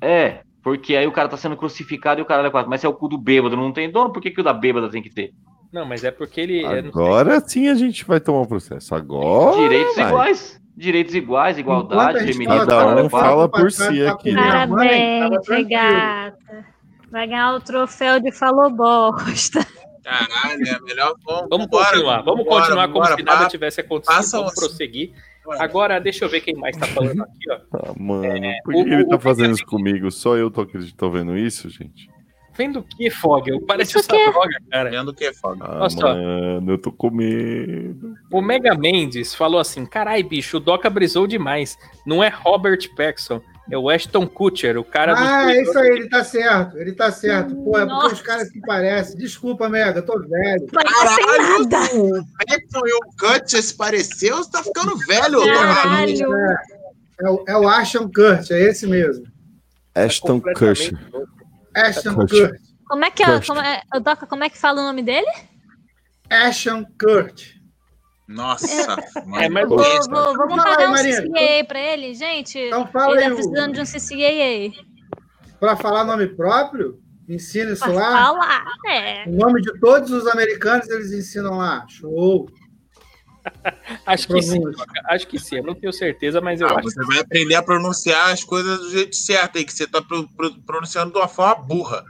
Speaker 8: É, porque aí o cara tá sendo crucificado e o cara é quatro. Mas se é o cu do bêbado não tem dono, por que, que o da bêbada tem que ter?
Speaker 4: Não, mas é porque ele. eu não sei.
Speaker 7: Agora sim a gente vai tomar o processo. Agora.
Speaker 8: Direitos
Speaker 7: vai.
Speaker 8: iguais. Direitos iguais, igualdade,
Speaker 9: Enquanto a gente
Speaker 8: feminismo.
Speaker 9: tava
Speaker 7: Cada
Speaker 9: falando
Speaker 7: um
Speaker 8: caralho, é quatro.
Speaker 7: fala
Speaker 9: papo,
Speaker 7: por si
Speaker 9: papo,
Speaker 7: aqui, né?
Speaker 9: minha mãe, tava
Speaker 5: Parabéns,
Speaker 9: tranquilo.
Speaker 5: regata. Vai ganhar o troféu de falou bosta.
Speaker 6: Caralho, é melhor vamos.
Speaker 4: Vamos
Speaker 6: vambora,
Speaker 4: continuar, vamos
Speaker 6: vambora,
Speaker 4: continuar como
Speaker 6: vambora,
Speaker 4: se nada
Speaker 6: pá,
Speaker 4: tivesse acontecido.
Speaker 6: passa assim.
Speaker 4: vamos
Speaker 6: o-
Speaker 4: prosseguir.
Speaker 6: bora.
Speaker 4: Agora, deixa eu ver quem mais tá
Speaker 9: Uhum.
Speaker 4: falando aqui, ó.
Speaker 7: Ah, mano, por que ele
Speaker 4: o-
Speaker 7: tá
Speaker 4: o-
Speaker 7: fazendo isso comigo? Só eu tô acreditando, tô vendo isso, gente.
Speaker 4: Vendo o que, Fogel? Parece
Speaker 5: Isso
Speaker 4: essa
Speaker 5: que é-
Speaker 4: droga, cara.
Speaker 6: Vendo o que, Fábio?
Speaker 7: Ah,
Speaker 4: Nossa.
Speaker 7: mano, eu tô com medo.
Speaker 4: O Mega Mendes falou assim: carai, bicho, o Doca brisou demais. Não é Robert Paxson, é o Ashton Kutcher, o cara
Speaker 9: Ah,
Speaker 4: do.
Speaker 9: é isso aí, ele tá certo, ele tá certo. Pô, é porque
Speaker 5: Nossa.
Speaker 9: os caras se parecem. Desculpa, Mega, eu tô velho.
Speaker 5: Mas
Speaker 6: Caralho,
Speaker 5: não tem nada.
Speaker 6: o Beto e o Cut se pareceu, você tá ficando velho. Caralho.
Speaker 5: Caralho.
Speaker 9: É o, é o Ashton Kurt, é esse mesmo.
Speaker 7: Ashton
Speaker 4: completamente
Speaker 7: Kutcher.
Speaker 9: Ashton
Speaker 7: Kurt.
Speaker 9: Kurt.
Speaker 5: Como é que é?
Speaker 7: Gosto.
Speaker 5: Como é, ô, Doca, como é que fala o nome dele?
Speaker 9: Ashton Kurt.
Speaker 6: Nossa,
Speaker 4: É, mas-
Speaker 5: Vou,
Speaker 6: Gente,
Speaker 5: vou, vamos
Speaker 9: Fala aí,
Speaker 5: pagar um
Speaker 9: Marina.
Speaker 5: CCA pra ele, gente. Ele
Speaker 9: Então fala aí,
Speaker 5: tá
Speaker 9: o-
Speaker 5: precisando de um CCA.
Speaker 9: pra falar nome próprio, ensina isso
Speaker 5: Pra
Speaker 9: lá.
Speaker 5: falar, é.
Speaker 9: O nome de todos os americanos eles ensinam lá. Show.
Speaker 4: Acho que sim,
Speaker 9: Pronúncia.
Speaker 4: Doca, acho que sim. Eu não tenho certeza, mas eu
Speaker 6: Ah,
Speaker 4: acho.
Speaker 6: você vai aprender a pronunciar as coisas do jeito certo aí, que você tá pro- pro- pronunciando de uma forma burra.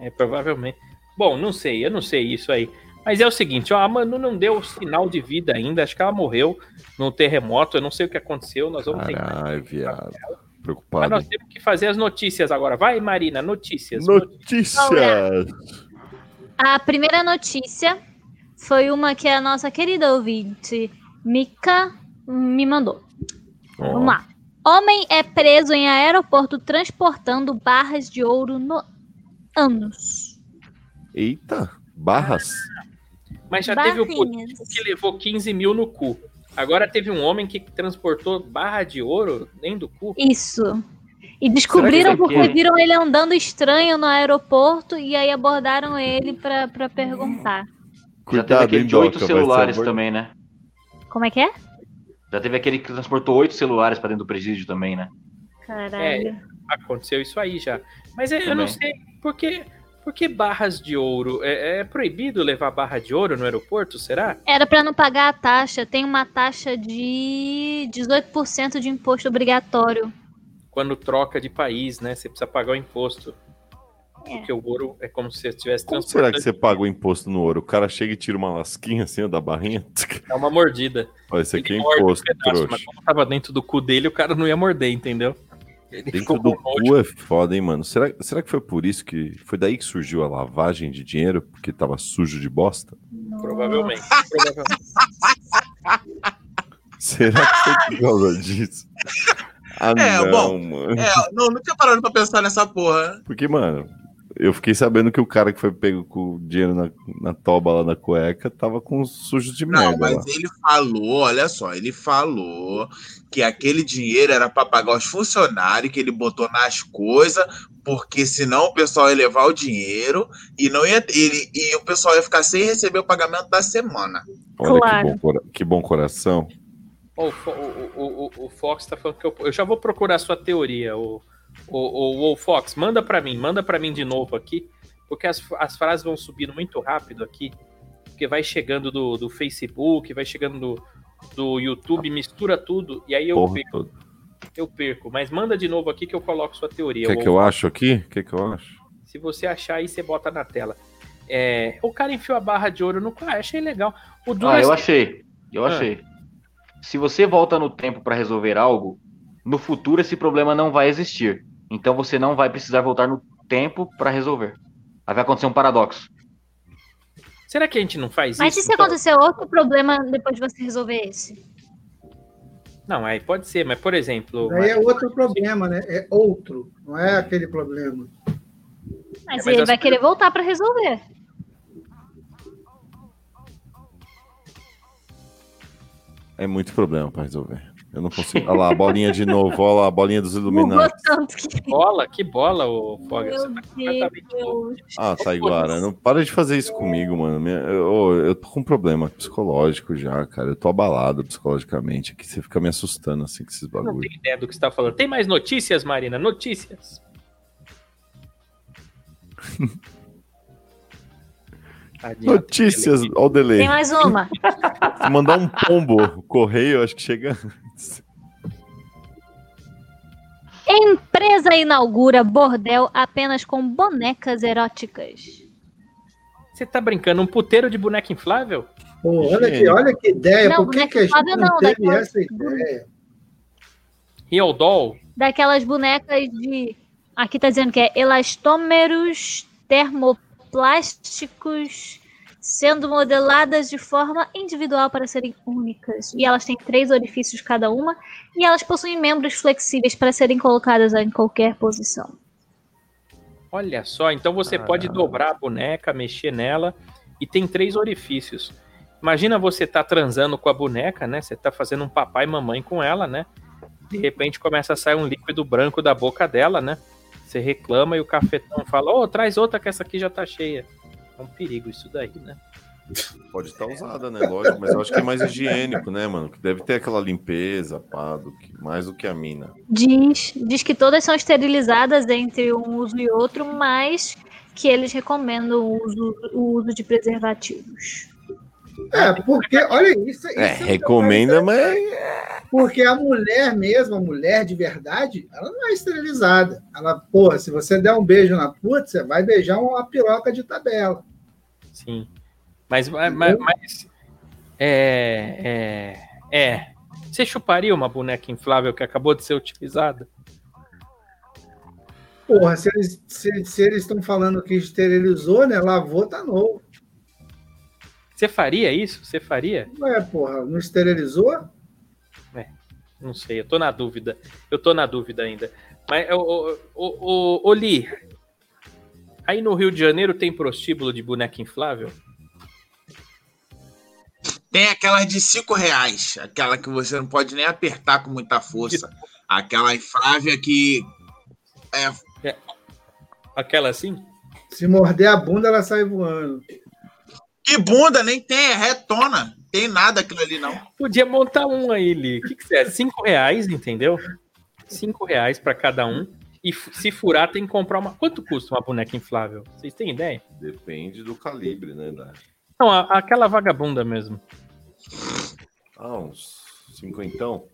Speaker 4: É, provavelmente. Bom, não sei, eu não sei isso aí. Mas é o seguinte, ó, a Manu não deu sinal de vida ainda, acho que ela morreu num terremoto, eu não sei o que aconteceu, nós vamos ter que...
Speaker 7: Caralho, viado.
Speaker 4: Mas
Speaker 7: Preocupado.
Speaker 4: nós temos que fazer as notícias agora. Vai, Marina, notícias.
Speaker 7: Notícias!
Speaker 5: A primeira notícia foi uma que a nossa querida ouvinte, Mika, me mandou. Vamos lá. Homem é preso em aeroporto transportando barras de ouro no ânus.
Speaker 7: Eita, barras.
Speaker 4: Mas já teve o
Speaker 5: Barrinhas.
Speaker 4: político que levou 15 mil no cu. Agora teve um homem que transportou barra de ouro dentro do cu.
Speaker 5: Isso. E descobriram
Speaker 8: Será que isso aqui
Speaker 5: porque
Speaker 8: é-
Speaker 5: viram ele andando estranho no aeroporto e aí abordaram ele pra pra perguntar.
Speaker 8: Já teve
Speaker 7: Cuidado,
Speaker 8: aquele
Speaker 7: hein,
Speaker 8: de oito
Speaker 7: Doca, vai ser
Speaker 8: celulares
Speaker 7: abordado.
Speaker 8: também, né?
Speaker 5: Como é que é?
Speaker 8: Já teve aquele que transportou oito celulares pra dentro do presídio também, né?
Speaker 5: Caralho.
Speaker 4: Aconteceu isso aí já. Mas é- eu
Speaker 8: Também.
Speaker 4: não sei por que, por que barras de ouro. É, é proibido levar barra de ouro no aeroporto, será?
Speaker 5: Era pra não pagar a taxa. Tem uma taxa de 18% de imposto obrigatório.
Speaker 4: Quando troca de país, né? Você precisa pagar o imposto.
Speaker 5: É.
Speaker 4: Porque o ouro é como se você estivesse
Speaker 7: Como será
Speaker 4: transportando.
Speaker 7: que você paga o imposto no ouro? O cara chega e tira uma lasquinha assim ó, da barrinha.
Speaker 4: Dá é uma mordida.
Speaker 7: Olha, esse aqui é
Speaker 4: Ele morde um
Speaker 7: imposto,
Speaker 4: pedaço, Mas
Speaker 7: trouxa.
Speaker 4: como tava dentro do cu dele, o cara não ia morder, entendeu? Ele
Speaker 7: Dentro do cu é foda, hein, mano? Será, será que foi por isso que. Foi daí que surgiu a lavagem de dinheiro? Porque tava sujo de bosta?
Speaker 4: Provavelmente. provavelmente.
Speaker 7: Será que foi por causa disso? Ah,
Speaker 6: É,
Speaker 7: não,
Speaker 6: bom.
Speaker 7: mano.
Speaker 6: É, não, não tinha parado pra pensar nessa porra.
Speaker 7: Porque, mano, eu fiquei sabendo que o cara que foi pego com o dinheiro na, na toba lá na cueca tava com sujo de
Speaker 6: Não,
Speaker 8: É,
Speaker 7: merda.
Speaker 6: mas
Speaker 7: lá.
Speaker 6: ele falou, olha só, ele falou que aquele dinheiro era pra pagar os funcionários que ele botou nas coisas, porque senão o pessoal ia levar o dinheiro e não ia ele e o pessoal ia ficar sem receber o pagamento da semana.
Speaker 7: Olha
Speaker 5: Claro.
Speaker 7: que, bom, cora- que bom coração.
Speaker 4: Ó, o, Fo- o- o- o- o Fox tá falando que eu, eu já vou procurar a sua teoria, o, o, o, o Fox, manda pra mim, manda pra mim de novo aqui, porque as, as frases vão subindo muito rápido aqui, porque vai chegando do, do Facebook, vai chegando do, do YouTube, mistura tudo, e aí eu
Speaker 7: Porra,
Speaker 4: perco,
Speaker 7: toda.
Speaker 4: eu perco. Mas manda de novo aqui que eu coloco sua teoria.
Speaker 7: Quer
Speaker 4: o-
Speaker 7: que eu acho aqui? Quer que eu acho?
Speaker 4: Se você achar aí, você bota na tela. É, o cara enfiou a barra de ouro no cu, ah, achei legal. O
Speaker 8: Ah,
Speaker 4: Duras
Speaker 8: eu achei. Eu
Speaker 4: Ah.
Speaker 8: achei. Se você volta no tempo pra resolver algo, no futuro esse problema não vai existir. Então você não vai precisar voltar no tempo pra resolver. Aí vai acontecer um paradoxo.
Speaker 4: Será que a gente não faz
Speaker 5: Mas
Speaker 4: isso?
Speaker 5: e se
Speaker 4: então?
Speaker 5: acontecer outro problema depois de você resolver esse?
Speaker 4: Não, aí pode ser, mas por exemplo.
Speaker 8: Daí é outro problema, né? É outro, não é aquele problema.
Speaker 5: Mas,
Speaker 4: É, mas
Speaker 5: ele
Speaker 4: as-
Speaker 5: vai querer voltar pra resolver.
Speaker 7: É muito problema pra resolver. Eu não consigo. Olha lá, a bolinha de novo. Olha lá, a bolinha dos
Speaker 5: Bugou
Speaker 7: iluminados.
Speaker 5: tanto que.
Speaker 4: Bola, que bola, ô Foga. Você
Speaker 5: Meu
Speaker 4: tá completamente louco.
Speaker 5: Deus.
Speaker 7: Ah, Taiguara, não para de fazer isso comigo, mano. Minha- Eu, ô, eu tô com um problema psicológico já, cara. Eu tô abalado psicologicamente aqui. Você fica me assustando assim com esses
Speaker 4: não
Speaker 7: bagulhos.
Speaker 4: tem ideia do que você tá falando. Tem mais notícias, Marina? Notícias. Tadinha,
Speaker 7: Notícias, olha o delay.
Speaker 5: Tem mais uma.
Speaker 7: Se mandar um pombo correio, acho que chega.
Speaker 5: Empresa inaugura bordel apenas com bonecas eróticas.
Speaker 4: Você tá brincando? Um puteiro de boneca inflável?
Speaker 8: Pô, olha que,
Speaker 7: Gênio.
Speaker 8: olha que ideia.
Speaker 5: Não,
Speaker 8: Por que,
Speaker 5: não é
Speaker 8: que a gente
Speaker 5: Fábio,
Speaker 8: não,
Speaker 5: não,
Speaker 8: teve
Speaker 5: daquela-
Speaker 8: essa ideia?
Speaker 4: Real doll?
Speaker 5: Daquelas bonecas de. Aqui tá dizendo que é elastômeros termoplásticos sendo modeladas de forma individual para serem únicas. E elas têm três orifícios cada uma. E elas possuem membros flexíveis para serem colocadas em qualquer posição.
Speaker 4: Olha só, então você pode dobrar a boneca, mexer nela e tem três orifícios. Imagina você tá transando com a boneca, né? Você tá fazendo um papai e mamãe com ela, né? De repente começa a sair um líquido branco da boca dela, né? Você reclama e o cafetão fala: "Ô, traz outra que essa aqui já tá cheia". É um perigo isso daí, né?
Speaker 7: Pode estar usada, né? Lógico, mas eu acho que é mais higiênico, né, mano? Que deve ter aquela limpeza, pá, do que- mais do que a mina.
Speaker 5: Diz, diz que todas são esterilizadas entre um uso e outro, mas que eles recomendam o uso, o uso de preservativos.
Speaker 8: É, porque, olha isso. isso
Speaker 7: É, recomenda, mas.
Speaker 8: Porque a mulher mesmo, a mulher de verdade, ela não é esterilizada. Ela, porra, se você der um beijo na puta, você vai beijar uma piroca de tabela.
Speaker 4: Sim. Mas mas, mas- mas- é, é, é. Você chuparia uma boneca inflável que acabou de ser utilizada?
Speaker 8: Porra, se eles se, se eles estão falando que esterilizou, né? Lavou, tá novo.
Speaker 4: Você faria isso? Você faria?
Speaker 8: Não é, porra, não esterilizou?
Speaker 4: Não sei, eu tô na dúvida. Eu tô na dúvida ainda. Mas, ô, ô, ô, ô, ô, Li, aí no Rio de Janeiro tem prostíbulo de boneca inflável?
Speaker 6: Tem aquelas de 5 reais, aquela que você não pode nem apertar com muita força. Aquela inflável que.
Speaker 4: Aquela assim?
Speaker 8: Se morder a bunda, ela sai voando.
Speaker 6: Que bunda, nem tem, é retona. Tem nada aquilo ali, não.
Speaker 4: Podia montar um aí, Li. O que, que você é? Cinco reais, entendeu? Cinco reais pra cada um. E f- se furar, tem que comprar uma. Quanto custa uma boneca inflável? Vocês têm ideia?
Speaker 7: Depende do calibre, né? Da...
Speaker 4: Não, a- aquela vagabunda mesmo.
Speaker 7: Ah, uns cinquentão,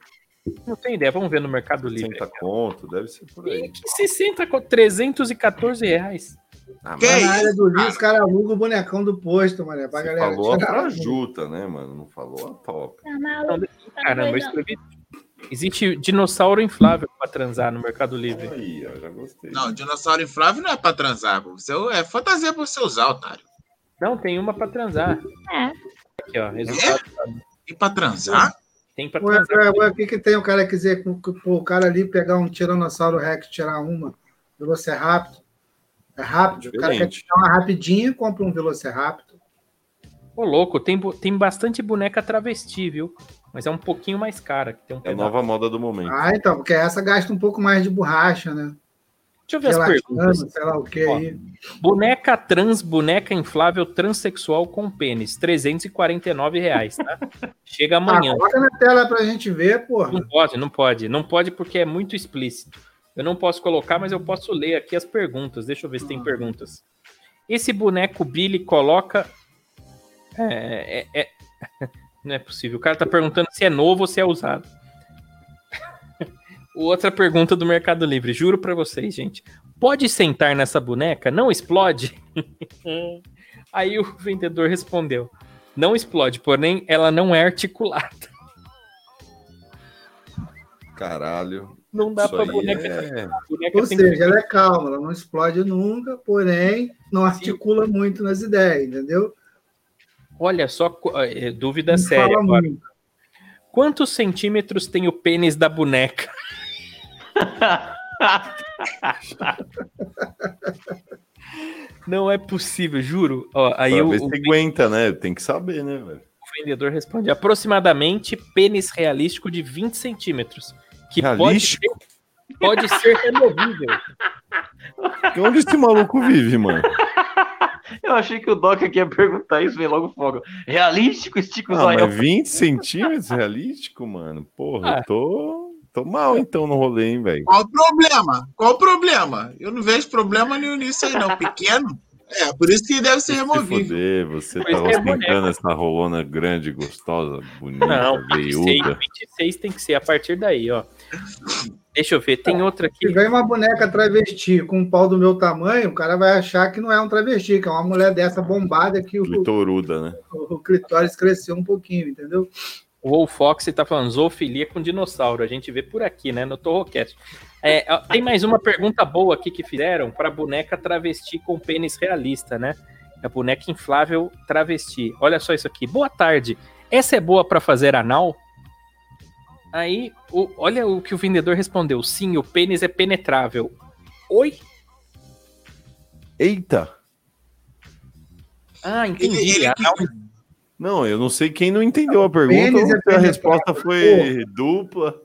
Speaker 4: Não tenho ideia. Vamos ver no Mercado Livre.
Speaker 7: 60 conto, deve ser por aí.
Speaker 4: Ih, que 60 com 314 reais.
Speaker 7: Ah,
Speaker 6: Que é
Speaker 8: Lá Tá na
Speaker 6: isso?
Speaker 8: área do Rio,
Speaker 6: cara?
Speaker 8: os caras alugam o bonecão do posto, mané. Pra
Speaker 7: Você
Speaker 8: galera
Speaker 7: falou a
Speaker 8: tirar. um.
Speaker 7: frajuta, né, mano? Não falou a top.
Speaker 3: Tá maluco,
Speaker 5: Ah, é
Speaker 3: tá
Speaker 4: Caramba, eu
Speaker 3: doidão.
Speaker 4: escrevi. Existe dinossauro inflável pra transar no Mercado Livre.
Speaker 7: Aí, ó, já gostei.
Speaker 6: Não, dinossauro inflável não é pra transar, pô. Você é fantasia pra você usar, otário.
Speaker 4: Não, tem uma pra transar.
Speaker 5: É.
Speaker 4: Aqui, ó. Resultado.
Speaker 6: E pra transar?
Speaker 4: Tem pra
Speaker 8: Ué,
Speaker 4: transar.
Speaker 8: ué, ué, o que, que tem o cara quiser com- com- pô, o cara ali pegar um Tiranossauro Rex, tirar uma, Velociraptor? É rápido? O cara quer
Speaker 7: Diferente.
Speaker 8: tirar uma rapidinha e compra um Velociraptor.
Speaker 4: Ô, louco, tem, bo- tem bastante boneca travesti, viu? Mas é um pouquinho mais cara. Que tem um
Speaker 7: É a
Speaker 4: pedaço.
Speaker 7: nova moda do momento.
Speaker 8: Ah, então, porque essa gasta um pouco mais de borracha, né?
Speaker 4: Deixa eu ver as
Speaker 8: Gelatina,
Speaker 4: perguntas.
Speaker 8: sei lá o que aí.
Speaker 4: Boneca trans, boneca inflável transexual com pênis. 349 reais, tá? Chega
Speaker 8: Ah,
Speaker 4: amanhã.
Speaker 8: coloca na tela pra gente ver, porra.
Speaker 4: Não pode, não pode. Não pode porque é muito explícito. Eu não posso colocar, mas eu posso ler aqui as perguntas. Deixa eu ver se tem perguntas. Esse boneco Billy coloca. É, é- é- Não é possível. O cara tá perguntando se é novo ou se é usado. Outra pergunta do Mercado Livre. Juro pra vocês, gente. Pode sentar nessa boneca? Não explode? Aí o vendedor respondeu: Não explode, porém ela não é articulada.
Speaker 7: Caralho.
Speaker 4: Não dá
Speaker 7: Isso
Speaker 4: pra
Speaker 7: aí
Speaker 4: boneca.
Speaker 7: é...
Speaker 4: A boneca
Speaker 8: Ou
Speaker 4: tem que
Speaker 8: seja, ela é calma, ela não explode nunca, porém não articula muito nas ideias, entendeu?
Speaker 4: Olha só, co- eh, dúvida
Speaker 8: Não
Speaker 4: séria
Speaker 8: fala
Speaker 4: agora.
Speaker 8: muito.
Speaker 4: Quantos centímetros tem o pênis da boneca? Não é possível, juro. Ó, aí
Speaker 7: pra
Speaker 4: o,
Speaker 7: ver se
Speaker 4: o
Speaker 7: aguenta, né? Tem que saber, né, velho?
Speaker 4: vendedor responde: aproximadamente pênis realístico de 20 centímetros. Que pode ser,
Speaker 7: Realístico?
Speaker 4: pode ser removível.
Speaker 7: Onde esse maluco vive, mano?
Speaker 9: Eu achei que o Doc aqui ia perguntar isso, vem logo fogo. Realístico, estica o
Speaker 7: Ah,
Speaker 9: zoião.
Speaker 7: mas 20 centímetros realístico, mano? Porra,
Speaker 4: Ah.
Speaker 7: eu tô, tô mal então no rolê, hein, velho?
Speaker 6: Qual o problema? Qual o problema? Eu não vejo problema nenhum nisso aí, não. Pequeno. É, por isso que deve ser
Speaker 7: Se
Speaker 6: removido.
Speaker 7: fuder, você
Speaker 4: Pois
Speaker 7: tá
Speaker 4: é,
Speaker 7: ostentando essa rolona grande, gostosa, bonita,
Speaker 4: Não, 26,
Speaker 7: veiuda.
Speaker 4: 26 tem que ser a partir daí, ó. Deixa eu ver, tem outra
Speaker 8: Se
Speaker 4: aqui.
Speaker 8: tiver uma boneca travesti com um pau do meu tamanho, o cara vai achar que não é um travesti, que é uma mulher dessa bombada que o,
Speaker 7: Litoruda, né?
Speaker 8: o clitóris cresceu um pouquinho, entendeu?
Speaker 4: O Wolf Fox tá falando zoofilia com dinossauro. A gente vê por aqui, né? No Torrocast. É, ó, tem mais uma pergunta boa aqui que fizeram para boneca travesti com pênis realista, né? A boneca inflável travesti. Olha só isso aqui. Boa tarde. Essa é boa para fazer anal? Aí, o- olha o que o vendedor respondeu. Sim, o pênis é penetrável. Oi?
Speaker 7: Eita!
Speaker 4: Ah,
Speaker 6: Ele-
Speaker 4: entendi.
Speaker 6: ele-
Speaker 4: Anal
Speaker 7: Não, eu não sei quem não entendeu a pergunta
Speaker 8: pênis é
Speaker 7: ou se a
Speaker 8: penetrável,
Speaker 7: resposta foi dupla.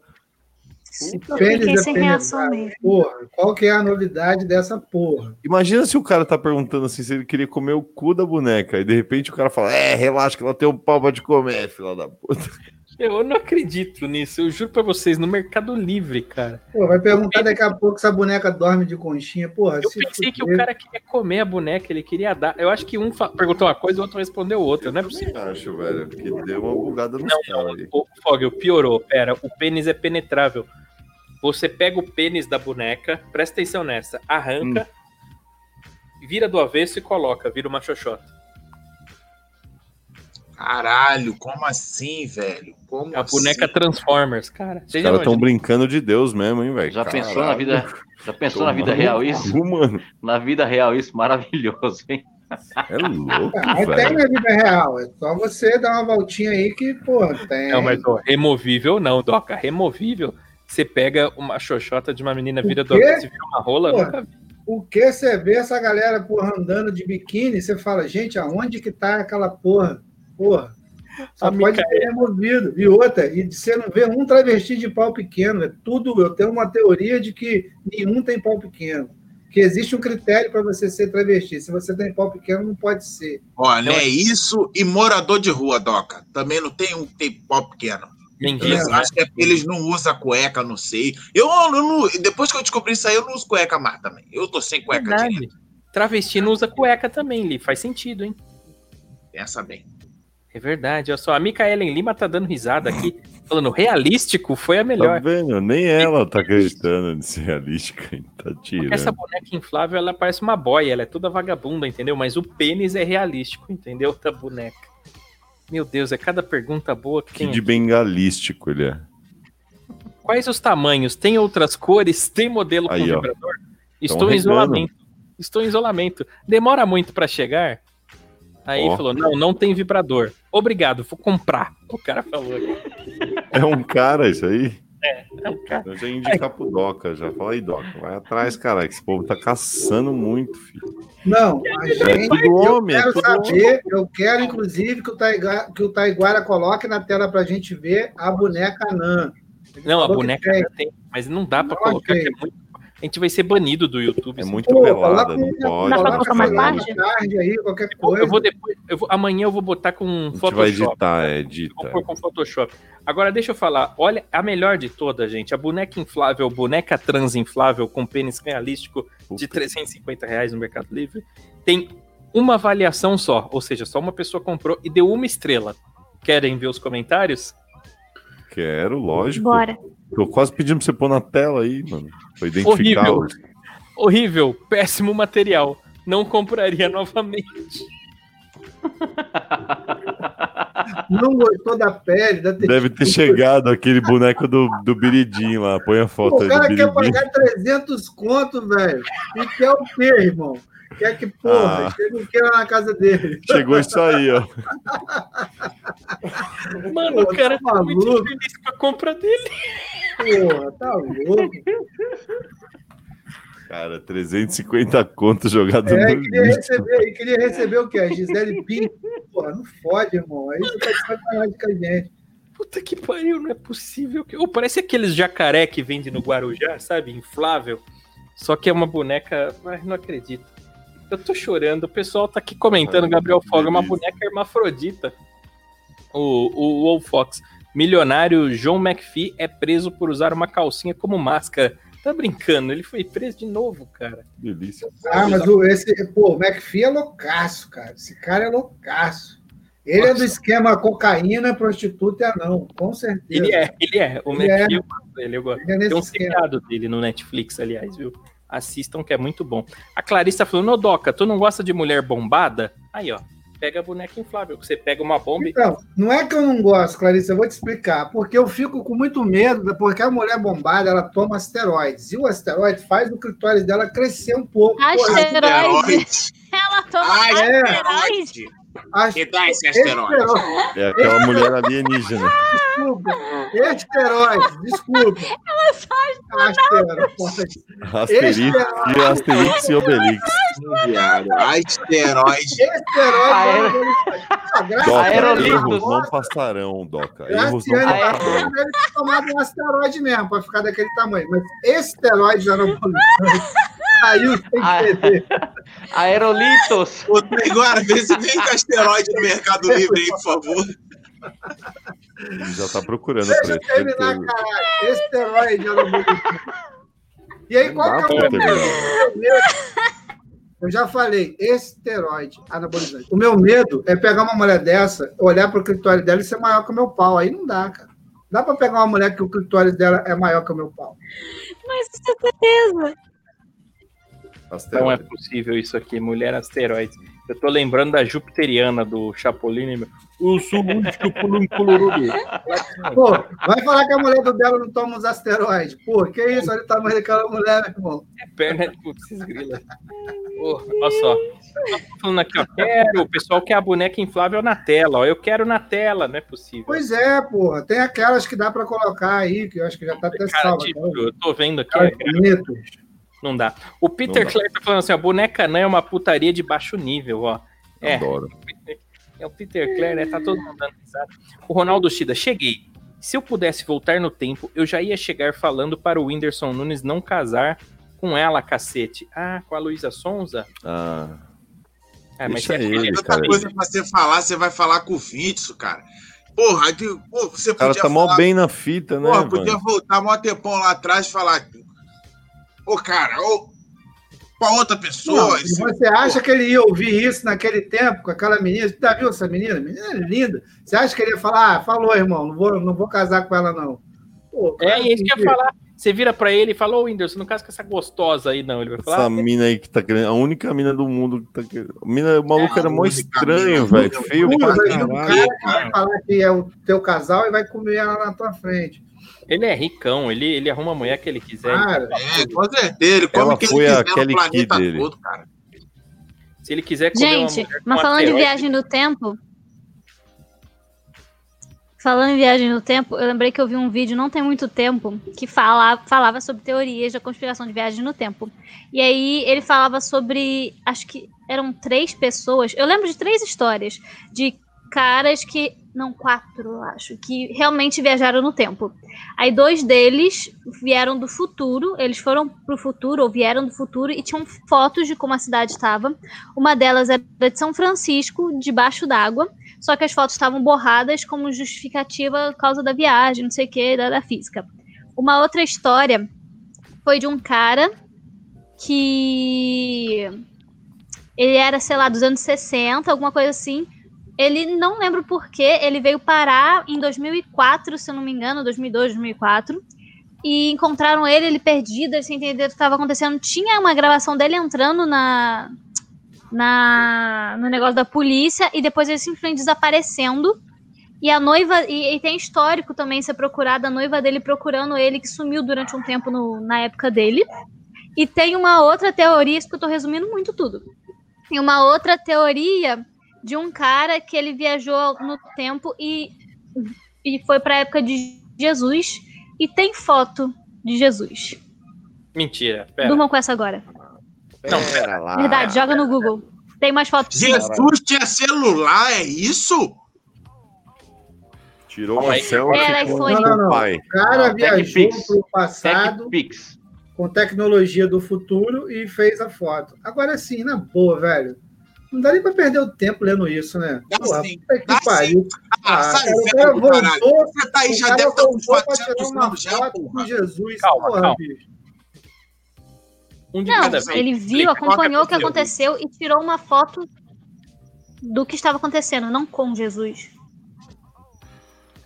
Speaker 8: Pênis
Speaker 5: Fiquei
Speaker 8: é
Speaker 5: sem
Speaker 8: pênis.
Speaker 5: reação mesmo.
Speaker 8: Porra, qual que é a novidade dessa porra?
Speaker 7: Imagina se o cara tá perguntando assim se ele queria comer o cu da boneca. E de repente o cara fala: É, relaxa que ela tem um pau pra te comer, filha da puta.
Speaker 4: Eu não acredito nisso. Eu juro pra vocês, no Mercado Livre, cara.
Speaker 8: Pô, vai perguntar daqui a pouco se a boneca dorme de conchinha. Porra,
Speaker 4: Eu
Speaker 8: se
Speaker 4: pensei que o
Speaker 8: fuder.
Speaker 4: cara queria comer a boneca, ele queria dar. Eu acho que um fa- perguntou uma coisa, o outro respondeu outra. Não é possível.
Speaker 7: Eu acho, velho, porque deu uma bugada no
Speaker 4: Não,
Speaker 7: cara aí.
Speaker 4: O Fogel piorou. Pera, o pênis é penetrável. Você pega o pênis da boneca, presta atenção nessa, arranca, vira do avesso e coloca, vira uma xoxota.
Speaker 6: Caralho, como assim, velho? Como
Speaker 4: A boneca
Speaker 6: assim?
Speaker 4: Transformers, cara. Vocês
Speaker 7: Os
Speaker 4: já
Speaker 7: caras estão
Speaker 4: imaginam?
Speaker 7: brincando de Deus mesmo, hein, velho?
Speaker 9: Já pensou na
Speaker 7: Caralho.
Speaker 9: vida, já pensou na
Speaker 7: Tomar
Speaker 9: vida
Speaker 7: no
Speaker 9: real
Speaker 7: cu,
Speaker 9: isso?
Speaker 7: mano.
Speaker 9: Na vida real isso, maravilhoso, hein?
Speaker 7: É louco,
Speaker 8: Ah, tem
Speaker 7: velho.
Speaker 8: na vida real. É só você dar uma voltinha aí que, porra, tem.
Speaker 4: Não, mas ó, É um removível não, Doca. Removível, você pega uma xoxota de uma menina, vira do
Speaker 8: quê?
Speaker 4: avesso e vira uma rola.
Speaker 8: Pô,
Speaker 4: nunca vi.
Speaker 8: O que você vê essa galera, porra, andando de biquíni, você fala, gente, aonde que tá aquela porra? Porra. Só
Speaker 4: A
Speaker 8: pode
Speaker 7: é.
Speaker 8: ser removido. E outra, e você não vê um travesti de pau pequeno. É tudo. Eu tenho uma teoria de que nenhum tem pau pequeno. Que existe um critério para você ser travesti. Se você tem pau pequeno, não pode ser.
Speaker 6: Olha, é isso e morador de rua, Doca. Também não tem um que tem pau pequeno.
Speaker 4: Mendigo,
Speaker 6: Eles
Speaker 4: né?
Speaker 6: acham que é porque eles não usam cueca, não sei. Eu, eu não- depois que eu descobri isso aí, eu não uso cueca mais também. Eu tô sem cueca
Speaker 4: Verdade.
Speaker 6: direito.
Speaker 4: Travesti não usa cueca também, Li. Faz sentido, hein?
Speaker 6: Pensa bem.
Speaker 4: É verdade. Olha só, a Micaelen Lima tá dando risada aqui, falando realístico foi a
Speaker 7: Tá
Speaker 4: melhor.
Speaker 7: vendo? Nem ela tá acreditando de ser realística. hein? Tá
Speaker 4: Porque essa
Speaker 7: tirando.
Speaker 4: boneca inflável, ela parece uma boia, ela é toda vagabunda, entendeu? Mas o pênis é realístico, entendeu? Da boneca. Meu Deus, é cada pergunta boa que
Speaker 7: Que
Speaker 4: tem.
Speaker 7: de
Speaker 4: aqui.
Speaker 7: bengalístico ele é.
Speaker 4: Quais os tamanhos? Tem outras cores? Tem modelo com
Speaker 7: Aí, ó.
Speaker 4: vibrador? Estou em
Speaker 7: regando.
Speaker 4: isolamento. Estou em isolamento. Demora muito pra chegar? Aí
Speaker 7: Ó.
Speaker 4: falou: não, não tem vibrador. Obrigado, vou comprar. O cara falou aqui.
Speaker 7: É um cara isso aí?
Speaker 4: É um cara.
Speaker 7: Eu já indicar pro Doca, já. Fala aí, Doca. Vai atrás, cara. que Esse povo tá caçando muito, filho.
Speaker 8: Não, a gente.
Speaker 7: Tudo homem, é
Speaker 8: Quero
Speaker 7: tudo homem.
Speaker 8: saber, eu quero inclusive que o, Taiga, que o Taiguara coloque na tela pra gente ver a boneca Nan.
Speaker 4: Não, a
Speaker 8: Falou que
Speaker 4: boneca
Speaker 8: tem.
Speaker 4: já tem, mas não dá pra
Speaker 8: Não
Speaker 4: colocar.
Speaker 8: achei.
Speaker 4: que é muito- A gente vai ser banido do YouTube.
Speaker 7: É
Speaker 4: assim.
Speaker 7: muito
Speaker 8: Pô,
Speaker 7: pelada,
Speaker 8: coloca
Speaker 7: não
Speaker 8: aí,
Speaker 7: pode.
Speaker 5: Dá pra colocar mais
Speaker 7: cara.
Speaker 8: lá
Speaker 5: tarde?
Speaker 8: de tarde aí, qualquer
Speaker 4: Eu vou-
Speaker 8: coisa.
Speaker 4: Eu vou depois, eu vou- amanhã eu vou botar com
Speaker 7: A gente vai
Speaker 4: Photoshop.
Speaker 7: editar, é,
Speaker 4: Eu Vou
Speaker 7: edita.
Speaker 4: pôr com Photoshop. Agora deixa eu falar. Olha, a melhor de todas, gente. A boneca inflável, boneca trans inflável com pênis realístico de R$ 350 reais no Mercado Livre. Tem uma avaliação só, ou seja, só uma pessoa comprou e deu uma estrela. Querem ver os comentários?
Speaker 7: Quero, lógico.
Speaker 5: Bora.
Speaker 7: Tô quase pedindo pra você pôr na tela aí, mano. Pra identificar.
Speaker 4: Horrível.
Speaker 7: os-
Speaker 4: Horrível, péssimo material. Não compraria novamente.
Speaker 8: Não gostou da pele, da textura.
Speaker 7: Deve ter chegado aquele boneco do, do Biridim lá. Põe a foto
Speaker 8: Pô,
Speaker 7: aí
Speaker 8: o
Speaker 7: do
Speaker 8: cara quer
Speaker 7: Biridim.
Speaker 8: pagar 300 conto, velho. E quer o quê, irmão? Quer que, porra,
Speaker 7: Ah.
Speaker 8: chegue o quê lá na casa dele?
Speaker 7: Chegou isso aí, ó.
Speaker 4: Mano,
Speaker 8: Pô,
Speaker 4: o cara
Speaker 8: tá
Speaker 4: tá muito
Speaker 8: maluco.
Speaker 4: feliz com a compra dele.
Speaker 8: Porra, tá louco.
Speaker 7: Cara, 350 conto jogado
Speaker 8: É,
Speaker 7: no
Speaker 8: queria
Speaker 7: lixo.
Speaker 8: receber, e queria receber o quê? A Gisele Pink? Porra, não fode, irmão. Aí você tá de sacanagem com a gente.
Speaker 4: Puta que pariu, não é possível. Que... Ou parece aqueles jacaré que vende no Guarujá, sabe? Inflável. Só que é uma boneca. Ai, não acredito. Eu tô chorando. O pessoal tá aqui comentando,
Speaker 7: Ai,
Speaker 4: Gabriel
Speaker 7: que
Speaker 4: Foga, é uma
Speaker 7: delícia.
Speaker 4: boneca hermafrodita. O, o Wolf Fox. Milionário John McPhee é preso por usar uma calcinha como máscara. Tá brincando, ele foi preso de novo, cara.
Speaker 7: Delícia.
Speaker 8: Ah, mas o, esse, pô, o McPhee é loucaço, cara. Esse cara é loucaço. Ele é do
Speaker 4: Nossa.
Speaker 8: esquema cocaína, prostituta e anão, com certeza.
Speaker 4: Ele é, ele é. O
Speaker 8: Ele
Speaker 4: McPhee, eu gosto dele, eu gosto.
Speaker 8: Ele é nesse
Speaker 4: Tem um
Speaker 8: esquema.
Speaker 4: seriado dele no Netflix, aliás, viu? Assistam que é muito bom. A Clarice tá falando, ô Doca, tu não gosta de mulher bombada? Aí, ó, pega a boneca inflável, que você pega uma bomba e...
Speaker 8: Então, não é que eu não gosto, Clarice, eu vou te explicar. Porque eu fico com muito medo, porque a mulher bombada, ela toma asteroides. E o asteroide faz o clitóris dela crescer um pouco.
Speaker 5: é Asteroide. Ela toma
Speaker 6: Ai,
Speaker 8: é.
Speaker 5: asteroide.
Speaker 6: asteroide.
Speaker 8: Acho-
Speaker 6: Que dá esse asteroide?
Speaker 8: Asteroide,
Speaker 7: É aquela mulher alienígena.
Speaker 8: Desculpa. Asteroide, desculpa.
Speaker 5: Ela só
Speaker 8: Asteroide.
Speaker 4: é
Speaker 7: Asterix e Asterix e Obelix.
Speaker 6: Viado, Asteroide.
Speaker 8: Esteroide. Ah, graças
Speaker 7: Doca,
Speaker 8: a Deus,
Speaker 7: erros
Speaker 8: nossa,
Speaker 7: não passarão, Doca. Erros não
Speaker 6: tá-
Speaker 8: Graciane
Speaker 7: passarão.
Speaker 8: Barbosa deve ter tomado um asteroide mesmo, para ficar daquele tamanho. Mas um esteroide já não pode. Saiu sem querer.
Speaker 9: Aerolitos.
Speaker 6: Ô, Agora, vê se vem com asteroide no Mercado Livre aí, por favor.
Speaker 7: Ele já tá procurando o
Speaker 8: Deixa eu
Speaker 7: preço. deve ter-
Speaker 8: terminar, caralho. Esteroide já não pode. E aí, qual
Speaker 7: dá
Speaker 8: que é o
Speaker 7: pra
Speaker 8: meu
Speaker 7: terminar.
Speaker 8: medo? Eu já falei, esteroide, anabolizante. O meu medo é pegar uma mulher dessa, olhar para o clitóris dela e ser maior que o meu pau. Aí não dá, cara. Dá para pegar uma mulher que o clitóris dela é maior que o meu pau.
Speaker 5: Mas com certeza.
Speaker 8: Então,
Speaker 4: Não é
Speaker 7: Asteroide.
Speaker 4: possível isso aqui, mulher asteroide. Eu tô lembrando da Jupiteriana, do Chapolin, né, meu. Eu sou o único pulum colorudo.
Speaker 8: Pô, vai falar que a mulher do Belo não toma uns asteroides. Pô, que isso? Olha o tamanho daquela mulher, meu irmão.
Speaker 4: perna de putz, grila. Porra, olha só. Tá Falando aqui, ó, quero, o pessoal quer a boneca inflável na tela, ó. Eu quero na tela, não é possível.
Speaker 8: Pois é, porra. Tem aquelas que dá pra colocar aí, que eu acho que já tá até
Speaker 4: Cara,
Speaker 8: salva.
Speaker 4: tipo,
Speaker 8: aquelas-
Speaker 4: eu tô vendo aqui,
Speaker 8: aquelas
Speaker 4: é,
Speaker 8: bonitas.
Speaker 4: não dá. O Peter
Speaker 7: Não dá.
Speaker 4: Clare tá falando assim, ó, boneca anã é uma putaria de baixo nível, ó. É,
Speaker 7: Adoro.
Speaker 4: é o Peter Clare, né? Tá todo mundo dando risada. O Ronaldo Shida, cheguei. Se eu pudesse voltar no tempo, eu já ia chegar falando para o Whindersson Nunes não casar com ela, cacete. Ah, com a Luísa Sonza?
Speaker 7: Ah,
Speaker 4: É,
Speaker 7: Deixa
Speaker 4: é-
Speaker 7: ele,
Speaker 6: Tanta
Speaker 7: cara.
Speaker 6: coisa pra você falar, você vai falar com o Fitso, cara. Porra, aí que, pô, você
Speaker 7: O cara
Speaker 6: podia
Speaker 7: tá mó
Speaker 6: falar-
Speaker 7: bem na fita, né,
Speaker 6: Porra, podia
Speaker 7: mano?
Speaker 6: voltar mó tempão lá atrás e falar. Ô, cara, ô, pra outra pessoa.
Speaker 8: Não,
Speaker 6: esse-
Speaker 8: você acha que ele ia ouvir isso naquele tempo com aquela menina? Você tá viu essa menina? Menina é linda. Você acha que ele ia falar, ah, falou, irmão, não vou, não vou casar com ela, não. Pô,
Speaker 4: É,
Speaker 8: claro
Speaker 4: e isso que eu
Speaker 8: que-
Speaker 4: ia falar. Você vira pra ele e fala, ô Whindersson, não casa com essa gostosa aí, não. Ele vai falar,
Speaker 7: Essa mina aí que tá querendo. A única mina do mundo que tá querendo. A mina, o maluco
Speaker 6: É,
Speaker 7: era
Speaker 6: a
Speaker 7: mó
Speaker 6: única mina
Speaker 7: estranho,
Speaker 6: do
Speaker 7: velho.
Speaker 6: mundo.
Speaker 7: Feio pra
Speaker 8: Vai vir um
Speaker 7: caralho.
Speaker 8: cara que vai falar que é o teu casal e vai comer ela na tua frente.
Speaker 4: ele é ricão, ele, ele arruma a mulher que ele quiser.
Speaker 8: Cara,
Speaker 6: É, com certeza. Ele
Speaker 7: Ela
Speaker 6: come o que
Speaker 7: foi
Speaker 6: ele
Speaker 7: a
Speaker 6: quiser
Speaker 7: Kelly
Speaker 6: no planeta
Speaker 7: Key dele.
Speaker 6: todo, cara.
Speaker 4: Se ele quiser comer
Speaker 5: Gente,
Speaker 4: uma mulher com
Speaker 5: mas falando em
Speaker 4: asteroide,
Speaker 5: viagem no tempo. Falando em viagem no tempo, eu lembrei que eu vi um vídeo não tem muito tempo que fala, falava sobre teorias da conspiração de viagem no tempo. E aí ele falava sobre. Acho que eram três pessoas. Eu lembro de três histórias de caras que. Não, quatro, eu acho, que realmente viajaram no tempo. Aí dois deles vieram do futuro, eles foram pro futuro, ou vieram do futuro, e tinham fotos de como a cidade estava. Uma delas era de São Francisco, debaixo d'água, só que as fotos estavam borradas como justificativa por causa da viagem, não sei o que, da, da física. Uma outra história foi de um cara que ele era, sei lá, dos anos 60, alguma coisa assim. Ele não lembro porquê, ele veio parar em 2004, se eu não me engano, 2002, 2004. E encontraram ele, ele perdido, ele sem entender o que estava acontecendo. Tinha uma gravação dele entrando na, na, no negócio da polícia e depois ele simplesmente desaparecendo. E a noiva, e, e tem histórico também ser procurada, a noiva dele procurando ele, que sumiu durante um tempo no- na época dele. E tem uma outra teoria, isso que eu tô resumindo muito tudo. E uma outra teoria de um cara que ele viajou no tempo e, e foi pra época de Jesus e tem foto de Jesus.
Speaker 4: Mentira. Pera.
Speaker 5: Durmam com essa agora.
Speaker 4: Não,
Speaker 12: Pera
Speaker 7: Ah,
Speaker 12: lá.
Speaker 7: é.
Speaker 5: Verdade, joga no Google. Tem mais fotos.
Speaker 6: Jesus tinha celular, é isso?
Speaker 7: Tirou
Speaker 4: é
Speaker 7: o céu
Speaker 5: Era iPhone.
Speaker 8: Não, não, não.
Speaker 7: pai.
Speaker 8: O cara
Speaker 9: Não,
Speaker 8: viajou
Speaker 9: TechPix.
Speaker 8: pro passado
Speaker 9: TechPix.
Speaker 8: com tecnologia do futuro e fez a foto. Agora sim, na boa, velho. Não dá nem pra perder o tempo lendo isso, né?
Speaker 6: Dá
Speaker 8: Porra,
Speaker 6: sim,
Speaker 8: puta que
Speaker 6: dá
Speaker 8: pariu.
Speaker 6: Ah,
Speaker 8: Ah,
Speaker 6: sai
Speaker 8: cara, o
Speaker 6: velho
Speaker 8: cara
Speaker 6: do caralho.
Speaker 8: voltou,
Speaker 6: Você tá aí,
Speaker 8: o
Speaker 6: já
Speaker 8: cara
Speaker 6: deve estar uns
Speaker 8: voltou pra
Speaker 6: 400
Speaker 8: tirar uma
Speaker 6: anos já,
Speaker 8: foto com
Speaker 6: porra.
Speaker 8: Jesus.
Speaker 4: Calma,
Speaker 8: porra,
Speaker 4: calma.
Speaker 8: bicho.
Speaker 4: um de
Speaker 5: Não,
Speaker 4: cada vez.
Speaker 5: ele viu, acompanhou o que aconteceu e tirou uma foto do que estava acontecendo, não com Jesus.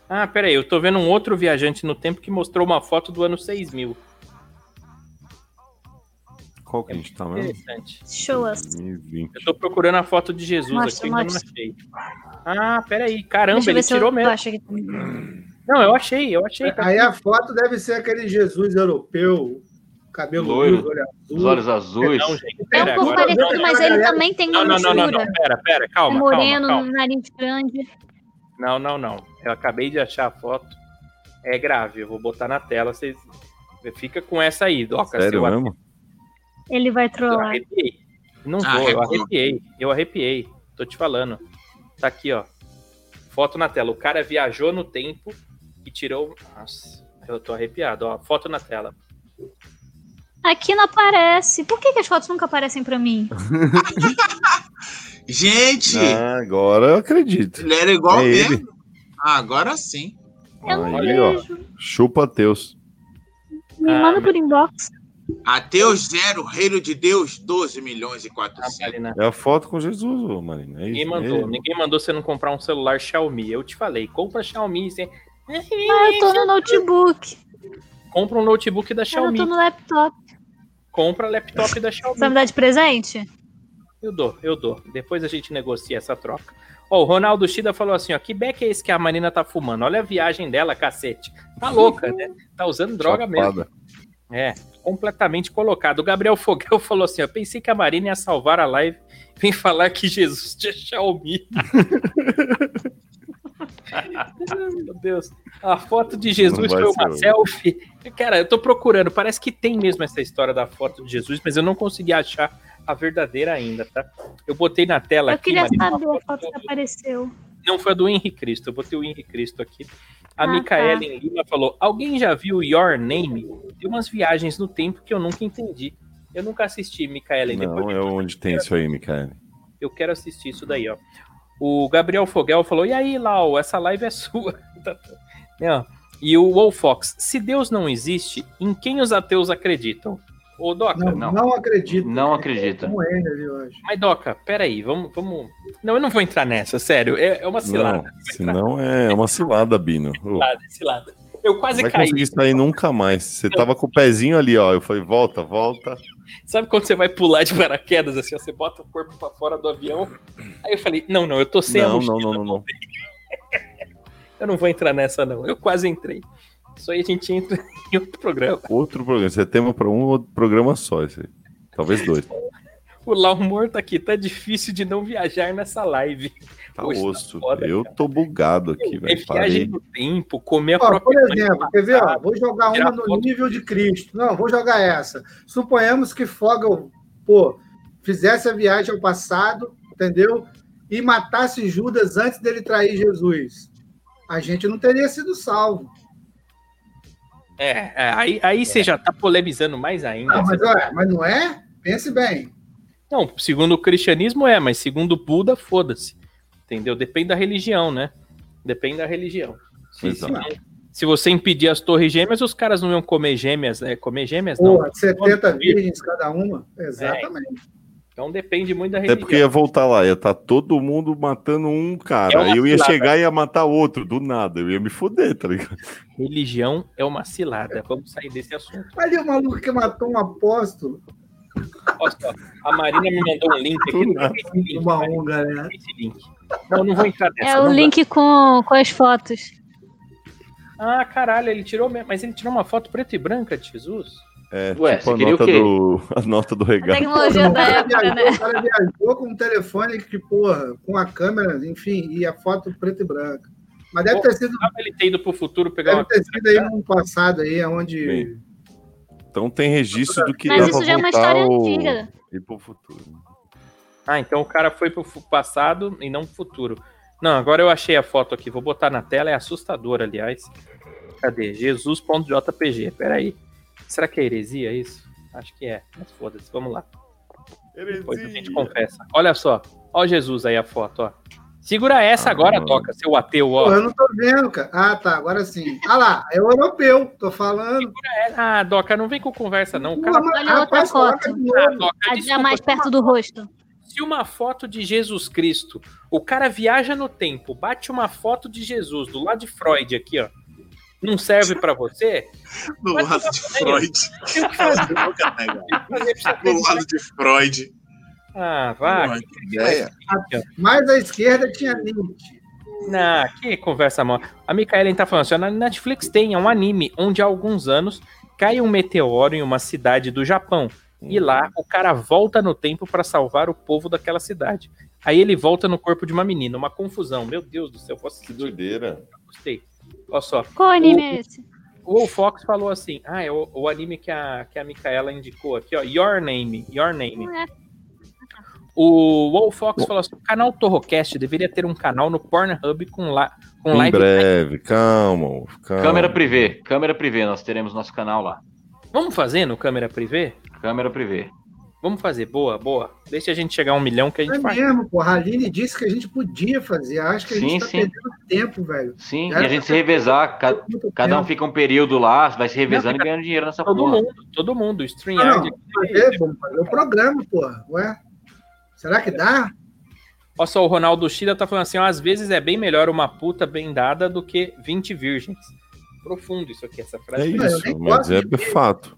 Speaker 4: Ah, peraí, eu tô vendo um outro viajante no tempo que mostrou uma foto do ano 6000.
Speaker 7: Qual que a gente tá mesmo?
Speaker 4: Interessante.
Speaker 5: Show us.
Speaker 7: 2020.
Speaker 4: Eu tô procurando a foto de Jesus
Speaker 5: Mostra,
Speaker 4: aqui, ainda não
Speaker 5: mostra.
Speaker 4: achei. Ah, peraí, caramba,
Speaker 5: Deixa eu
Speaker 4: ele
Speaker 5: ver se
Speaker 4: tirou
Speaker 5: eu
Speaker 4: mesmo.
Speaker 5: acho aqui.
Speaker 4: Não, eu achei, eu achei. tá
Speaker 8: Aí a foto deve ser aquele Jesus europeu, cabelo
Speaker 9: Loiro,
Speaker 8: loiro, olho
Speaker 9: Os
Speaker 8: azul.
Speaker 9: olhos azuis.
Speaker 4: Não, gente,
Speaker 5: É
Speaker 4: pera,
Speaker 5: um pouco
Speaker 4: agora-
Speaker 8: não,
Speaker 5: parecido, mas
Speaker 8: não,
Speaker 5: ele
Speaker 8: não,
Speaker 5: também tem
Speaker 4: Não,
Speaker 5: uma
Speaker 4: não, não, não, não,
Speaker 5: mistura. É
Speaker 4: pera, pera, calma, calma,
Speaker 5: Moreno, né?
Speaker 4: calma.
Speaker 5: nariz grande.
Speaker 4: Não, não, não. Eu acabei de achar a foto. É grave, eu vou botar na tela, vocês... Fica com essa aí, Doca.
Speaker 7: Sério
Speaker 4: eu
Speaker 7: mesmo?
Speaker 5: Ele vai
Speaker 4: Eu
Speaker 5: trollar.
Speaker 4: arrepiei. Não
Speaker 6: Ah,
Speaker 4: vou, eu
Speaker 6: arrepiou.
Speaker 4: arrepiei. Eu arrepiei. Tô te falando. Tá aqui, ó. Foto na tela. O cara viajou no tempo e tirou. um- Nossa, eu tô arrepiado, ó. Foto na tela.
Speaker 5: Aqui não aparece. Por que, que as fotos nunca aparecem pra mim?
Speaker 6: Gente,
Speaker 7: Ah, agora eu acredito.
Speaker 6: ele era igual
Speaker 7: É ele.
Speaker 6: mesmo. Ah, agora sim.
Speaker 5: Eu não
Speaker 7: Aí, ó.
Speaker 5: vejo.
Speaker 7: Chupa Teus.
Speaker 5: Me
Speaker 4: Ah,
Speaker 5: manda
Speaker 4: mas-
Speaker 5: por inbox.
Speaker 6: Ateus zero, reino de Deus, 12 milhões e
Speaker 4: Ah,
Speaker 6: 400.
Speaker 4: Marina.
Speaker 7: É a foto com Jesus, ô, Marina. É isso,
Speaker 4: Ninguém
Speaker 7: é
Speaker 4: mandou.
Speaker 7: ele.
Speaker 4: Ninguém mandou você não comprar um celular Xiaomi. Eu te falei, compra Xiaomi. Você...
Speaker 5: Ah, eu tô no notebook.
Speaker 4: Compra um notebook da
Speaker 5: Ah, eu
Speaker 4: Xiaomi.
Speaker 5: tô no laptop.
Speaker 4: Compra laptop da Xiaomi.
Speaker 5: Você vai me dar de presente?
Speaker 4: Eu dou, eu dou. Depois a gente negocia essa troca. Ó, o Ronaldo Shida falou assim, ó, que beck é esse que a Marina tá fumando? Olha a viagem dela, cacete. Tá louca, né? Tá usando droga mesmo.
Speaker 7: Chapada.
Speaker 4: É, completamente colocado. O Gabriel Fogel falou assim, ó, pensei que a Marina ia salvar a live, vem falar que Jesus tinha Xiaomi. Ai, Meu Deus, a foto de Jesus
Speaker 7: Não vai
Speaker 4: foi uma
Speaker 7: ser
Speaker 4: selfie. Cara, eu tô procurando, parece que tem mesmo essa história da foto de Jesus, mas eu não consegui achar a verdadeira ainda, tá? Eu botei na tela
Speaker 5: Eu
Speaker 4: aqui,
Speaker 5: queria
Speaker 4: Marina,
Speaker 5: saber
Speaker 4: uma
Speaker 5: a foto que apareceu.
Speaker 4: não, foi a do Henri Cristo. Eu botei o Henri Cristo aqui. A
Speaker 5: Ah,
Speaker 4: Micaela em Lima falou: Alguém já viu Your Name? Tem umas viagens no tempo que eu nunca entendi. Eu nunca assisti, Micaela. Depois
Speaker 7: Não, é onde tem isso aí, Micael.
Speaker 4: eu quero assistir isso daí, ó. O Gabriel Fogel falou: E aí, Lau, essa live é sua. Tá- né, ó. E o Wolfox, se Deus não existe, em quem os ateus acreditam? Ô, Doca,
Speaker 8: Não,
Speaker 9: Não.
Speaker 8: não, acredito. é, né,
Speaker 9: Não acredita.
Speaker 8: Como ele ali, eu acho.
Speaker 4: mas Doca, peraí, vamos, vamos. Não, eu não vou entrar nessa, sério. É, é uma cilada.
Speaker 7: Não, senão é uma cilada, Bino. Ô,
Speaker 4: cilada, cilada. Eu
Speaker 7: Não
Speaker 4: quase
Speaker 7: vai
Speaker 4: caí.
Speaker 7: conseguir sair nunca mais. Você tava com o pezinho ali, ó. Eu falei, volta, volta.
Speaker 4: Sabe quando você vai pular de paraquedas, assim, ó, você bota o corpo pra fora do avião? Aí eu falei, não, não, eu tô sem a
Speaker 7: Não, não,
Speaker 4: mochila,
Speaker 7: não, não, não.
Speaker 4: eu não vou entrar nessa, não. Eu quase entrei. Isso aí a gente entra em outro programa.
Speaker 7: Outro programa. Você tem para um outro programa só, esse aí. Talvez dois.
Speaker 4: O Lau Morto aqui, tá difícil de não viajar nessa live.
Speaker 7: Tá
Speaker 4: Poxa, tá
Speaker 7: osso.
Speaker 4: foda,
Speaker 7: Eu tô bugado aqui,
Speaker 4: é viagem
Speaker 7: velho. Parei.
Speaker 4: no tempo, comer a
Speaker 8: Ó,
Speaker 4: própria
Speaker 8: por
Speaker 4: mãe
Speaker 8: exemplo,
Speaker 4: no
Speaker 8: quer ver? Ó,
Speaker 4: passado.
Speaker 8: vou
Speaker 4: né?
Speaker 8: jogar
Speaker 4: Tá. Tirar
Speaker 8: uma no
Speaker 4: foto.
Speaker 8: nível de Cristo. Não, vou jogar essa. Suponhamos que Fogel, pô, fizesse a viagem ao passado, entendeu? E matasse Judas antes dele trair Jesus. A gente não teria sido salvo.
Speaker 4: É, é, aí, aí você já tá polemizando mais ainda.
Speaker 8: Ah, mas,
Speaker 4: Você-
Speaker 8: olha, mas não é? Pense bem.
Speaker 4: Não, segundo o cristianismo é, mas segundo o Buda, foda-se. Entendeu? Depende da religião, né? Depende da religião. Se, se,
Speaker 7: Exato.
Speaker 4: se você impedir as torres gêmeas, os caras não iam comer gêmeas, né? Comer gêmeas, não.
Speaker 8: Porra, 70 virgens cada uma. Exatamente.
Speaker 4: Então depende muito da
Speaker 7: Até
Speaker 4: religião.
Speaker 7: porque ia voltar lá, ia estar todo mundo matando um
Speaker 4: É
Speaker 7: cara.
Speaker 4: uma
Speaker 7: Aí eu ia
Speaker 4: cilada.
Speaker 7: chegar e ia matar outro, do nada. Eu ia me foder, tá ligado?
Speaker 4: Religião é uma cilada. Vamos sair desse assunto.
Speaker 8: Ali o maluco que matou um apóstolo.
Speaker 4: Ó, só, a Marina me mandou um link aqui.
Speaker 7: Do
Speaker 4: Não
Speaker 7: nada.
Speaker 4: tem esse link,
Speaker 8: Uma
Speaker 4: Marina,
Speaker 8: onga, né?
Speaker 4: não tem esse link. Não, não vou entrar nessa.
Speaker 5: É o
Speaker 4: não dá.
Speaker 5: link com, com as fotos.
Speaker 4: Ah, caralho, ele tirou mesmo. Mas ele tirou uma foto preto e branca de Jesus?
Speaker 7: É,
Speaker 9: Ué,
Speaker 7: tipo
Speaker 9: você
Speaker 7: a
Speaker 9: queria o
Speaker 7: nota,
Speaker 9: quê?
Speaker 7: do, a nota do
Speaker 5: A
Speaker 7: regalo.
Speaker 5: tecnologia
Speaker 8: O
Speaker 5: da
Speaker 8: cara
Speaker 5: época, né?
Speaker 8: viajou, O cara viajou com um telefone que, porra, com a câmera, enfim, e a foto preto e branco. Mas deve ter sido,
Speaker 4: Sabe Ah, ele ter ido pro futuro pegar
Speaker 8: deve
Speaker 4: uma...
Speaker 8: ter sido aí um passado aí, onde.
Speaker 7: Sim. Então tem registro do que
Speaker 5: Mas
Speaker 7: dá
Speaker 5: isso
Speaker 7: pra
Speaker 5: já é uma
Speaker 7: voltar
Speaker 5: história
Speaker 7: ao-
Speaker 5: antiga.
Speaker 7: E pro futuro.
Speaker 4: Ah, então o cara foi pro fu- passado e não pro futuro. Não, agora eu achei a foto aqui, vou botar na tela, é assustadora, aliás. Cadê? Jesus.jpg, peraí. Será que é heresia isso? Acho que é, mas foda-se, vamos lá. Depois a gente confessa. Olha só, ó Jesus aí a foto, ó. Segura essa
Speaker 7: Ah,
Speaker 4: agora,
Speaker 7: mano.
Speaker 4: toca, seu ateu, ó.
Speaker 8: Porra, eu não tô vendo, cara. Ah, tá, agora sim. Ah lá, é o europeu, tô falando.
Speaker 4: Ah, Doca, não vem com conversa, não. O
Speaker 8: Porra,
Speaker 4: cara.
Speaker 8: mas-
Speaker 5: Olha outra
Speaker 8: rapaz,
Speaker 5: foto.
Speaker 8: coloca de
Speaker 4: Ah,
Speaker 8: novo.
Speaker 4: Doca,
Speaker 5: A já
Speaker 4: desculpa,
Speaker 5: mais perto do rosto.
Speaker 4: Se uma foto de Jesus Cristo, o cara viaja no tempo, bate uma foto de Jesus do lado de Freud aqui, ó. Não serve pra você?
Speaker 6: No
Speaker 4: Mas
Speaker 6: lado
Speaker 4: tudo
Speaker 6: de
Speaker 4: bem.
Speaker 6: Freud.
Speaker 4: Tem o que fazer.
Speaker 6: No lado de Freud.
Speaker 4: Ah, vá.
Speaker 6: Pô,
Speaker 4: que
Speaker 7: É,
Speaker 4: ideia.
Speaker 8: Mas à esquerda tinha Nietzsche.
Speaker 4: Ah, que conversa mal. A Micaelen tá falando assim, ó, na Netflix tem um anime onde há alguns anos cai um meteoro em uma cidade do Japão.
Speaker 7: um
Speaker 4: E
Speaker 6: Hum.
Speaker 4: lá o cara volta no tempo pra salvar o povo daquela cidade. Aí ele volta no corpo de uma menina, uma confusão. Meu Deus do céu, posso
Speaker 7: Que doideira.
Speaker 4: gostei. Olha só,
Speaker 5: Qual anime é esse?
Speaker 4: O Fox falou assim: Ah, é o, o anime que a, que a Micaela indicou aqui, ó. Your Name, Your Name.
Speaker 5: Não é.
Speaker 4: O Wolf Fox falou assim: o canal Torrocast deveria ter um canal no Pornhub com, la, com
Speaker 7: Em
Speaker 4: live.
Speaker 7: breve, calma, calma.
Speaker 9: Câmera privê, câmera privê, nós teremos nosso canal lá.
Speaker 4: Vamos fazer no câmera privê?
Speaker 9: Câmera privê.
Speaker 4: Vamos fazer, boa, boa. Deixa a gente chegar a um milhão que a gente
Speaker 8: É
Speaker 4: faz.
Speaker 8: mesmo, porra. A Aline disse que a gente podia fazer. Acho que a gente
Speaker 9: Sim,
Speaker 8: tá
Speaker 9: sim.
Speaker 8: perdendo tempo, velho.
Speaker 9: Sim,
Speaker 8: Cara,
Speaker 9: e a gente se revezar, ca-
Speaker 8: Muito
Speaker 9: cada um
Speaker 8: tempo.
Speaker 9: fica um período lá, vai se revezando e
Speaker 4: Não,
Speaker 9: ganhando dinheiro nessa
Speaker 4: Todo
Speaker 9: porra.
Speaker 4: mundo, todo mundo.
Speaker 8: Ah, Não,
Speaker 4: StreamYard.
Speaker 8: não, fazer, é, vamos fazer o programa, porra. Ué? Será que dá?
Speaker 4: Olha só, o Ronaldo Shida tá falando assim: ó, às vezes é bem melhor uma puta bem dada do que 20 virgens. Profundo isso aqui, essa
Speaker 7: É
Speaker 4: frase.
Speaker 8: nem
Speaker 7: isso, mas
Speaker 8: gosto
Speaker 7: é
Speaker 8: de ver.
Speaker 7: fato.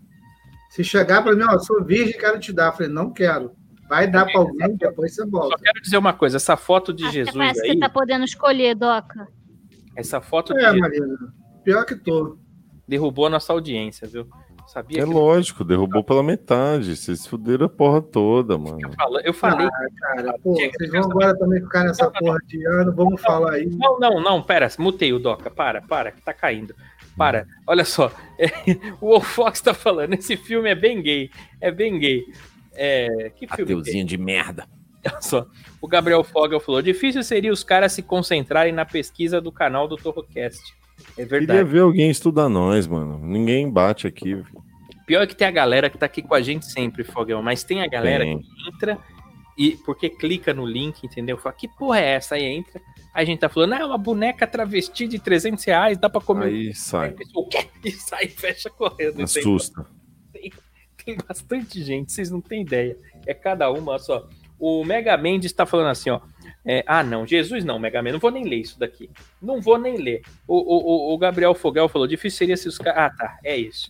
Speaker 8: Se chegar pra mim, ó, sou virgem, quero te dar. Eu falei, não quero. Vai dar pra alguém, depois você
Speaker 4: Só
Speaker 8: volta.
Speaker 4: quero dizer uma coisa: essa foto de
Speaker 5: Ah, você
Speaker 4: Jesus
Speaker 5: conhece,
Speaker 4: aí.
Speaker 5: Você tá podendo escolher, Doca.
Speaker 4: Essa foto
Speaker 8: É,
Speaker 4: de-
Speaker 8: Marina. Pior que tô.
Speaker 4: derrubou a nossa audiência, viu? Sabia
Speaker 7: É
Speaker 4: que
Speaker 7: lógico, derrubou pela metade. Vocês fuderam a porra toda, mano.
Speaker 4: eu falo- eu falei.
Speaker 8: Ah, Cara, pô, vocês vão agora também ficar nessa porra de ano, vamos falar aí.
Speaker 4: Não, não, não, pera, mutei o Doca, para, para, que tá caindo. Para, olha só, é, o Wolf Fox tá falando, esse filme é bem gay, é bem gay. É, que filme gay?
Speaker 7: de merda.
Speaker 4: Olha só, o Gabriel Fogel falou, difícil seria os caras se concentrarem na pesquisa do canal do Torrocast. É
Speaker 7: Queria
Speaker 4: verdade.
Speaker 7: ver alguém estudar nós, mano. Ninguém bate aqui.
Speaker 4: Pior é que tem a galera que tá aqui com a gente sempre, Fogel, mas tem a galera
Speaker 7: Tem.
Speaker 4: entra e porque clica no link, entendeu? Fala, que porra é essa? Aí entra, aí a gente tá falando, ah, uma boneca travesti de 300 reais, dá pra comer.
Speaker 7: Aí
Speaker 4: Aí a
Speaker 7: sai,
Speaker 4: pessoa, o quê? E sai e fecha correndo. entendeu?
Speaker 7: assusta.
Speaker 4: Tem bastante gente, vocês não têm ideia. É cada uma, olha só. O Mega Mendes tá falando assim, ó. é, ah, não, Jesus não, Mega Man, não vou nem ler isso daqui. Não vou nem ler. O, o, o- o Gabriel Fogel falou, difícil seria se os caras... Ah, tá, é isso.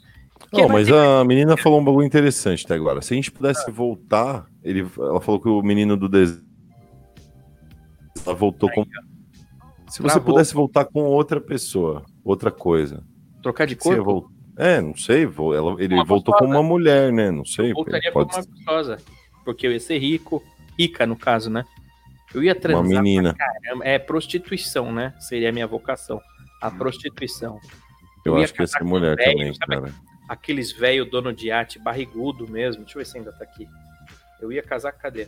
Speaker 4: Que
Speaker 7: Não,
Speaker 4: vai
Speaker 7: mas a menina falou um bagulho interessante até agora. Se a gente
Speaker 4: Ah.
Speaker 7: pudesse voltar, ele, ela falou que o menino do desenho. Ela voltou com. Se você
Speaker 4: Travou.
Speaker 7: pudesse voltar com outra pessoa, outra coisa.
Speaker 4: Trocar de
Speaker 7: Você
Speaker 4: corpo?
Speaker 7: vol- É, não sei. vo- ela- ele
Speaker 4: Uma
Speaker 7: voltou com
Speaker 4: gostosa.
Speaker 7: uma mulher, né? Não sei.
Speaker 4: voltaria
Speaker 7: Pode
Speaker 4: pra
Speaker 7: ser
Speaker 4: uma gostosa. Porque eu ia ser rico, rica no caso, né? Eu ia
Speaker 7: uma
Speaker 4: transar.
Speaker 7: menina.
Speaker 4: pra- É prostituição, né? Seria a minha vocação. A prostituição.
Speaker 7: Eu
Speaker 4: Eu ia
Speaker 7: acho que ia ser
Speaker 4: casar com
Speaker 7: mulher
Speaker 4: velho,
Speaker 7: também,
Speaker 4: sabe?
Speaker 7: cara.
Speaker 4: Aqueles velho dono de arte, barrigudo mesmo. Deixa eu ver se ainda tá aqui. Eu ia casar com cadê?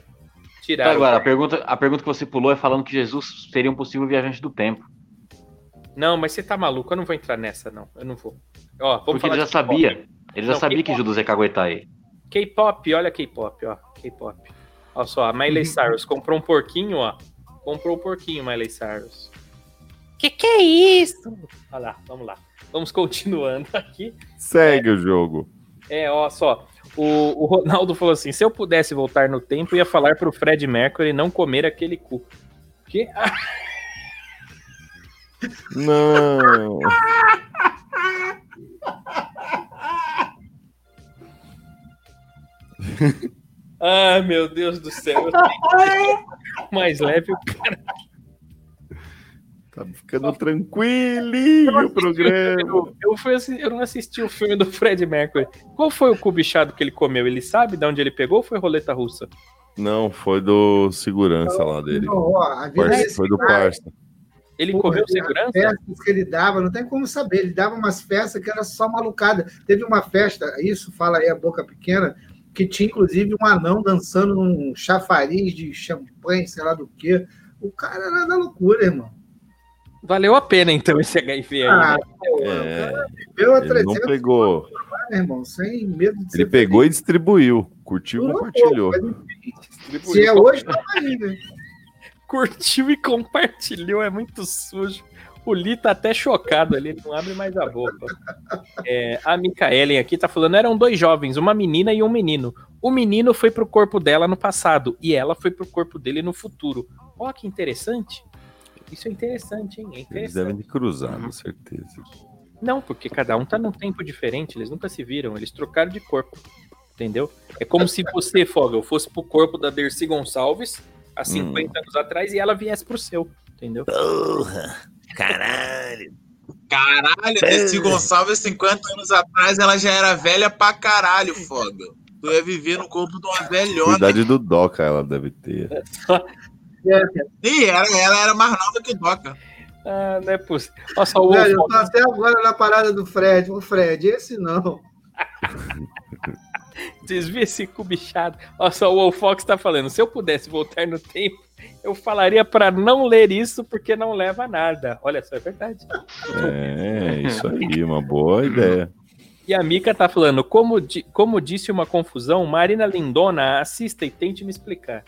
Speaker 4: Tirar.
Speaker 9: Tá, agora, a pergunta, a pergunta que você pulou é falando que Jesus seria um possível viajante do tempo.
Speaker 4: Não, mas você tá maluco. Eu não vou entrar nessa, não. Eu não vou. Ó, vamos
Speaker 9: porque
Speaker 4: falar
Speaker 9: ele já
Speaker 4: de
Speaker 9: sabia. Ele já
Speaker 4: Não,
Speaker 9: sabia que
Speaker 4: K-pop.
Speaker 9: Judas ia caguetar ele.
Speaker 4: K-pop, olha K-pop, ó. K-pop. Olha só, a Miley Cyrus comprou um porquinho, ó. Comprou um porquinho, Miley Cyrus. Que que é isso? Olha lá, vamos lá. Vamos continuando aqui.
Speaker 7: Segue o jogo.
Speaker 4: É, ó só. O, o Ronaldo falou assim: se eu pudesse voltar no tempo, eu ia falar pro Fred Mercury não comer aquele cu. Que? Ah,
Speaker 7: Não.
Speaker 4: Ah, meu Deus do céu. eu tenho que- Mais leve o
Speaker 7: Tá Tá ficando tranquilinho o programa.
Speaker 4: Eu, eu fui assi- eu não assisti o filme do Fred Mercury. Qual foi o cubichado que ele comeu? Ele sabe de onde ele pegou ou foi roleta russa?
Speaker 7: Não, foi do segurança lá dele.
Speaker 8: Não, ó, a vida
Speaker 7: Parça-
Speaker 8: é
Speaker 7: Foi do parça.
Speaker 4: Ele
Speaker 8: Porra,
Speaker 4: comeu
Speaker 8: as
Speaker 4: segurança?
Speaker 8: festas que ele dava, não tem como saber. Ele dava umas festas que era só malucada. Teve uma festa, isso fala aí a boca pequena, que tinha inclusive um anão dançando num chafariz de champanhe, sei lá do quê. O cara era da loucura, irmão.
Speaker 4: Valeu a pena, então, esse HIV aí.
Speaker 8: Ah,
Speaker 4: né?
Speaker 8: pô, o
Speaker 7: É,
Speaker 8: cara viveu a
Speaker 7: ele não
Speaker 8: 300
Speaker 7: pegou.
Speaker 8: anos, meu irmão, sem medo de
Speaker 7: Ele pegou e distribuiu. Curtiu e compartilhou.
Speaker 8: Se é hoje, tá aí, né?
Speaker 4: Curtiu e compartilhou, é muito sujo. O Li tá até chocado ali, ele não abre mais a boca. É, a Micaelen aqui tá falando: eram dois jovens, uma menina e um menino. O menino foi pro corpo dela no passado e ela foi pro corpo dele no futuro. Ó, que interessante. Isso é interessante, hein? É
Speaker 7: Eles
Speaker 4: interessante.
Speaker 7: devem ter cruzado, certeza.
Speaker 4: Uhum. Não, porque cada um tá num tempo diferente, eles nunca se viram, eles trocaram de corpo. Entendeu? É como se você, Fogel, fosse pro corpo da Dercy Gonçalves
Speaker 7: Hum.
Speaker 4: há 50 anos atrás e ela viesse pro seu, entendeu?
Speaker 6: Caralho, Desi
Speaker 7: é.
Speaker 6: Gonçalves, 50 anos atrás, ela já era velha pra caralho, foda. Tu ia viver no corpo de uma velhona.
Speaker 7: Cuidado do Doca ela deve ter.
Speaker 6: E era, ela era mais nova que Doca.
Speaker 4: Ah, não é possível. Olha só, o
Speaker 8: Velho,
Speaker 4: Wolf-
Speaker 8: eu tô até agora na parada do Fred. O Fred, esse não.
Speaker 4: desvia esse cubichado. Olha só, o Wolfox tá falando. Se eu pudesse voltar no tempo, eu falaria pra não ler isso porque não leva a nada. Olha só, é verdade.
Speaker 7: É, isso aí, uma
Speaker 4: Uhum.
Speaker 7: boa ideia.
Speaker 4: E a Mika tá falando, como, di- como disse uma confusão, Marina Lindona, assista e tente me explicar.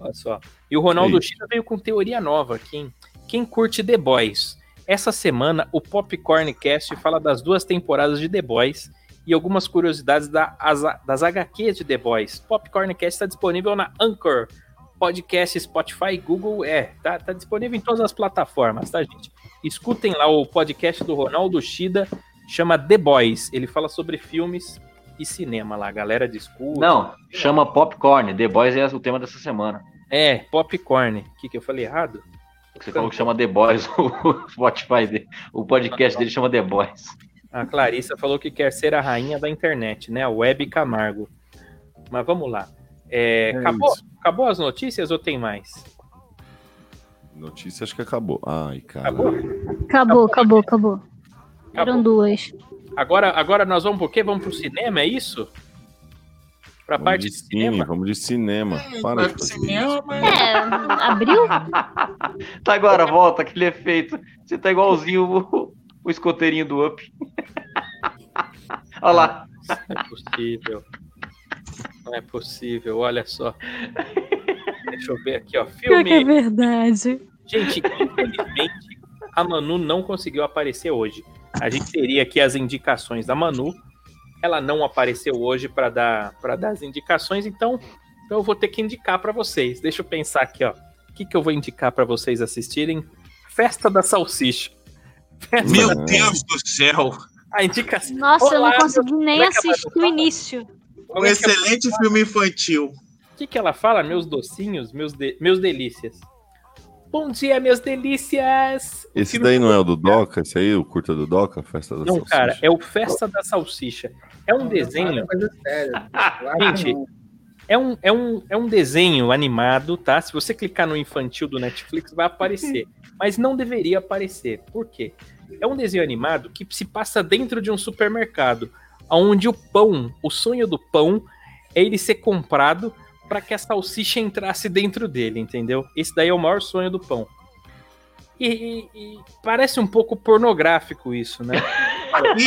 Speaker 4: Olha só. E o Ronaldo
Speaker 7: Ei.
Speaker 4: China veio com teoria nova aqui, hein? Quem curte The Boys? Essa semana, o Popcorn Cast fala das duas temporadas de The Boys e algumas curiosidades da- as- das HQs de The Boys. Popcorn Cast está disponível na Anchor, Podcast, Spotify, Google. É, tá, tá disponível em todas as plataformas, tá, gente? Escutem lá o podcast do Ronaldo Shida, chama The Boys. Ele fala sobre filmes e cinema lá. A galera discute.
Speaker 9: Não, chama Popcorn. The Boys é o tema dessa semana.
Speaker 4: É, Popcorn. O que, que eu falei errado?
Speaker 9: Você falou que chama The Boys, o Spotify dele. O podcast dele chama The Boys.
Speaker 4: A Clarissa falou que quer ser a rainha da internet, né? A Web Camargo. Mas vamos lá. É, acabou, acabou as notícias ou tem mais?
Speaker 7: Notícia acho que acabou. Ai, cara.
Speaker 4: Acabou?
Speaker 5: Acabou, acabou, acabou. Eram
Speaker 4: Acabou.
Speaker 5: duas.
Speaker 4: Agora, agora nós vamos pro quê? Vamos pro cinema, é isso? Pra
Speaker 7: Vamos
Speaker 4: parte
Speaker 7: de
Speaker 4: de cinema? Hum,
Speaker 7: Vamos de cinema. Para
Speaker 6: Vai
Speaker 7: de
Speaker 6: pro
Speaker 7: fazer
Speaker 6: cinema, mas...
Speaker 5: É, abriu?
Speaker 9: Tá agora, volta, aquele efeito. Você tá igualzinho o, o escoteirinho do Up. Olha lá.
Speaker 4: Não é possível. Não é possível, olha só. Deixa eu ver aqui, ó.
Speaker 10: Pior que é
Speaker 4: Filme.
Speaker 10: verdade.
Speaker 4: Gente, infelizmente, a Manu não conseguiu aparecer hoje. A gente teria aqui as indicações da Manu. Ela não apareceu hoje para dar para dar as indicações, então, então eu vou ter que indicar para vocês. Deixa eu pensar aqui, ó. O que, que eu vou indicar para vocês assistirem? Festa da Salsicha. Festa
Speaker 6: Meu
Speaker 7: Não.
Speaker 6: Deus do céu!
Speaker 4: A indicação.
Speaker 5: Nossa, eu
Speaker 4: Olá,
Speaker 5: não consegui nem
Speaker 4: Como é que ela
Speaker 5: assistir o
Speaker 4: fala?
Speaker 5: início.
Speaker 4: é
Speaker 6: Um excelente filme infantil.
Speaker 4: O que, que ela fala? Meus docinhos, meus, de- meus delícias. Bom dia, meus delícias! O
Speaker 7: Esse
Speaker 4: filme
Speaker 7: daí não é o do Doca? Esse aí, o curta do Doca? Festa da
Speaker 4: Não,
Speaker 7: Salsicha?
Speaker 4: cara, é o Festa da Salsicha. É um desenho,
Speaker 8: Coisa séria. Claro que
Speaker 4: Gente,
Speaker 8: não.
Speaker 4: é um, é, um, é um desenho animado, tá? Se você clicar no infantil do Netflix, vai aparecer. Mas não deveria aparecer. Por quê? É um desenho animado que se passa dentro de um supermercado, onde o pão, o sonho do pão, é ele ser comprado para que a salsicha entrasse dentro dele, entendeu? Esse daí é o maior sonho do pão. E- e- e parece um pouco pornográfico isso, né?
Speaker 6: E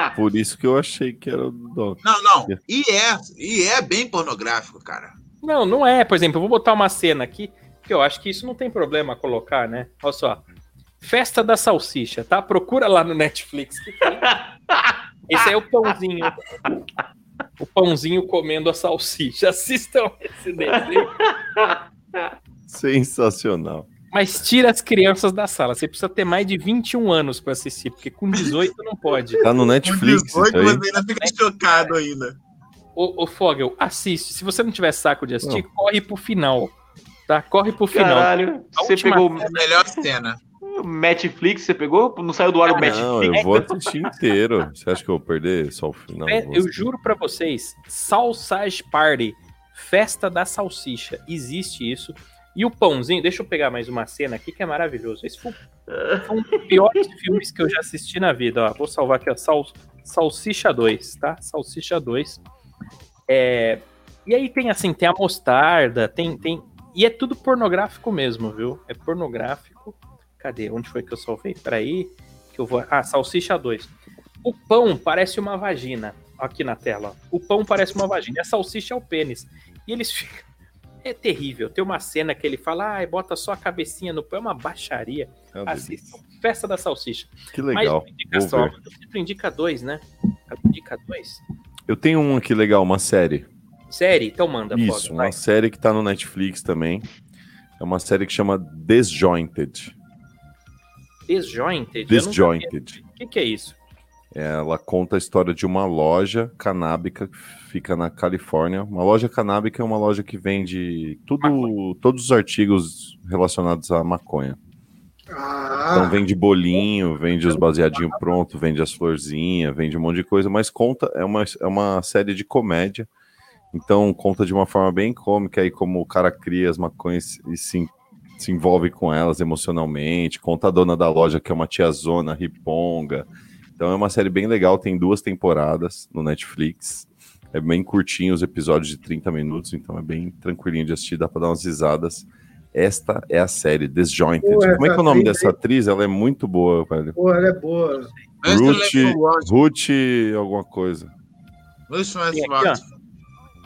Speaker 6: é-
Speaker 7: Por isso que eu achei que era o do Doca.
Speaker 6: não, não. E é, e é bem pornográfico, cara.
Speaker 4: Não, não é. Por exemplo, eu vou botar uma cena aqui, que eu acho que isso não tem problema colocar, né? Olha só. Festa da Salsicha, tá? Procura lá no Netflix que tem. Esse aí é o pãozinho. O pãozinho comendo a salsicha. Assistam esse desenho.
Speaker 7: Sensacional.
Speaker 4: Mas tira as crianças da sala. Você precisa ter mais de 21 anos pra assistir, porque com 18 não pode.
Speaker 7: Tá no
Speaker 6: Com
Speaker 7: Netflix isso
Speaker 6: 18,
Speaker 7: aí?
Speaker 6: você ainda fica chocado ainda.
Speaker 4: Ô, ô Fogel, assiste. Se você não tiver saco de assistir, corre pro final. Tá? Corre pro final.
Speaker 9: Caralho,
Speaker 4: A
Speaker 9: você
Speaker 4: última
Speaker 9: pegou.
Speaker 6: É a melhor cena.
Speaker 9: Netflix, você pegou? Não saiu do ar o
Speaker 7: Não,
Speaker 9: Netflix?
Speaker 7: eu vou assistir inteiro. Você acha que eu vou perder só o final?
Speaker 4: É,
Speaker 7: Vou
Speaker 4: eu
Speaker 7: assistir.
Speaker 4: juro pra vocês, Salsage Party, festa da salsicha, existe isso. E o pãozinho, deixa eu pegar mais uma cena aqui que é maravilhoso. Esse foi, foi um dos piores filmes que eu já assisti na vida. ó. Vou salvar aqui, ó, Sal, Salsicha 2, tá? Salsicha 2. É, e aí tem assim, tem a mostarda, tem, tem... E é tudo pornográfico mesmo, viu? É pornográfico. Cadê? Onde foi que eu salvei? Peraí, que eu vou... Ah, Salsicha 2. O pão parece uma vagina. Aqui na tela. ó. O pão parece uma vagina. E a salsicha é o pênis. E eles ficam. É terrível. Tem uma cena que ele fala, ai, bota só a cabecinha no pão. É uma baixaria.
Speaker 7: É uma delícia.
Speaker 4: Assistam. Festa da salsicha.
Speaker 7: Que legal.
Speaker 4: Mais uma
Speaker 7: vou
Speaker 4: indicação.
Speaker 7: ver.
Speaker 4: Amanda sempre indica dois, né? Ela Indica dois.
Speaker 7: Eu tenho um aqui legal, uma série.
Speaker 4: Série? Então manda,
Speaker 7: Isso,
Speaker 4: foda, vai.
Speaker 7: uma série que tá no Netflix também. É uma série que chama Disjointed.
Speaker 4: Disjointed. eu não
Speaker 7: Disjointed.
Speaker 4: sabia. O que, que é isso?
Speaker 7: Ela conta a história de uma loja canábica que fica na Califórnia. Uma loja canábica é uma loja que vende tudo, todos os artigos relacionados à maconha. Então
Speaker 8: Ah,
Speaker 7: vende bolinho, vende os baseadinhos pronto, vende as florzinhas, vende um monte de coisa, mas conta, é uma, é uma série de comédia. Então conta de uma forma bem cômica aí como o cara cria as maconhas e se, se envolve com elas emocionalmente. Conta a dona da loja que é uma tiazona, riponga. Então é uma série bem legal, tem duas temporadas no Netflix. É bem curtinho os episódios de 30 minutos, então é bem tranquilinho de assistir, dá pra dar umas risadas. Esta é a série Disjointed.
Speaker 8: Pô,
Speaker 7: Como é que é o
Speaker 8: essa
Speaker 7: nome
Speaker 8: atriz
Speaker 7: dessa atriz? Ela é muito boa, velho.
Speaker 8: pô, ela é boa.
Speaker 7: Ruth, Ruth alguma coisa.
Speaker 4: Tem aqui, ó.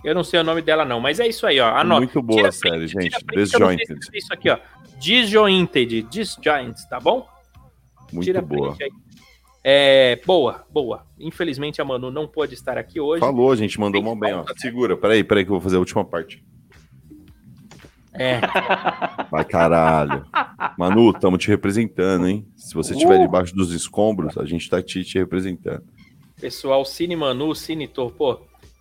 Speaker 4: Eu não sei o nome dela, não, mas é isso aí, ó. Anota.
Speaker 7: Muito boa
Speaker 4: Tira
Speaker 7: a série,
Speaker 4: print, tira
Speaker 7: gente.
Speaker 4: print, que eu não sei
Speaker 7: Disjointed.
Speaker 4: se é Isso aqui, ó. Disjointed. Disjointed, tá bom?
Speaker 7: Muito
Speaker 4: Tira a
Speaker 7: boa.
Speaker 4: print aí. É, boa, boa. Infelizmente a Manu não pôde estar aqui hoje.
Speaker 7: Falou, gente, mandou mó bem, ó. Tá Segura, peraí, peraí que eu vou fazer a última parte.
Speaker 4: É,
Speaker 7: Vai, caralho. Manu, estamos te representando, hein? Se você estiver
Speaker 4: Uh!
Speaker 7: debaixo dos escombros, a gente tá te, te representando.
Speaker 4: pessoal, Cine Manu, Cine Tor, pô,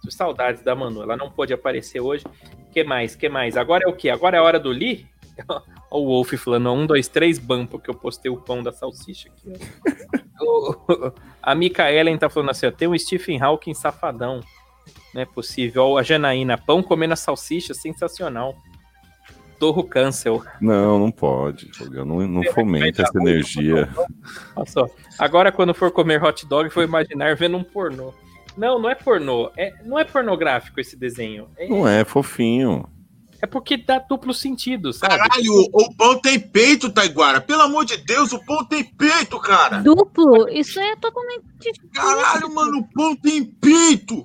Speaker 4: tô saudades da Manu. Ela não pôde aparecer hoje. Que mais, que mais? Agora é o quê? Agora é a hora do Lee? Ó, o Wolf falando, ó, um, dois, três, bam, porque eu postei o pão da salsicha aqui. ó. O- a Micaelen tá falando assim, ó, tem o Stephen Hawking safadão. Não é possível. Ó, a Janaína, pão comendo a salsicha, sensacional. Torro cancel.
Speaker 7: Não, não pode. Foga, Não, não fomenta essa energia.
Speaker 4: Olha só. Agora, quando for comer hot dog, vou imaginar vendo um pornô. Não, não é pornô. É, não é pornográfico esse desenho. É,
Speaker 7: Não é fofinho.
Speaker 4: é porque dá duplo sentido, sabe?
Speaker 6: Caralho, o pão tem peito, Taiguara. Pelo amor de Deus, o pão tem peito, cara.
Speaker 5: Duplo? Isso é totalmente.
Speaker 6: Caralho, mano, o pão tem peito.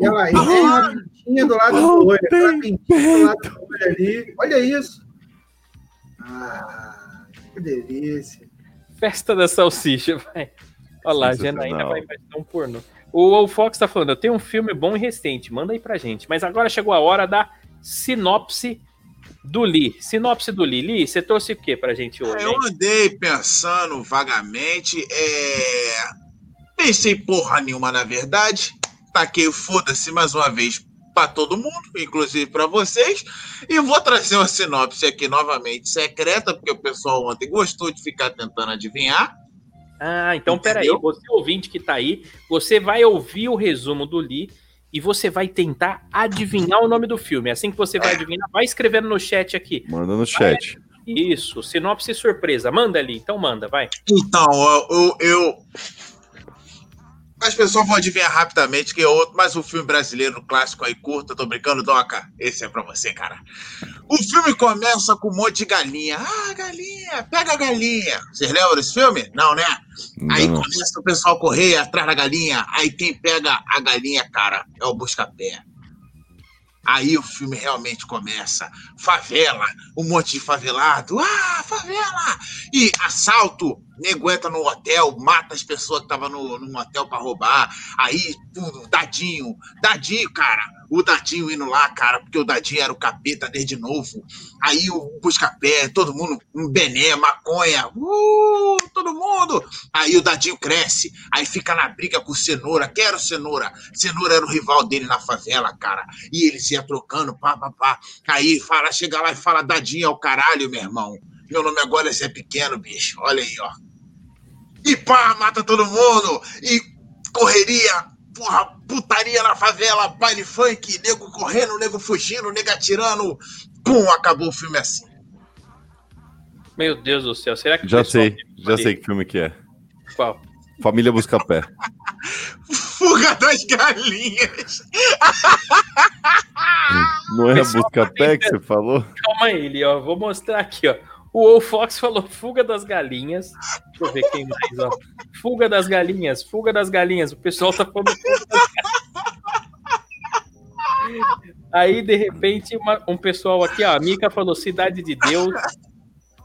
Speaker 8: E ela aí, tem uma pintinha do lado do olho. Aquela pintinha do lado do olho ali. Olha isso. Ah, que delícia.
Speaker 4: Festa da salsicha, vai. Olha lá, a
Speaker 7: Sensacional.
Speaker 4: Janaína vai imaginar um pornô. O, o Fox tá falando, eu tenho um filme bom e recente, manda aí pra gente. Mas agora chegou a hora da sinopse do Lee. Sinopse do Lee. Lee, você trouxe o que pra gente hoje?
Speaker 6: Eu
Speaker 4: hein?
Speaker 6: andei pensando vagamente, é... pensei porra nenhuma na verdade, taquei o foda-se mais uma vez pra todo mundo, inclusive pra vocês, e vou trazer uma sinopse aqui novamente secreta, porque o pessoal ontem gostou de ficar tentando adivinhar.
Speaker 4: Ah, então peraí,
Speaker 6: Entendeu?
Speaker 4: você ouvinte que tá aí, você vai ouvir o resumo do Lee e você vai tentar adivinhar o nome do filme. Assim que você vai adivinhar, vai escrevendo no chat aqui.
Speaker 7: Manda no chat.
Speaker 4: Isso, sinopse surpresa. Manda ali, então manda, vai.
Speaker 6: Então, eu. eu, eu... As pessoas vão adivinhar rapidamente que é outro, mas o filme brasileiro clássico aí curto, eu tô brincando, Doca. Esse é pra você, cara. O filme começa com um monte de galinha. Ah, galinha, pega a galinha. Vocês lembram desse filme? Não, né? Aí
Speaker 7: Não.
Speaker 6: começa o pessoal a correr atrás da galinha. Aí quem pega a galinha, cara, é o busca-pé. Aí o filme realmente começa. Favela, um monte de favelado. Ah, favela! E assalto, nego entra no hotel, mata as pessoas que estavam no, no hotel pra roubar. Aí, tudo, dadinho, dadinho, cara. O dadinho indo lá, cara, porque o dadinho era o capeta desde novo. Aí o busca-pé, todo mundo, um bené, maconha, uh, todo mundo. Aí o Dadinho cresce, aí fica na briga com o Cenoura. Quero Cenoura. Cenoura era o rival dele na favela, cara. E eles ia trocando, pá, pá, pá. Aí fala, chega lá e fala, Dadinho é o caralho, meu irmão. Meu nome agora é Zé Pequeno, bicho. Olha aí, ó. E pá, mata todo mundo. E correria, porra, putaria na favela, baile funk, nego correndo, nego fugindo, nego atirando. Pum, acabou o filme assim.
Speaker 4: Meu Deus do céu, será que. o
Speaker 7: Já
Speaker 4: pessoal-
Speaker 7: sei, já sei que filme que é.
Speaker 4: Qual?
Speaker 7: Família Buscapé.
Speaker 6: Fuga das galinhas.
Speaker 7: Não é
Speaker 4: Pessoal,
Speaker 7: Buscapé que você falou?
Speaker 4: Calma aí, Eli, ó. Vou mostrar aqui, ó. O Wolf Fox falou fuga das galinhas. Deixa eu ver quem mais, ó. Fuga das galinhas, fuga das galinhas. O pessoal tá falando. Fuga das galinhas. Aí, de repente, uma- um pessoal aqui, ó. A Mika falou Cidade de Deus.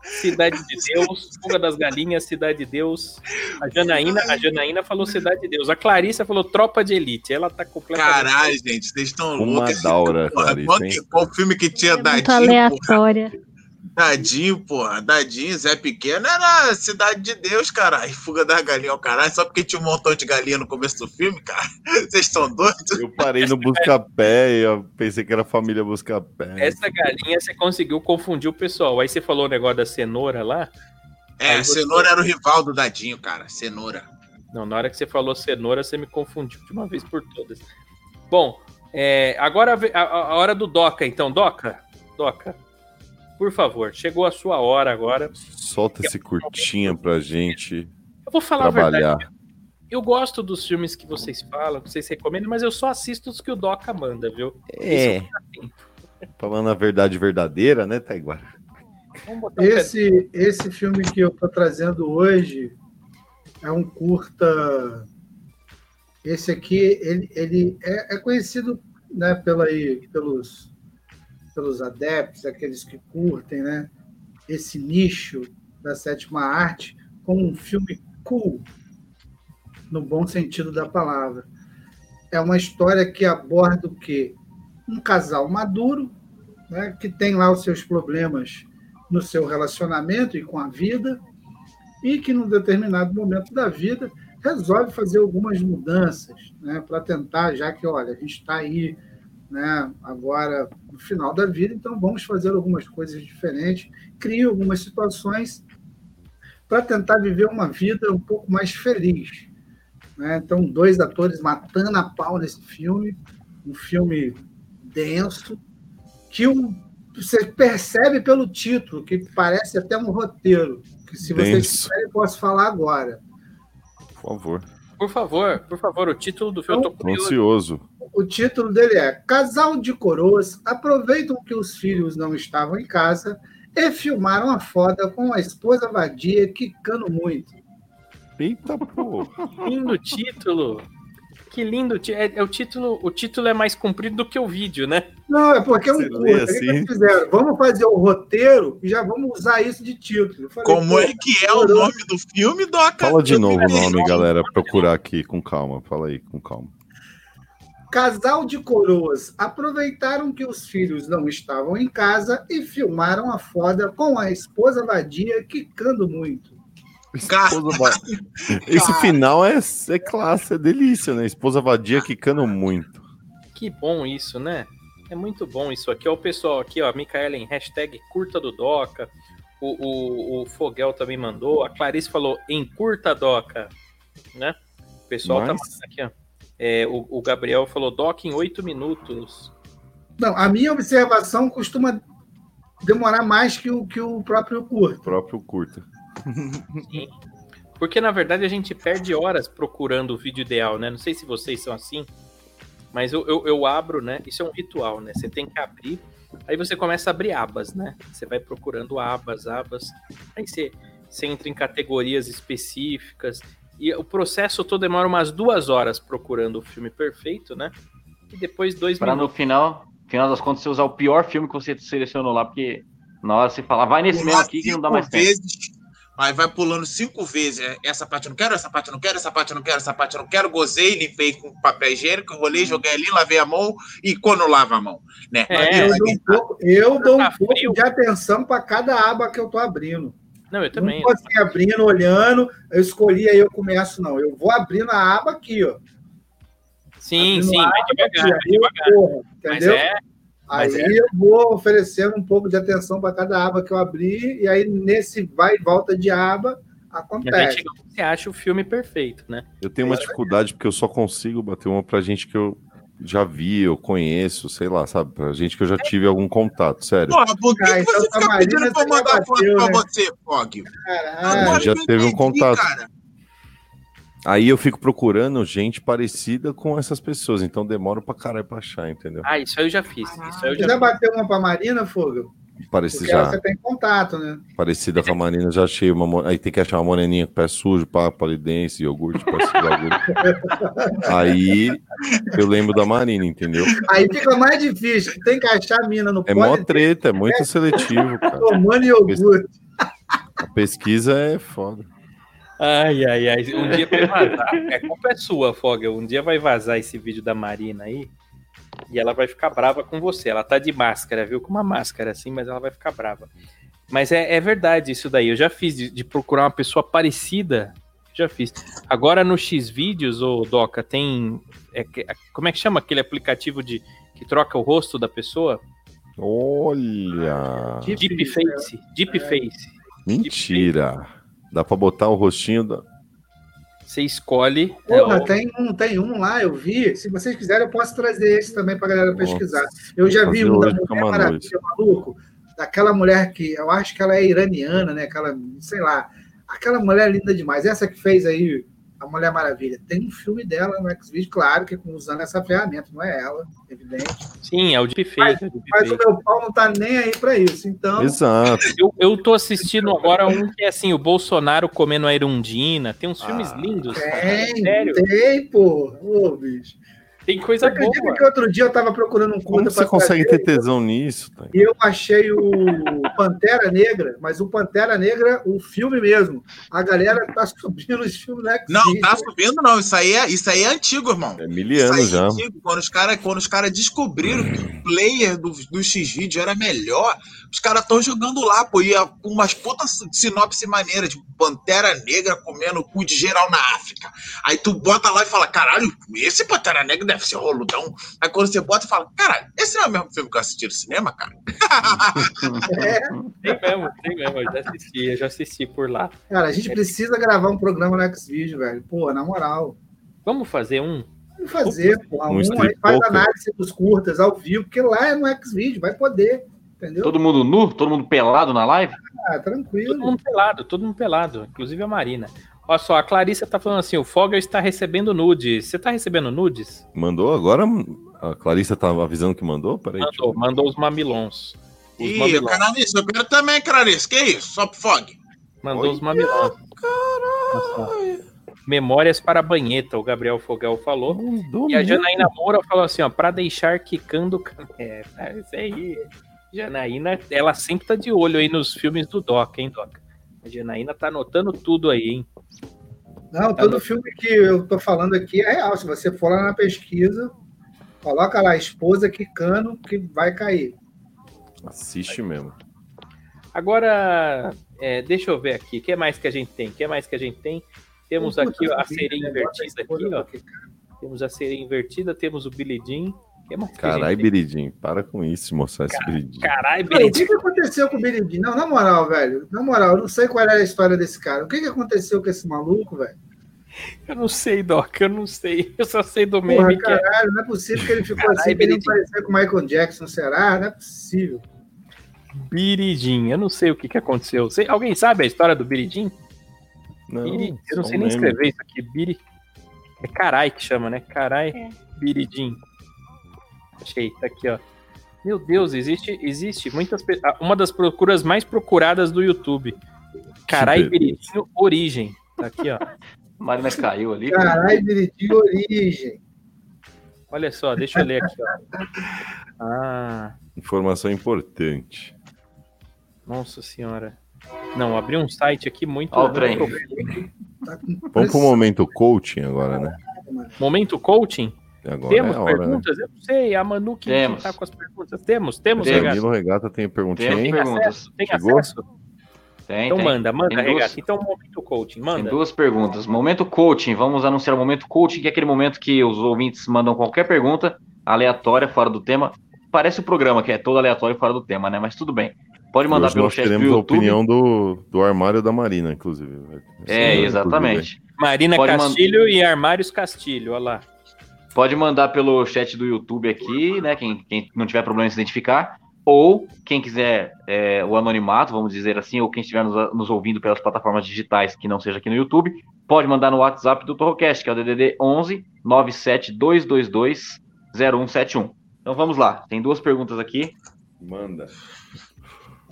Speaker 4: Cidade de Deus, Fuga das Galinhas, Cidade de Deus. A Janaína, a Janaína falou Cidade de Deus. A Clarissa falou Tropa de Elite. Ela tá completamente.
Speaker 6: Caralho, gente, vocês estão
Speaker 7: Uma
Speaker 6: loucos.
Speaker 7: daura, Clarice,
Speaker 6: qual,
Speaker 7: hein?
Speaker 6: qual filme que tinha
Speaker 5: É Muito
Speaker 6: dadinho, porra?
Speaker 5: aleatória.
Speaker 6: Dadinho, porra, Dadinho, Zé Pequeno, era Cidade de Deus, caralho. Fuga da galinha ao caralho, só porque tinha um montão de galinha no começo do filme, cara. Vocês estão doidos?
Speaker 7: Eu parei no Buscapé e eu pensei que era Família Buscapé.
Speaker 4: Essa galinha você conseguiu confundir o pessoal. Aí você falou o negócio da cenoura lá.
Speaker 6: É,
Speaker 4: Aí você-
Speaker 6: Cenoura era o rival do Dadinho, cara. Cenoura.
Speaker 4: Não, na hora que você falou cenoura, você me confundiu de uma vez por todas. Bom, é, agora a, ve- a- a hora do Doca, então. Doca, Doca, por favor, chegou a sua hora agora.
Speaker 7: Solta esse curtinha pra gente
Speaker 4: Eu vou falar a verdade.
Speaker 7: trabalhar.
Speaker 4: Eu gosto dos filmes que vocês falam, que vocês recomendam, mas eu só assisto os que o Doca manda, viu?
Speaker 7: É. Falando a verdade verdadeira, né, Taiguara?
Speaker 4: Vamos botar o pé-
Speaker 8: Esse, esse filme que eu tô trazendo hoje é um curta. Esse aqui, ele, ele é, é conhecido né, pela, pelos, pelos adeptos, aqueles que curtem né, esse nicho da sétima arte, como um filme cool, no bom sentido da palavra. É uma história que aborda o quê? Um casal maduro, né, que tem lá os seus problemas no seu relacionamento e com a vida, e que num determinado momento da vida resolve fazer algumas mudanças, né, para tentar, já que olha, a gente está aí, né, agora no final da vida, então vamos fazer algumas coisas diferentes, cria algumas situações para tentar viver uma vida um pouco mais feliz. né? Então, dois atores matando a pau nesse filme, um filme denso, que um você percebe pelo título, que parece até um roteiro, que se vocês
Speaker 7: Denso.
Speaker 8: quiserem eu posso falar agora.
Speaker 7: Por favor.
Speaker 4: Por favor, por favor, o título do filme. Eu tô
Speaker 7: Tô
Speaker 4: curioso.
Speaker 7: ansioso.
Speaker 8: O título dele é Casal de Coroas aproveitam que os filhos não estavam em casa e filmaram a foda com a esposa vadia quicando muito.
Speaker 7: Eita, pô.
Speaker 4: Lindo título. Que lindo. ti- É, é o título. O título é mais comprido do que o vídeo, né?
Speaker 8: Não, é porque é
Speaker 7: Você lê
Speaker 8: um curto. O que que
Speaker 7: assim?
Speaker 8: eles fizeram? Vamos fazer o roteiro e já vamos usar isso de título. Eu falei,
Speaker 6: Como
Speaker 8: pô,
Speaker 6: é que é o nome do filme, Doca?
Speaker 7: Fala de novo o nome, galera. Procurar aqui com calma. Fala aí com calma.
Speaker 8: Casal de coroas aproveitaram que os filhos não estavam em casa e filmaram a foda com a esposa vadia quicando muito.
Speaker 6: Cara,
Speaker 7: Esposa va- Esse final é, é classe, é delícia, né? Esposa vadia quicando muito.
Speaker 4: Que bom isso, né? É muito bom isso aqui. Ó, o pessoal aqui, ó, Micaelen, hashtag curta do Doca. O, o, o Fogel também mandou. A Clarice falou em curta Doca, né? O pessoal tá
Speaker 7: Mas-
Speaker 4: mandando aqui, ó. É, o, o Gabriel falou Doca em oito minutos.
Speaker 8: Não, a minha observação costuma demorar mais que o, que o próprio curto.
Speaker 7: O próprio curta.
Speaker 4: Porque na verdade a gente perde horas procurando o vídeo ideal, né? Não sei se vocês são assim, mas eu, eu, eu abro, né? Isso é um ritual, né? Você tem que abrir, aí você começa a abrir abas, né? Você vai procurando abas, abas, aí você, você entra em categorias específicas, e o processo todo demora umas duas horas procurando o filme perfeito, né? E depois dois
Speaker 9: Pra no
Speaker 4: minutos.
Speaker 9: final, final das contas, você usar o pior filme que você selecionou lá, porque na hora você fala, vai nesse mesmo
Speaker 6: pular
Speaker 9: aqui que não
Speaker 6: cinco
Speaker 9: dá mais tempo.
Speaker 6: vezes. Aí vai pulando cinco vezes. É, Essa parte eu não quero, essa parte eu não quero, essa parte eu não quero, essa parte eu não quero. Gozei, limpei com papel higiênico,
Speaker 9: Uhum.
Speaker 6: rolei, joguei ali, lavei a mão. E quando lava a mão, né?
Speaker 4: É,
Speaker 8: eu
Speaker 6: Vai
Speaker 8: dou um pouco, eu dou
Speaker 4: Tá
Speaker 8: um pouco
Speaker 4: frio.
Speaker 8: de atenção para cada aba que eu estou abrindo.
Speaker 4: Não, eu
Speaker 8: Eu
Speaker 4: também.
Speaker 8: Não estou assim, abrindo, olhando, eu escolhi, aí eu começo, não. Eu vou abrindo a aba aqui, ó.
Speaker 4: Sim,
Speaker 8: abrindo
Speaker 4: sim,
Speaker 8: a
Speaker 4: vai
Speaker 8: aba aqui,
Speaker 4: devagar, vai
Speaker 8: aí eu
Speaker 4: devagar.
Speaker 8: corro,
Speaker 4: Mas
Speaker 8: entendeu?
Speaker 4: é,
Speaker 8: Aí
Speaker 6: Mas é.
Speaker 8: eu vou oferecendo um pouco de atenção para cada aba que eu abrir, e aí nesse vai e volta de aba
Speaker 4: A gente
Speaker 8: acontece.
Speaker 4: chega onde você acha o filme perfeito, né?
Speaker 7: Eu tenho uma dificuldade porque eu só consigo bater uma pra gente que eu já vi, eu conheço, sei lá, sabe? Pra gente que eu já tive algum contato, sério.
Speaker 12: Porra, por que,
Speaker 8: Ah,
Speaker 12: que
Speaker 8: então
Speaker 12: você
Speaker 8: tá
Speaker 12: fica
Speaker 8: Marina,
Speaker 12: pedindo pra eu
Speaker 8: você
Speaker 12: mandar
Speaker 8: já
Speaker 12: foto
Speaker 8: bateu,
Speaker 12: pra
Speaker 8: né? Ah,
Speaker 12: você, Fog?
Speaker 8: Caralho.
Speaker 4: Ah,
Speaker 12: Agora
Speaker 7: já
Speaker 12: que eu
Speaker 7: teve um
Speaker 12: entendi,
Speaker 7: contato.
Speaker 12: Cara.
Speaker 7: Aí eu fico procurando gente parecida com essas pessoas, então demora pra caralho pra achar, entendeu?
Speaker 4: Ah, isso aí eu já fiz. Isso aí eu
Speaker 8: Você
Speaker 4: já
Speaker 8: já
Speaker 4: fiz.
Speaker 8: bateu uma pra Marina, Fogo?
Speaker 7: Parece
Speaker 8: Porque ela
Speaker 7: já,
Speaker 8: você tem contato, né?
Speaker 7: parecida com a Marina, já achei uma. mo- Aí tem que achar uma moreninha com pé sujo, pá, polidense, iogurte, pá, esse bagulho. Aí eu lembro da Marina, entendeu?
Speaker 8: Aí fica mais difícil, tem que achar a mina no
Speaker 7: É mó treta, é muito seletivo, cara.
Speaker 8: tomando iogurte.
Speaker 7: A pesquisa é foda.
Speaker 4: Ai, ai, ai. Um dia vai vazar. A culpa é sua, Fogel. Um dia vai vazar esse vídeo da Marina aí. E ela vai ficar brava com você. Ela tá de máscara, viu? Com uma máscara assim, mas ela vai ficar brava. Mas é, é verdade isso daí. Eu já fiz de, de procurar uma pessoa parecida. Já fiz. Agora no Xvideos, ô Doca, tem. é que- como é que chama aquele aplicativo de que troca o rosto da pessoa?
Speaker 7: Olha!
Speaker 4: Deep Face. Deep Face.
Speaker 7: Mentira! Dá pra botar o rostinho da.
Speaker 4: Você escolhe. é,
Speaker 8: Porra,
Speaker 4: o-
Speaker 8: tem um, tem um lá, eu vi. Se vocês quiserem, eu posso trazer esse também pra galera pesquisar. eu já vi
Speaker 7: fazer
Speaker 8: um da
Speaker 7: hoje com a
Speaker 8: Mulher
Speaker 7: Manu
Speaker 8: Maravilha, maluco. Daquela mulher que eu acho que ela é iraniana, né? Aquela, sei lá. Aquela mulher linda demais. Essa que fez aí a Mulher Maravilha. Tem um filme dela no X-Video, claro que é usando essa ferramenta, não é ela, evidente.
Speaker 4: Sim, é o Deep Fake. é o Deep
Speaker 8: Mas o
Speaker 4: Fake.
Speaker 8: meu pau não tá nem aí pra isso. Então,
Speaker 7: Exato!
Speaker 4: Eu, eu tô assistindo agora um que é assim, o Bolsonaro comendo a Erundina. Tem uns filmes
Speaker 12: Ah.
Speaker 4: lindos. cara.
Speaker 8: tem,
Speaker 4: Sério,
Speaker 8: tem, porra. Ô, bicho.
Speaker 4: tem
Speaker 8: Você
Speaker 4: coisa
Speaker 8: acredita
Speaker 4: boa.
Speaker 8: que outro dia eu tava procurando um
Speaker 7: Como
Speaker 8: curta
Speaker 7: você
Speaker 8: pra
Speaker 7: consegue
Speaker 8: trazer?
Speaker 7: ter tesão nisso? tá? Thay?
Speaker 8: E eu achei o Pantera Negra, mas o Pantera Negra, o filme mesmo. A galera tá subindo os filmes no X.
Speaker 12: Não, tá subindo não. Isso aí é, isso aí é antigo, irmão.
Speaker 7: É mil anos
Speaker 12: Isso aí é
Speaker 7: já.
Speaker 12: antigo. Quando os caras cara descobriram que o player do, do X-Video era melhor, os caras estão jogando lá, pô. E a- com umas putas sinopse maneira, tipo, Pantera Negra comendo cu de geral na África. Aí tu bota lá e fala, caralho, esse Pantera Negra deve ser roludão. Aí quando você bota, fala, caralho, esse não é o mesmo filme que eu assisti no cinema, cara?
Speaker 8: É,
Speaker 4: Tem mesmo, tem mesmo. Eu já assisti, eu já assisti por lá.
Speaker 8: Cara, a gente precisa gravar um programa no X-Video, velho. Pô, na moral.
Speaker 4: Vamos fazer um?
Speaker 8: Vamos fazer, pô. Um, aí
Speaker 7: strip
Speaker 8: faz
Speaker 7: poker.
Speaker 8: análise dos curtas ao vivo, porque lá é no X-Video, vai poder. Entendeu?
Speaker 9: Todo mundo nu, todo mundo pelado na live?
Speaker 8: Ah,
Speaker 4: Todo
Speaker 8: tranquilo.
Speaker 4: mundo pelado, todo mundo pelado, inclusive a Marina. Olha só, a Clarissa tá falando assim, o Fogel está recebendo nudes. Você tá recebendo nudes?
Speaker 7: Mandou agora? A Clarissa tava avisando que mandou? Peraí.
Speaker 4: Mandou, mandou os mamilons. Os
Speaker 12: Ih,
Speaker 4: mamilons.
Speaker 12: Clarice, eu quero também, Clarice. Que isso? Só pro fog.
Speaker 4: Mandou os mamilões. Memórias para a banheta, o Gabriel Fogel falou.
Speaker 7: Mandou
Speaker 4: E a
Speaker 7: mesmo.
Speaker 4: Janaína Moura falou assim, ó, pra deixar quicando... É, tá, isso aí. Janaína, ela sempre tá de olho aí nos filmes do Doc, hein, Doc? A Janaína tá anotando tudo aí, hein?
Speaker 8: Não, todo filme que eu tô falando aqui é real. Se você for lá na pesquisa, coloca lá, esposa quicando, que vai cair.
Speaker 7: Assiste mesmo.
Speaker 4: Agora, é, deixa eu ver aqui, o que mais que a gente tem? O que mais que a gente tem? Temos aqui a
Speaker 7: um
Speaker 4: sereia invertida aqui, ó. Temos a sereia invertida, temos o Billy Jean. O que mais que a gente
Speaker 7: Carai,
Speaker 4: tem?
Speaker 7: Biridinho, para com isso, de mostrar esse Biridinho.
Speaker 4: Carai,
Speaker 8: Cara,
Speaker 4: Billy
Speaker 8: o que, que aconteceu com o Billy Jean? Não, na moral, velho. Na moral, eu não sei qual era a história desse cara. O que, que aconteceu com esse maluco, velho?
Speaker 4: Eu não sei, Doc, eu não sei. Eu só sei do meme
Speaker 8: Porra,
Speaker 4: que é.
Speaker 8: caralho, não é possível que ele ficou
Speaker 4: Caralho,
Speaker 8: assim,
Speaker 4: Billy
Speaker 8: querendo
Speaker 4: Jean.
Speaker 8: parecer com o Michael Jackson, será? Não é possível.
Speaker 4: Biridim. Eu não sei o que, que aconteceu. Sei- alguém sabe a história do Biridim? Biri- eu não
Speaker 7: só
Speaker 4: sei
Speaker 7: um
Speaker 4: nem
Speaker 7: meme.
Speaker 4: escrever isso aqui. Biri. É carai que chama, né? Carai Biridim. Achei, tá aqui, ó. Meu Deus, existe, existe muitas pe- ah, Uma das procuras mais procuradas do YouTube. Carai
Speaker 7: beleza.
Speaker 4: Biridinho Origem. Tá aqui, ó.
Speaker 9: Marina caiu ali.
Speaker 8: Caralho, Billy Jean origem.
Speaker 4: Olha só, deixa eu ler aqui, ó. Ah.
Speaker 7: Informação importante.
Speaker 4: Nossa senhora. Não, abri um site aqui muito.
Speaker 9: Ó o trem.
Speaker 8: Tá com
Speaker 7: Vamos pro
Speaker 8: pressão,
Speaker 7: momento coaching agora, né?
Speaker 8: mano.
Speaker 4: Momento coaching?
Speaker 7: Agora
Speaker 4: temos
Speaker 7: é a hora, né?
Speaker 4: perguntas? Eu não sei, a Manu que
Speaker 9: Temos.
Speaker 4: tá com as perguntas. Temos, temos,
Speaker 9: Temos.
Speaker 4: Regata.
Speaker 7: Danilo Regata tem perguntinha
Speaker 9: Temos
Speaker 7: aí?
Speaker 9: perguntas.
Speaker 4: Tem
Speaker 7: Chegou?
Speaker 4: acesso?
Speaker 9: Tem,
Speaker 4: Então
Speaker 9: tem.
Speaker 4: manda, manda,
Speaker 9: Tem duas.
Speaker 4: Regata. Então, momento coaching,
Speaker 9: Tem
Speaker 4: manda.
Speaker 9: duas perguntas. Momento coaching. Vamos anunciar o momento coaching, que é aquele momento que os ouvintes mandam qualquer pergunta aleatória, fora do tema, parece o programa, que é todo aleatório fora do tema, né? Mas tudo bem. Pode mandar
Speaker 7: Hoje
Speaker 9: pelo
Speaker 7: nós
Speaker 9: chat do
Speaker 7: teremos a
Speaker 9: YouTube.
Speaker 7: opinião do, do armário da Marina, inclusive. Vai ser
Speaker 9: É,
Speaker 7: inclusive,
Speaker 9: exatamente.
Speaker 4: Marina
Speaker 9: Pode mandar.
Speaker 4: Castilho e Armários Castilho, olha lá.
Speaker 9: Pode mandar pelo chat do YouTube aqui, né? Quem, quem não tiver problema em se identificar. Ou quem quiser é, o anonimato, vamos dizer assim, ou quem estiver nos, nos ouvindo pelas plataformas digitais que não seja aqui no YouTube, pode mandar no WhatsApp do Torrocast, que é o DDD 11 97222 0171. Então vamos lá, tem duas perguntas aqui.
Speaker 7: né? Manda.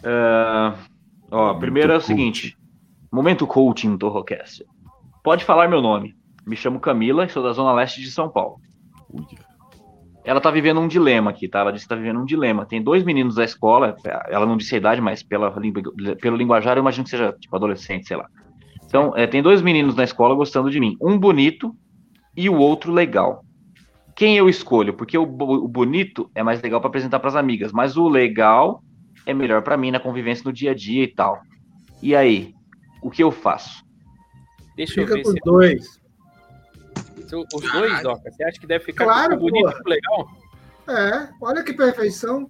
Speaker 9: Ah, ó, a primeira é o
Speaker 7: coaching.
Speaker 9: seguinte: Momento coaching do Torrocast. Pode falar meu nome. Me chamo Camila e sou da Zona Leste de São Paulo.
Speaker 7: Ui.
Speaker 9: Ela tá vivendo um dilema aqui, tá? Ela disse que tá vivendo um dilema. Tem dois meninos da escola, ela não disse a idade, mas pela, lingu- pelo linguajar eu imagino que seja, tipo, adolescente, sei lá. Então, é, tem dois meninos na escola gostando de mim. Um bonito e o outro legal. Quem eu escolho? Porque o, bo- o bonito é mais legal pra apresentar pras amigas, mas o legal é melhor pra mim na convivência no dia a dia e tal. E aí, o que eu faço?
Speaker 4: Deixa eu
Speaker 8: Fica
Speaker 4: ver
Speaker 8: com
Speaker 4: se,
Speaker 8: os dois.
Speaker 4: se os dois, Doca, você acha que deve ficar
Speaker 8: Claro,
Speaker 4: com o bonito
Speaker 8: porra.
Speaker 4: e com o legal?
Speaker 8: É, olha que perfeição.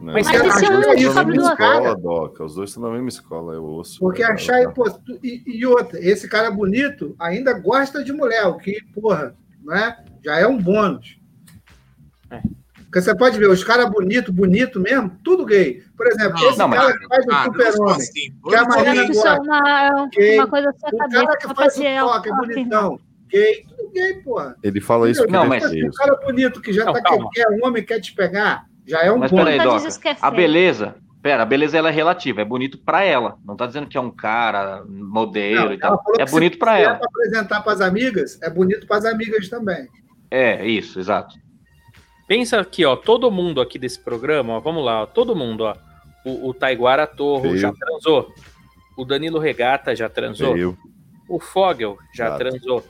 Speaker 7: Não,
Speaker 4: Mas
Speaker 7: os
Speaker 4: se
Speaker 7: dois
Speaker 4: você
Speaker 7: estão
Speaker 8: não
Speaker 7: na mesma
Speaker 8: sabe do
Speaker 7: escola,
Speaker 8: cara.
Speaker 7: Doca. né? Os dois estão na mesma escola, eu ouço. é,
Speaker 8: Porque
Speaker 7: cara.
Speaker 8: achar impostura. E, e outra, esse cara bonito ainda gosta de mulher, o que, porra, né? Já é um bônus.
Speaker 4: É.
Speaker 8: Porque você pode ver, os caras bonito, bonito mesmo, tudo gay. Por exemplo,
Speaker 6: Não,
Speaker 8: esse
Speaker 9: não, mas-
Speaker 8: cara que faz
Speaker 6: Ah,
Speaker 8: o
Speaker 6: não sou
Speaker 8: super-homem.
Speaker 6: assim.
Speaker 8: Que a Marina
Speaker 5: Acho que isso é
Speaker 8: gosta.
Speaker 5: uma, é
Speaker 8: Quem?
Speaker 5: uma coisa da sua
Speaker 8: O
Speaker 5: cabeça.
Speaker 8: cara que
Speaker 5: só
Speaker 8: faz o
Speaker 5: pra é ser
Speaker 8: toque, é
Speaker 5: afirmado.
Speaker 8: bonitão, gay, tudo gay, porra. Então,
Speaker 7: Ele fala isso porque
Speaker 9: Não,
Speaker 7: ele
Speaker 9: mas-
Speaker 7: é
Speaker 8: o
Speaker 7: isso.
Speaker 8: cara bonito que já
Speaker 4: Não,
Speaker 8: tá
Speaker 4: calma.
Speaker 8: quer um homem quer te pegar, já é um
Speaker 9: Mas
Speaker 8: bônus.
Speaker 9: peraí,
Speaker 5: Tá
Speaker 9: Doca.
Speaker 5: dizendo que é
Speaker 9: A
Speaker 5: feio.
Speaker 9: beleza, pera, a beleza ela é relativa, é bonito pra ela. Não tá dizendo que é um cara modelo
Speaker 8: Não,
Speaker 9: e tal.
Speaker 8: ela falou
Speaker 9: É
Speaker 8: que
Speaker 9: bonito
Speaker 8: se
Speaker 9: pra
Speaker 8: quiser
Speaker 9: ela.
Speaker 8: pra apresentar pras amigas, é bonito pras amigas também.
Speaker 9: É, isso, exato.
Speaker 4: Pensa aqui, ó, todo mundo aqui desse programa, ó, vamos lá, ó, todo mundo, ó. O, o Taiguara Torro
Speaker 7: Veio.
Speaker 4: já transou. O Danilo Regata já transou.
Speaker 7: Eu.
Speaker 4: O Fogel já
Speaker 7: Exato.
Speaker 4: transou.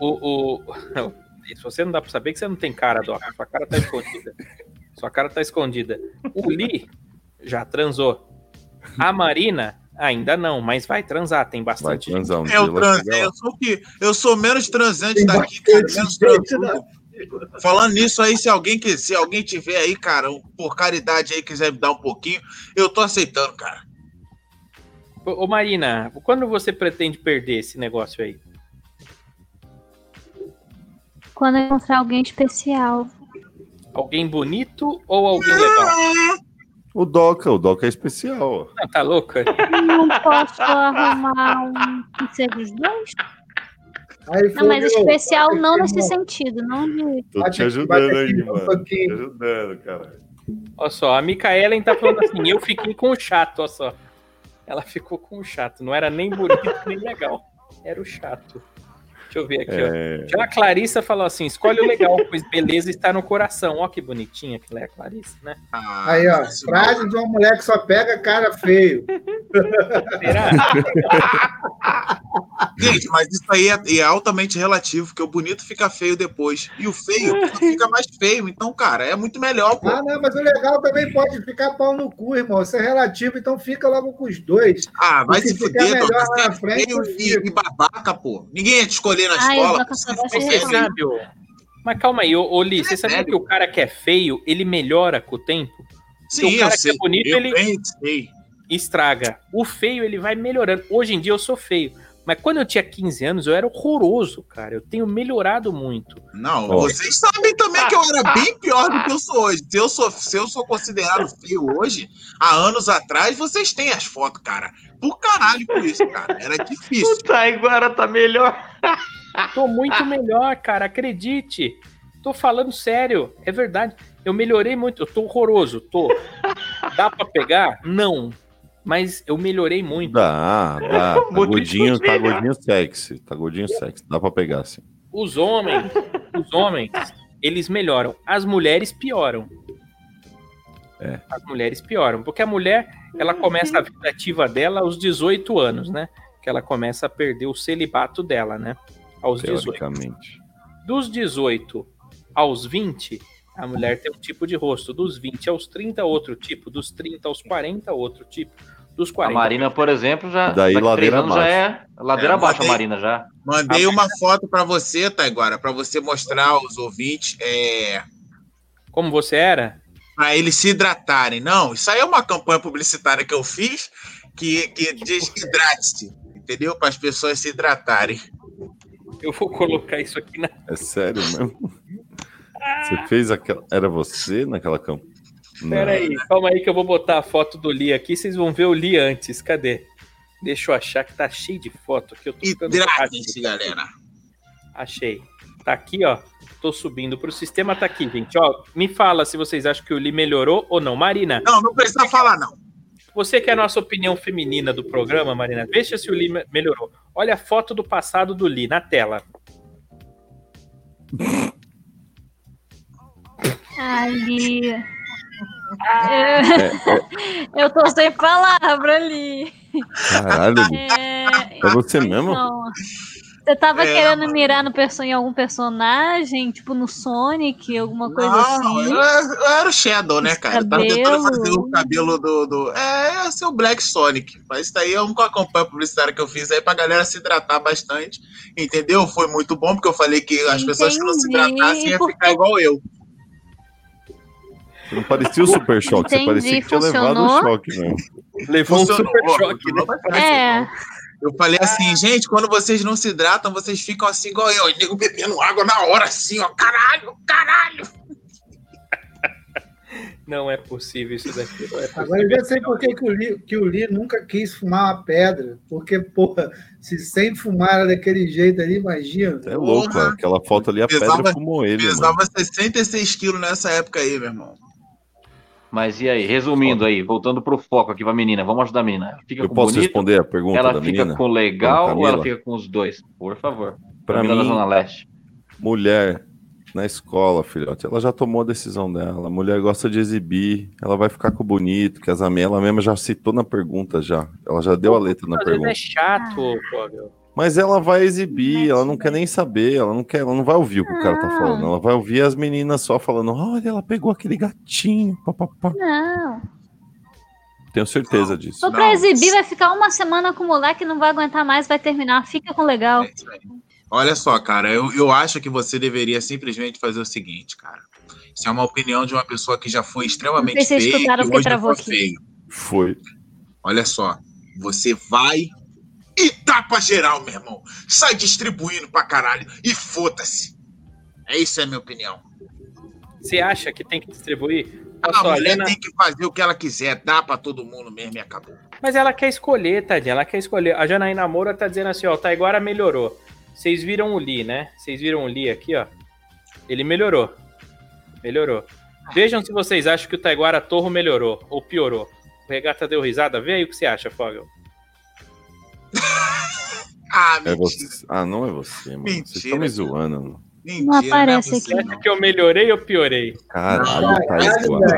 Speaker 4: O, o... Se você não dá pra saber que você não tem cara, Doca. Sua cara tá escondida. Sua cara tá escondida. O Lee já transou. A Marina ainda não, mas vai transar. Tem
Speaker 7: Vai
Speaker 4: bastante gente.
Speaker 7: transar um dia.
Speaker 6: Eu
Speaker 7: ela
Speaker 6: transei,
Speaker 7: chega lá.
Speaker 6: eu sou É o quê? Eu sou menos transante
Speaker 8: Tem
Speaker 6: daqui, cara.
Speaker 8: bastante
Speaker 6: menos
Speaker 8: gente, né?
Speaker 6: transudo. Falando nisso aí, se alguém que, se alguém tiver aí, cara, um- por caridade aí, quiser me dar um pouquinho, eu tô aceitando, cara.
Speaker 4: Ô, ô, Marina, quando você pretende perder esse negócio aí?
Speaker 5: Quando eu encontrar alguém especial.
Speaker 4: Alguém bonito ou alguém legal?
Speaker 7: O Doca, o Doca é especial. ó.
Speaker 4: Ah, tá louca?
Speaker 5: Não posso arrumar um que seja os dois?
Speaker 8: Aí ele
Speaker 5: Não,
Speaker 8: falou,
Speaker 5: mas
Speaker 8: meu,
Speaker 5: especial
Speaker 8: bate
Speaker 5: não
Speaker 8: aqui,
Speaker 5: nesse
Speaker 8: irmão.
Speaker 5: sentido. Não de...
Speaker 7: Tô
Speaker 8: Bate
Speaker 7: te
Speaker 8: aqui,
Speaker 7: ajudando
Speaker 8: bate aqui,
Speaker 7: aí,
Speaker 8: um
Speaker 7: mano. Tô
Speaker 8: pouquinho.
Speaker 7: te ajudando, cara.
Speaker 4: Olha só, a Micaelen tá falando assim, eu fiquei com o chato, olha só. Ela ficou com o chato, não era nem bonito nem legal, era o chato. Deixa eu ver aqui, ó.
Speaker 7: É,
Speaker 4: Já a Clarissa falou assim, escolhe o legal, pois beleza está no coração. Ó que bonitinha que ela é a Clarissa, né?
Speaker 6: Ah,
Speaker 8: Aí, ó,
Speaker 6: isso não.
Speaker 8: frase de uma mulher que só pega cara feio.
Speaker 4: Será?
Speaker 6: Gente, mas isso aí é, é altamente relativo, porque o bonito fica feio depois. E o feio fica mais feio. Então, cara, é muito melhor, pô.
Speaker 8: Ah, não, mas o legal também pode ficar pau no cu, irmão. Isso é relativo, então fica logo com os dois.
Speaker 6: Ah, vai
Speaker 8: O que
Speaker 6: se
Speaker 8: fica
Speaker 6: fuder,
Speaker 8: melhor
Speaker 6: Douglas.
Speaker 8: lá
Speaker 6: Você
Speaker 8: na
Speaker 6: é
Speaker 8: frente,
Speaker 6: feio
Speaker 8: eu
Speaker 6: e,
Speaker 8: digo.
Speaker 6: e babaca, pô. Ninguém ia te escolher na
Speaker 5: Ai,
Speaker 6: escola.
Speaker 5: eu
Speaker 6: pô.
Speaker 5: só
Speaker 6: Você
Speaker 4: Mas você
Speaker 5: gosto de
Speaker 6: é não consegue.
Speaker 5: reclamar.
Speaker 4: sabe, ô... assim, Mas calma aí, ô, ô Li, você sabia
Speaker 6: velho.
Speaker 4: que o cara que é feio, ele melhora com o tempo?
Speaker 6: Sim,
Speaker 4: o cara
Speaker 6: eu
Speaker 4: que é
Speaker 6: sei.
Speaker 4: bonito,
Speaker 6: eu
Speaker 4: ele-
Speaker 6: bem sei.
Speaker 4: estraga. O feio, ele vai melhorando. Hoje em dia eu sou feio. Mas quando eu tinha 15 anos, eu era horroroso, cara. Eu tenho melhorado muito.
Speaker 6: Não,
Speaker 7: Ó.
Speaker 6: vocês sabem também que eu era bem pior do que eu sou hoje. Se eu sou, se eu sou considerado feio hoje, há anos atrás, vocês têm as fotos, cara. Por caralho por isso, cara. Era difícil.
Speaker 9: O Taiguara tá melhor.
Speaker 4: Tô muito melhor, cara. Acredite. Tô falando sério. É verdade. Eu melhorei muito. Eu tô horroroso. Tô. Dá pra pegar? Não. Mas eu melhorei muito.
Speaker 7: Dá, dá. Tá
Speaker 9: Bonito
Speaker 7: gordinho, tá
Speaker 9: chega.
Speaker 7: gordinho sexy. Tá gordinho sexy. Dá pra pegar, assim.
Speaker 4: Os homens, os homens, eles melhoram. As mulheres pioram.
Speaker 7: É.
Speaker 4: As mulheres pioram. Porque a mulher, ela começa a vida ativa dela aos 18 anos, né? Que ela começa a perder o celibato dela, né? Aos 18.
Speaker 7: Teoricamente.
Speaker 4: Dos 18 aos 20, a mulher tem um tipo de rosto. Dos 20 aos 30, outro tipo. Dos 30 aos 40, outro tipo. Dos
Speaker 9: A
Speaker 4: 40.
Speaker 9: Marina, por exemplo, já
Speaker 7: Daí,
Speaker 9: daqui três
Speaker 7: ladeira
Speaker 9: anos já é ladeira
Speaker 6: É,
Speaker 9: abaixo a
Speaker 6: mandei-
Speaker 9: Marina já.
Speaker 6: Mandei uma foto pra você, Taiguara, pra você mostrar aos ouvintes é,
Speaker 4: Como você era?
Speaker 6: Pra eles se hidratarem. Não, isso aí é uma campanha publicitária que eu fiz que, que diz hidrate-se, entendeu? Para as pessoas se hidratarem.
Speaker 4: Eu vou colocar isso aqui na.
Speaker 7: É sério mesmo? Você fez aquela. Era você naquela né? campanha?
Speaker 4: Pera aí, calma aí que eu vou botar a foto do Lee aqui. Vocês vão ver o Lee antes. Cadê? Deixa eu achar que tá cheio de foto aqui. Eu tô ficando
Speaker 6: Hidratem-se, galera.
Speaker 4: Achei. Tá aqui, ó. Tô subindo pro sistema, tá aqui, gente. Ó, me fala se vocês acham que o Lee melhorou ou não. Marina,
Speaker 6: Não, não precisa falar, não.
Speaker 4: você que é a nossa opinião feminina do programa, Marina, veja se o Lee me- melhorou. Olha a foto do passado do Lee na tela.
Speaker 5: Ali. Eu,
Speaker 7: É,
Speaker 5: eu tô sem palavra ali.
Speaker 7: Caralho,
Speaker 5: É,
Speaker 7: é você mesmo?
Speaker 5: não. Você tava
Speaker 6: É,
Speaker 5: querendo mirar no perso- em algum personagem, tipo no Sonic, alguma coisa
Speaker 6: Não,
Speaker 5: assim?
Speaker 6: eu, eu era o Shadow, né, cara? Eu tava
Speaker 5: Cabelo.
Speaker 6: tentando fazer o cabelo do. do... É, esse é o Black Sonic. Mas isso daí é uma campanha publicitária que eu fiz aí pra galera se hidratar bastante. Entendeu? Foi muito bom, porque eu falei que as pessoas que não se
Speaker 5: Entendi,
Speaker 6: hidratassem ia
Speaker 5: porque-
Speaker 6: ficar igual eu.
Speaker 7: Não parecia o super choque, você
Speaker 5: Entendi,
Speaker 7: parecia que tinha levado
Speaker 5: funcionou.
Speaker 7: um choque mesmo.
Speaker 4: Levou um
Speaker 6: Funcionou,
Speaker 4: super
Speaker 6: ó,
Speaker 4: choque, né?
Speaker 6: funcionou bastante.
Speaker 5: É,
Speaker 6: Eu falei assim, gente, quando vocês não se hidratam, vocês ficam assim igual eu. E nego bebendo água na hora, assim, ó. Caralho, caralho.
Speaker 4: Não é possível isso daqui. Não é possível.
Speaker 8: Agora eu já sei por que, que, o Lee, que o Lee nunca quis fumar uma pedra. Porque, porra, se sem fumar era daquele jeito ali, imagina.
Speaker 4: Tá
Speaker 7: É louco,
Speaker 6: Porra.
Speaker 7: cara. aquela foto ali, a
Speaker 6: Pesava-
Speaker 7: pedra fumou ele, mano.
Speaker 6: Pesava 66 quilos nessa época aí, meu irmão.
Speaker 9: Mas e aí, resumindo aí, voltando pro foco aqui pra menina, vamos ajudar a menina. Ela Fica
Speaker 7: Eu
Speaker 9: com
Speaker 7: posso
Speaker 9: bonito,
Speaker 7: responder a pergunta
Speaker 9: ela
Speaker 7: da
Speaker 9: fica
Speaker 7: menina?
Speaker 9: com legal
Speaker 7: Com
Speaker 9: ou ela
Speaker 7: Camila?
Speaker 9: fica com os dois? Por favor.
Speaker 7: Pra
Speaker 9: Camila da
Speaker 7: mim-
Speaker 9: Zona Leste.
Speaker 7: Mulher na escola, filhote, ela já tomou a decisão dela. A mulher gosta de exibir, ela vai ficar com o bonito, que as amigas, ela mesma já citou na pergunta já. Ela já deu a letra na
Speaker 4: Às vezes
Speaker 7: pergunta.
Speaker 4: é chato, Fogel.
Speaker 7: Mas ela vai exibir, ela não quer nem saber, ela não quer, ela não vai ouvir o que o cara tá falando. Ela vai ouvir as meninas só falando: "Olha, ela pegou aquele gatinho". Papapá.
Speaker 5: não.
Speaker 7: Tenho certeza disso.
Speaker 5: Só pra
Speaker 6: Não.
Speaker 5: exibir, vai ficar uma semana com o moleque, não vai aguentar mais, vai terminar. Fica com legal.
Speaker 6: É isso aí. Olha só, cara, eu, eu acho que você deveria simplesmente fazer o seguinte, cara. Isso é uma opinião de uma pessoa que já foi extremamente
Speaker 5: Não sei se vocês
Speaker 6: feia e
Speaker 5: escutaram
Speaker 6: que
Speaker 5: porque
Speaker 6: hoje
Speaker 5: travou
Speaker 6: é
Speaker 5: aqui.
Speaker 6: feio.
Speaker 7: Foi.
Speaker 6: Olha só, você vai e tapa geral, meu irmão. Sai distribuindo pra caralho e foda-se. É isso é a minha opinião.
Speaker 4: Você acha que tem que distribuir?
Speaker 6: A
Speaker 4: Nossa,
Speaker 6: mulher
Speaker 4: Helena-
Speaker 6: Ah, é tem que fazer o que ela quiser, dá pra todo mundo mesmo e acabou.
Speaker 4: Mas ela quer escolher, tadinha. Ela quer escolher. A Janaína Moura tá dizendo assim, ó, tá agora melhorou. Vocês viram o Lee, né? Vocês viram o Lee aqui, ó. Ele melhorou. Melhorou. Vejam se vocês acham que o Taiguara Torro melhorou ou piorou. O Regata deu risada. Vê aí o que você acha, Fogel.
Speaker 6: Ah,
Speaker 7: É
Speaker 6: mentira.
Speaker 7: você. Ah, não é você, mano. Vocês
Speaker 6: Mentira.
Speaker 7: estão me zoando. Mano.
Speaker 6: Mentira,
Speaker 5: Não aparece
Speaker 6: é
Speaker 5: aqui.
Speaker 6: você,
Speaker 4: Você acha que eu melhorei ou piorei?
Speaker 7: Caralho,
Speaker 8: Caralho,
Speaker 7: tá
Speaker 6: velho.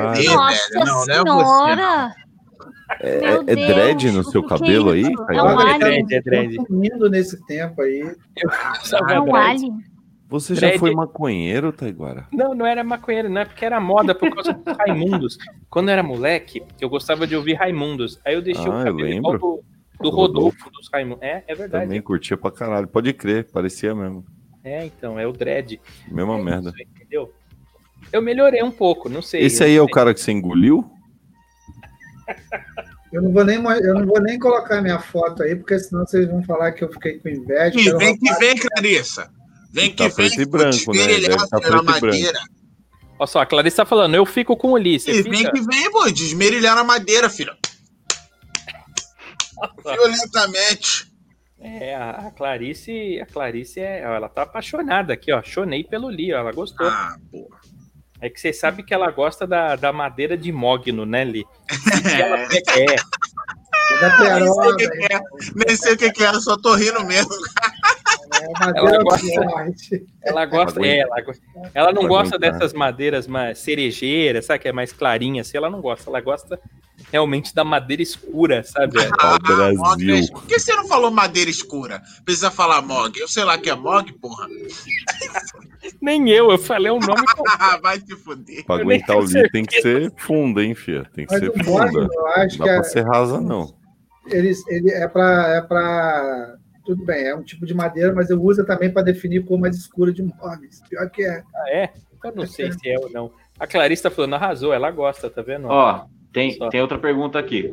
Speaker 7: aí.
Speaker 5: Nossa
Speaker 6: velho, não, não é você, não.
Speaker 5: senhora!
Speaker 7: É,
Speaker 5: Meu
Speaker 7: é dread no
Speaker 5: Deus,
Speaker 7: seu
Speaker 5: o que é
Speaker 7: cabelo aí?
Speaker 5: isso? É um
Speaker 7: Taiguara?
Speaker 8: Olha,
Speaker 5: alien.
Speaker 4: dread, é dread.
Speaker 8: Eu tô Sumindo nesse tempo aí.
Speaker 5: É um alien.
Speaker 7: Você
Speaker 4: Dread.
Speaker 7: já foi maconheiro, Taiguara?
Speaker 4: Não, não era maconheiro, não é porque era moda por causa dos Raimundos. Quando eu era moleque, eu gostava de ouvir Raimundos. Aí eu deixei
Speaker 7: Ah,
Speaker 4: o
Speaker 7: eu
Speaker 4: cabelo igual
Speaker 7: lembro.
Speaker 4: do, do
Speaker 7: Do
Speaker 4: Rodolfo, dos Raimundos. É, é verdade.
Speaker 7: Também curtia pra caralho. Pode crer, parecia mesmo.
Speaker 4: É, então, é o dread.
Speaker 7: Mesma
Speaker 4: É
Speaker 7: merda.
Speaker 4: isso, entendeu? Eu melhorei um pouco, não sei.
Speaker 7: Esse aí é o cara que você engoliu?
Speaker 8: Eu não, vou nem, mo- eu não vou nem colocar minha foto aí, porque senão vocês vão falar que eu fiquei com inveja.
Speaker 6: E
Speaker 8: quero
Speaker 6: vem que
Speaker 8: roubar.
Speaker 6: vem, Clarissa. Vem
Speaker 7: Tá
Speaker 6: que vem.
Speaker 7: preto e branco,
Speaker 6: vou te
Speaker 7: né? Deve
Speaker 6: esmerilhar
Speaker 7: tá
Speaker 6: pela
Speaker 7: preto e branco.
Speaker 6: madeira.
Speaker 4: Olha só, a Clarice tá falando, eu fico com o Lee. Você
Speaker 6: E vem
Speaker 4: fica?
Speaker 6: que vem, pô, desmerilhar a madeira, filho. Violentamente.
Speaker 4: É, a a Clarice, a Clarice é, ó, ela tá apaixonada aqui, ó. Chonei pelo Lee, ó, ela gostou.
Speaker 6: Ah, porra.
Speaker 4: É que você sabe que ela gosta da, da madeira de mogno, né, Lee? Ela é,
Speaker 8: é
Speaker 6: Nem sei
Speaker 8: Da
Speaker 6: o
Speaker 8: perola,
Speaker 6: que que é, nem sei o que que é, só tô rindo mesmo.
Speaker 8: é uma
Speaker 4: Ela
Speaker 8: dela
Speaker 4: gosta-
Speaker 8: forte.
Speaker 4: ela gosta, é, ela, go- ela não
Speaker 7: Vai
Speaker 4: gosta
Speaker 7: aguentar.
Speaker 4: dessas madeiras mais cerejeiras, sabe, que é mais clarinha, assim, ela não gosta, ela gosta realmente da madeira escura, sabe?
Speaker 7: Ao
Speaker 6: Ah, Mog, né?
Speaker 7: Brasil.
Speaker 6: Por que você não falou madeira escura? Precisa falar Mog. Eu sei lá que é Mog, porra.
Speaker 4: Nem eu, eu falei o nome com
Speaker 6: Ah, Vai se fuder.
Speaker 7: Pra
Speaker 4: Eu nem
Speaker 7: aguentar o
Speaker 4: tenho
Speaker 7: Lee tem que ser
Speaker 4: é.
Speaker 7: funda, hein, fia? Tem que
Speaker 8: Mas
Speaker 7: ser
Speaker 8: o
Speaker 7: funda.
Speaker 8: Mogno, eu acho
Speaker 7: Não dá
Speaker 8: que é,
Speaker 7: pra ser rasa, não.
Speaker 8: ele, ele é para é pra tudo bem, é um tipo de madeira, mas eu uso também para definir cor mais escura de móveis. Pior que é.
Speaker 4: Ah, é? Eu não sei se é ou não. A Clarice tá falando, arrasou, ela gosta, tá vendo?
Speaker 9: Ó, tem,
Speaker 4: Só.
Speaker 9: tem outra pergunta aqui.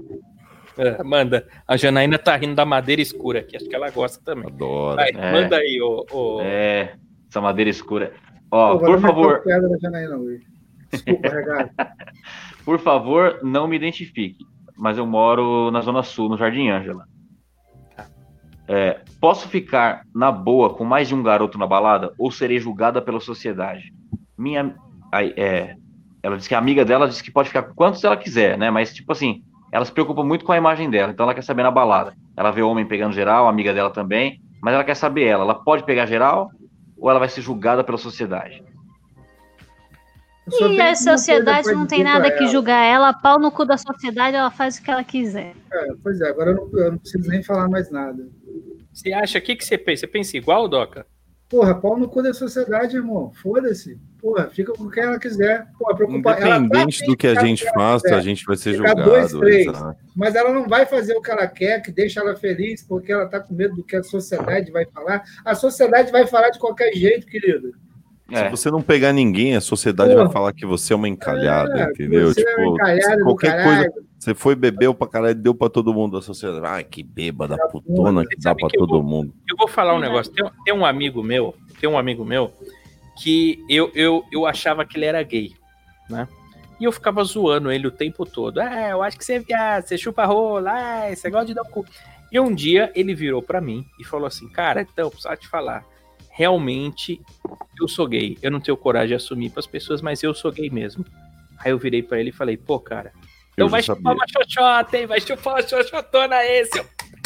Speaker 4: É, manda. A Janaína tá rindo da madeira escura aqui, acho que ela gosta também.
Speaker 7: Adoro.
Speaker 4: Vai,
Speaker 9: É.
Speaker 4: Manda aí, ô. ô-
Speaker 9: É, essa madeira escura. Ó,
Speaker 8: Pô, vou
Speaker 9: por
Speaker 8: dar uma
Speaker 9: favor,
Speaker 8: Pedra na Janaína hoje. Desculpa, regado.
Speaker 9: por favor, não me identifique. Mas eu moro na Zona Sul, no Jardim Ângela. É, posso ficar na boa com mais de um garoto na balada ou serei julgada pela sociedade? Minha. Aí, é, ela disse que a amiga dela disse que pode ficar com quantos ela quiser, né? Mas, tipo assim, ela se preocupa muito com a imagem dela, então ela quer saber na balada. Ela vê homem pegando geral, a amiga dela também, mas ela quer saber ela. Ela pode pegar geral ou ela vai ser julgada pela sociedade?
Speaker 8: Eu só
Speaker 5: E
Speaker 8: tenho
Speaker 5: a
Speaker 8: uma coisa
Speaker 5: sociedade
Speaker 8: pra
Speaker 5: não tem
Speaker 8: dizer pra
Speaker 5: nada que
Speaker 8: ela.
Speaker 5: julgar ela, pau no cu da sociedade, ela faz o que ela quiser.
Speaker 8: É, pois é, agora eu não, eu não preciso nem falar mais nada.
Speaker 4: Você acha, o que, que você pensa? Você pensa igual, Doca?
Speaker 8: Porra, pau no cu da sociedade, irmão. Foda-se. Porra, fica com quem ela quiser. Porra, preocupa ela tá vai
Speaker 7: Independente do que a
Speaker 8: ficar
Speaker 7: gente
Speaker 8: com quem ela
Speaker 7: faça,
Speaker 8: quiser,
Speaker 7: a gente vai ser
Speaker 8: Ficar
Speaker 7: julgado.
Speaker 8: dois, três.
Speaker 7: exato.
Speaker 8: Mas ela não vai fazer o que ela quer, que deixa ela feliz, porque ela tá com medo do que a sociedade vai falar. A sociedade vai falar de qualquer jeito, querido.
Speaker 9: É.
Speaker 7: Se você não pegar ninguém, a sociedade
Speaker 8: Porra.
Speaker 7: vai falar que você é uma encalhada,
Speaker 8: É,
Speaker 7: entendeu?
Speaker 8: você é
Speaker 7: tipo,
Speaker 8: uma encalhada do
Speaker 7: qualquer
Speaker 8: caralho.
Speaker 7: coisa. Você foi, bebeu pra caralho, deu pra todo mundo da sociedade. Ai, que bêbada, putona, que dá
Speaker 4: Sabe
Speaker 7: pra
Speaker 4: que eu
Speaker 7: todo
Speaker 4: vou-
Speaker 7: mundo.
Speaker 4: Eu vou falar um negócio. Tem, tem um amigo meu, tem um amigo meu, que eu, eu, eu achava que ele era gay, né? E eu ficava zoando ele o tempo todo. Ah, eu acho que você é viado, você chupa rola, ah, você gosta de dar o cu. E um dia ele virou pra mim e falou assim, cara, então, precisava te falar, realmente eu sou gay. Eu não tenho coragem de assumir pras pessoas, mas eu sou gay mesmo. Aí eu virei pra ele e falei, pô, cara, então
Speaker 7: Eu
Speaker 4: vai
Speaker 7: já
Speaker 4: chupar
Speaker 7: sabia.
Speaker 4: uma xoxota, hein? Vai chupar uma xoxotona aí, seu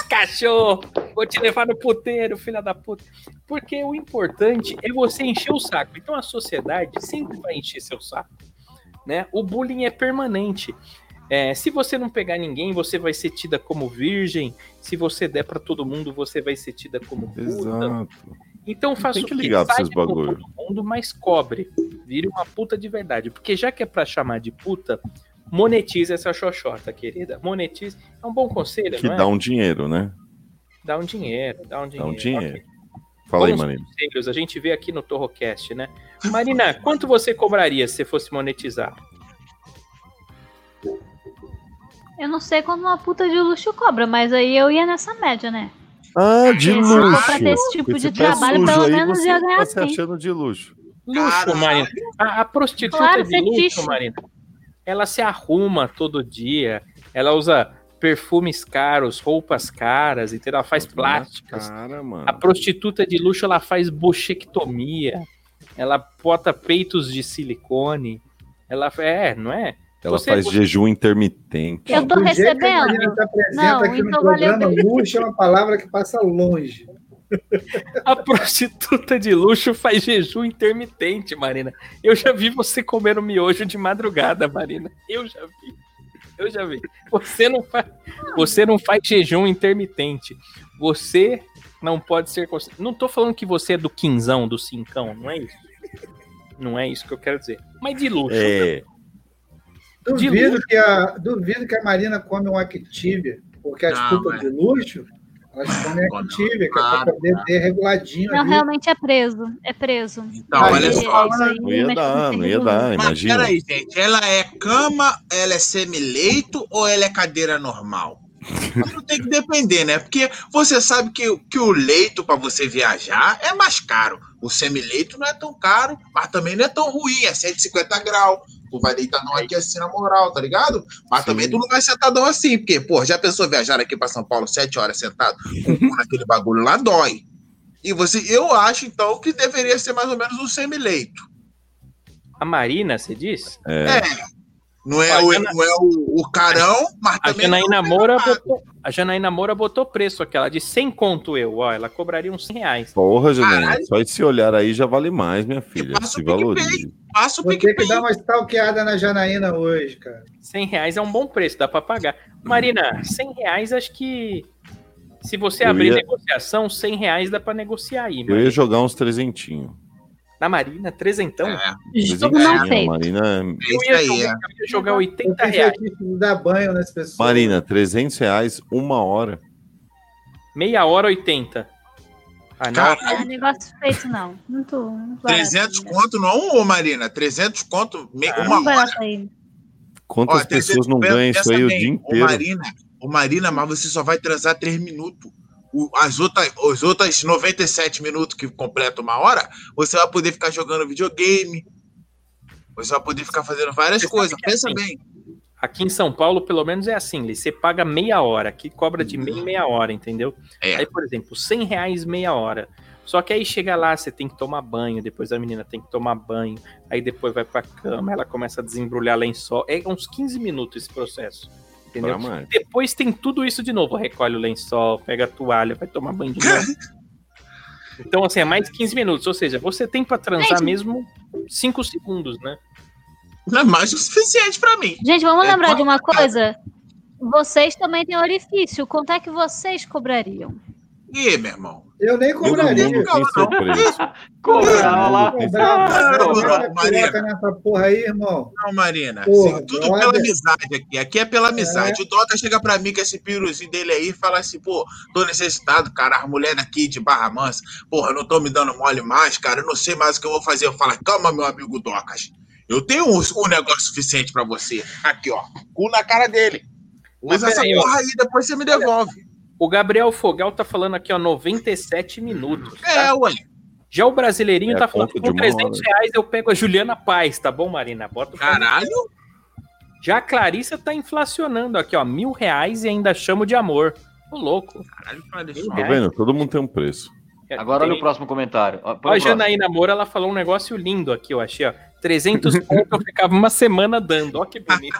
Speaker 4: cachorro. Vou te levar no puteiro, filha da puta. Porque o importante é você encher o saco. Então a sociedade sempre vai encher seu saco. Né? O bullying é permanente. É, se você não pegar ninguém, você vai ser tida como virgem. Se você der pra todo mundo, você vai ser tida como puta.
Speaker 7: Exato.
Speaker 4: Então faça
Speaker 7: Tem
Speaker 4: o
Speaker 7: que ligar pra
Speaker 4: Saia
Speaker 7: esses
Speaker 4: com
Speaker 7: bagulho.
Speaker 4: todo mundo, mas cobre. Vire uma puta de verdade. Porque já que é pra chamar de puta, monetiza essa xoxota, querida. Monetiza. É um bom conselho,
Speaker 7: Que
Speaker 4: não é?
Speaker 7: dá um dinheiro, né?
Speaker 4: Dá um dinheiro, dá um
Speaker 7: Dá
Speaker 4: dinheiro.
Speaker 7: um dinheiro.
Speaker 4: Ok.
Speaker 7: Fala aí,
Speaker 4: Bons
Speaker 7: Marina.
Speaker 4: conselhos, a gente vê aqui no Torrocast, né? Marina, quanto você cobraria se você fosse monetizar?
Speaker 5: Eu não sei quando uma puta de luxo cobra, mas aí eu ia nessa média, né?
Speaker 7: Ah, de
Speaker 5: Porque se for
Speaker 7: luxo.
Speaker 5: pra ter esse tipo
Speaker 7: Esse
Speaker 5: de
Speaker 7: pé
Speaker 5: trabalho,
Speaker 7: sujo
Speaker 5: pelo
Speaker 7: aí,
Speaker 5: menos
Speaker 7: você
Speaker 5: ia ganhar
Speaker 7: tá se
Speaker 5: 100.
Speaker 7: achando de luxo.
Speaker 4: Luxo,
Speaker 12: Caralho.
Speaker 4: Marina. A, a prostituta
Speaker 5: Claro,
Speaker 4: de luxo,
Speaker 5: fetiche.
Speaker 4: Marina, ela se arruma todo dia, ela usa perfumes caros, roupas caras, entendeu? Ela faz
Speaker 7: é
Speaker 4: plásticas. Ah,
Speaker 7: Cara, mano.
Speaker 4: A prostituta de luxo, ela faz bochectomia, ela bota peitos de silicone, ela... É, não é?
Speaker 7: Ela
Speaker 4: Você-
Speaker 7: faz jejum intermitente.
Speaker 5: Eu tô
Speaker 8: Do jeito que a
Speaker 5: recebendo.
Speaker 8: Marina Tá presente
Speaker 5: Não,
Speaker 8: aqui
Speaker 5: então
Speaker 8: no
Speaker 5: valeu
Speaker 8: programa, murcha é uma palavra que passa longe.
Speaker 4: A prostituta de luxo faz jejum intermitente, Marina. Eu já vi você comer um miojo de madrugada, Marina. Eu já vi. Eu já vi. Você não faz, você não faz jejum intermitente. Você não pode ser. cons- Não tô falando que você é do quinzão, do cincão, não é isso. Não é isso que eu quero dizer. Mas de luxo.
Speaker 7: É,
Speaker 4: De
Speaker 8: Duvido que, a, duvido que a Marina come um Activia, porque as
Speaker 12: Não,
Speaker 8: putas
Speaker 12: é.
Speaker 8: de luxo, elas
Speaker 12: Come
Speaker 8: comem
Speaker 12: não.
Speaker 8: Activia, que é pra
Speaker 12: Ah,
Speaker 8: poder ter reguladinho
Speaker 5: Não,
Speaker 8: ali.
Speaker 5: realmente é preso. É preso.
Speaker 12: Então,
Speaker 8: Ah,
Speaker 12: olha
Speaker 8: isso
Speaker 12: só.
Speaker 5: Isso aí
Speaker 7: não ia
Speaker 5: mexe
Speaker 7: dar,
Speaker 5: com
Speaker 7: não ia
Speaker 5: tudo.
Speaker 7: dar,
Speaker 12: Mas
Speaker 7: imagina.
Speaker 12: peraí, gente. Ela é cama, ela é semi-leito ou ela é cadeira normal? Não tem que depender, né? Porque você sabe que, que o leito para você viajar é mais caro. O semi-leito não é tão caro, mas também não é tão ruim. É 150 graus. Tu vai deitadão aqui assim na moral, tá ligado? Mas também tu não vai sentadão assim, porque, pô, já pensou viajar aqui para São Paulo 7 horas sentado com o cu naquele bagulho lá dói. E você, eu acho então que deveria ser mais ou menos um semi-leito.
Speaker 4: A Marina, você diz?
Speaker 7: é.
Speaker 12: Não é,
Speaker 4: Olha,
Speaker 12: o,
Speaker 4: Jana-
Speaker 12: não é o, o carão, mas
Speaker 4: A
Speaker 12: também.
Speaker 6: é
Speaker 4: Janaína Moura botou, a Janaína Moura botou preço aquela de 100 conto eu, ó, ela cobraria uns 100 reais.
Speaker 7: Porra, Janine,
Speaker 12: Caralho.
Speaker 7: só esse olhar aí já vale mais, minha filha.
Speaker 12: passa
Speaker 7: Se
Speaker 12: o PicPay.
Speaker 7: valorize.
Speaker 12: Passa o
Speaker 8: Vou ter que
Speaker 12: PicPay.
Speaker 8: dar uma stalkeada na Janaína hoje, cara.
Speaker 4: 100 reais é um bom preço, dá pra pagar. Marina, 100 reais acho que. Se você
Speaker 7: Eu
Speaker 4: abrir
Speaker 7: ia-
Speaker 4: negociação, 100 reais dá pra negociar aí.
Speaker 7: Eu ia
Speaker 4: Marina.
Speaker 7: jogar uns trezentinhos.
Speaker 4: Na Marina, trezentão.
Speaker 6: Ah,
Speaker 12: É,
Speaker 5: Jogo não
Speaker 7: Trezentinho, né?
Speaker 5: feito.
Speaker 7: Marina,
Speaker 12: é
Speaker 4: Eu,
Speaker 12: isso
Speaker 4: ia
Speaker 12: aí. É.
Speaker 4: jogar, eu ia jogar
Speaker 8: Eu
Speaker 4: 80
Speaker 8: fiz
Speaker 4: reais.
Speaker 8: aqui dar banho nas pessoas.
Speaker 7: Marina, 300 reais, uma hora.
Speaker 4: Meia hora, 80. Ah, não.
Speaker 6: Cara,
Speaker 5: Não é negócio feito, não. Muito, muito barato.
Speaker 6: 300 conto não, ô Marina? 300 conto, me- uma
Speaker 5: Muito
Speaker 6: hora.
Speaker 5: barato ainda.
Speaker 7: Quantas
Speaker 6: Ó, 300
Speaker 7: pessoas não
Speaker 6: pensa-
Speaker 7: ganham isso
Speaker 6: pensa
Speaker 7: aí o
Speaker 6: bem,
Speaker 7: dia
Speaker 6: ô
Speaker 7: inteiro?
Speaker 6: Marina, ô Marina, mas você só vai transar 3 minutos. O- as, outras, os outras 97 minutos que completa uma hora, você vai poder ficar jogando videogame. Você vai poder ficar fazendo várias coisas. Pensa bem.
Speaker 4: Aqui em São Paulo, pelo menos é assim, Li, você paga meia hora, aqui cobra de meia em meia hora, entendeu?
Speaker 6: É.
Speaker 4: Aí, por exemplo, 100 reais meia hora. Só que aí chega lá, você tem que tomar banho, depois a menina tem que tomar banho, aí depois vai pra cama, ela começa a desembrulhar lençol. É uns 15 minutos esse processo. Entendeu?
Speaker 7: Pra mais.
Speaker 4: Depois tem tudo isso de novo. Recolhe o lençol, pega a toalha, vai tomar banho de novo. Então, assim, é mais 15 minutos. Ou seja, você tem pra transar
Speaker 5: Gente.
Speaker 4: mesmo 5 segundos, né?
Speaker 6: Não é mais do que o suficiente pra mim.
Speaker 5: Gente, vamos
Speaker 6: É,
Speaker 5: lembrar de uma
Speaker 6: quanto-
Speaker 5: coisa? Vocês também têm orifício. Quanto é que vocês cobrariam?
Speaker 6: Ih, meu irmão.
Speaker 8: Eu nem
Speaker 7: Todo
Speaker 8: cobraria.
Speaker 7: mundo tem seu preço.
Speaker 9: Cobrar lá.
Speaker 7: Todo mundo tem seu
Speaker 8: Cobrava,
Speaker 6: não,
Speaker 8: cobrava,
Speaker 6: não, Maria.
Speaker 8: coloca nessa porra aí, irmão.
Speaker 6: Não, Marina.
Speaker 8: Porra,
Speaker 6: Sim, tudo
Speaker 8: brother.
Speaker 6: pela amizade aqui. Aqui é pela amizade. O Dota chega pra mim com esse piruzinho dele aí e fala assim, pô, tô necessitado, cara. As mulheres aqui de Barra Mansa, porra, não tô me dando mole mais, cara. Eu não sei mais o que eu vou fazer. Eu falo, calma, meu amigo Docas. Eu tenho um, um negócio suficiente pra você. Aqui, ó. Cu na cara dele.
Speaker 4: Mas
Speaker 6: Usa essa
Speaker 4: peraí, ó.
Speaker 6: porra aí, depois você me devolve.
Speaker 4: O Gabriel Fogal tá falando aqui, ó, 97 minutos. tá?
Speaker 6: É, ué.
Speaker 4: Já o brasileirinho
Speaker 7: É
Speaker 4: tá
Speaker 7: a
Speaker 4: falando
Speaker 7: conta
Speaker 4: com
Speaker 7: de uma
Speaker 4: 300 reais eu pego a Juliana Paz, tá bom, Marina? Bota o
Speaker 6: Caralho.
Speaker 4: Já a Clarissa tá inflacionando aqui, ó, mil reais e ainda chamo de amor. Ô, louco. é,
Speaker 6: Caralho, cara,
Speaker 7: Tá vendo? Todo mundo tem um preço.
Speaker 9: Agora olha
Speaker 4: Tem-
Speaker 9: o próximo comentário. Ó, põe
Speaker 4: Ó,
Speaker 9: o
Speaker 4: a
Speaker 9: próximo.
Speaker 4: Janaína Moura, ela falou um negócio lindo aqui, eu achei, ó. 300 pontos eu ficava uma semana dando, ó que bonito.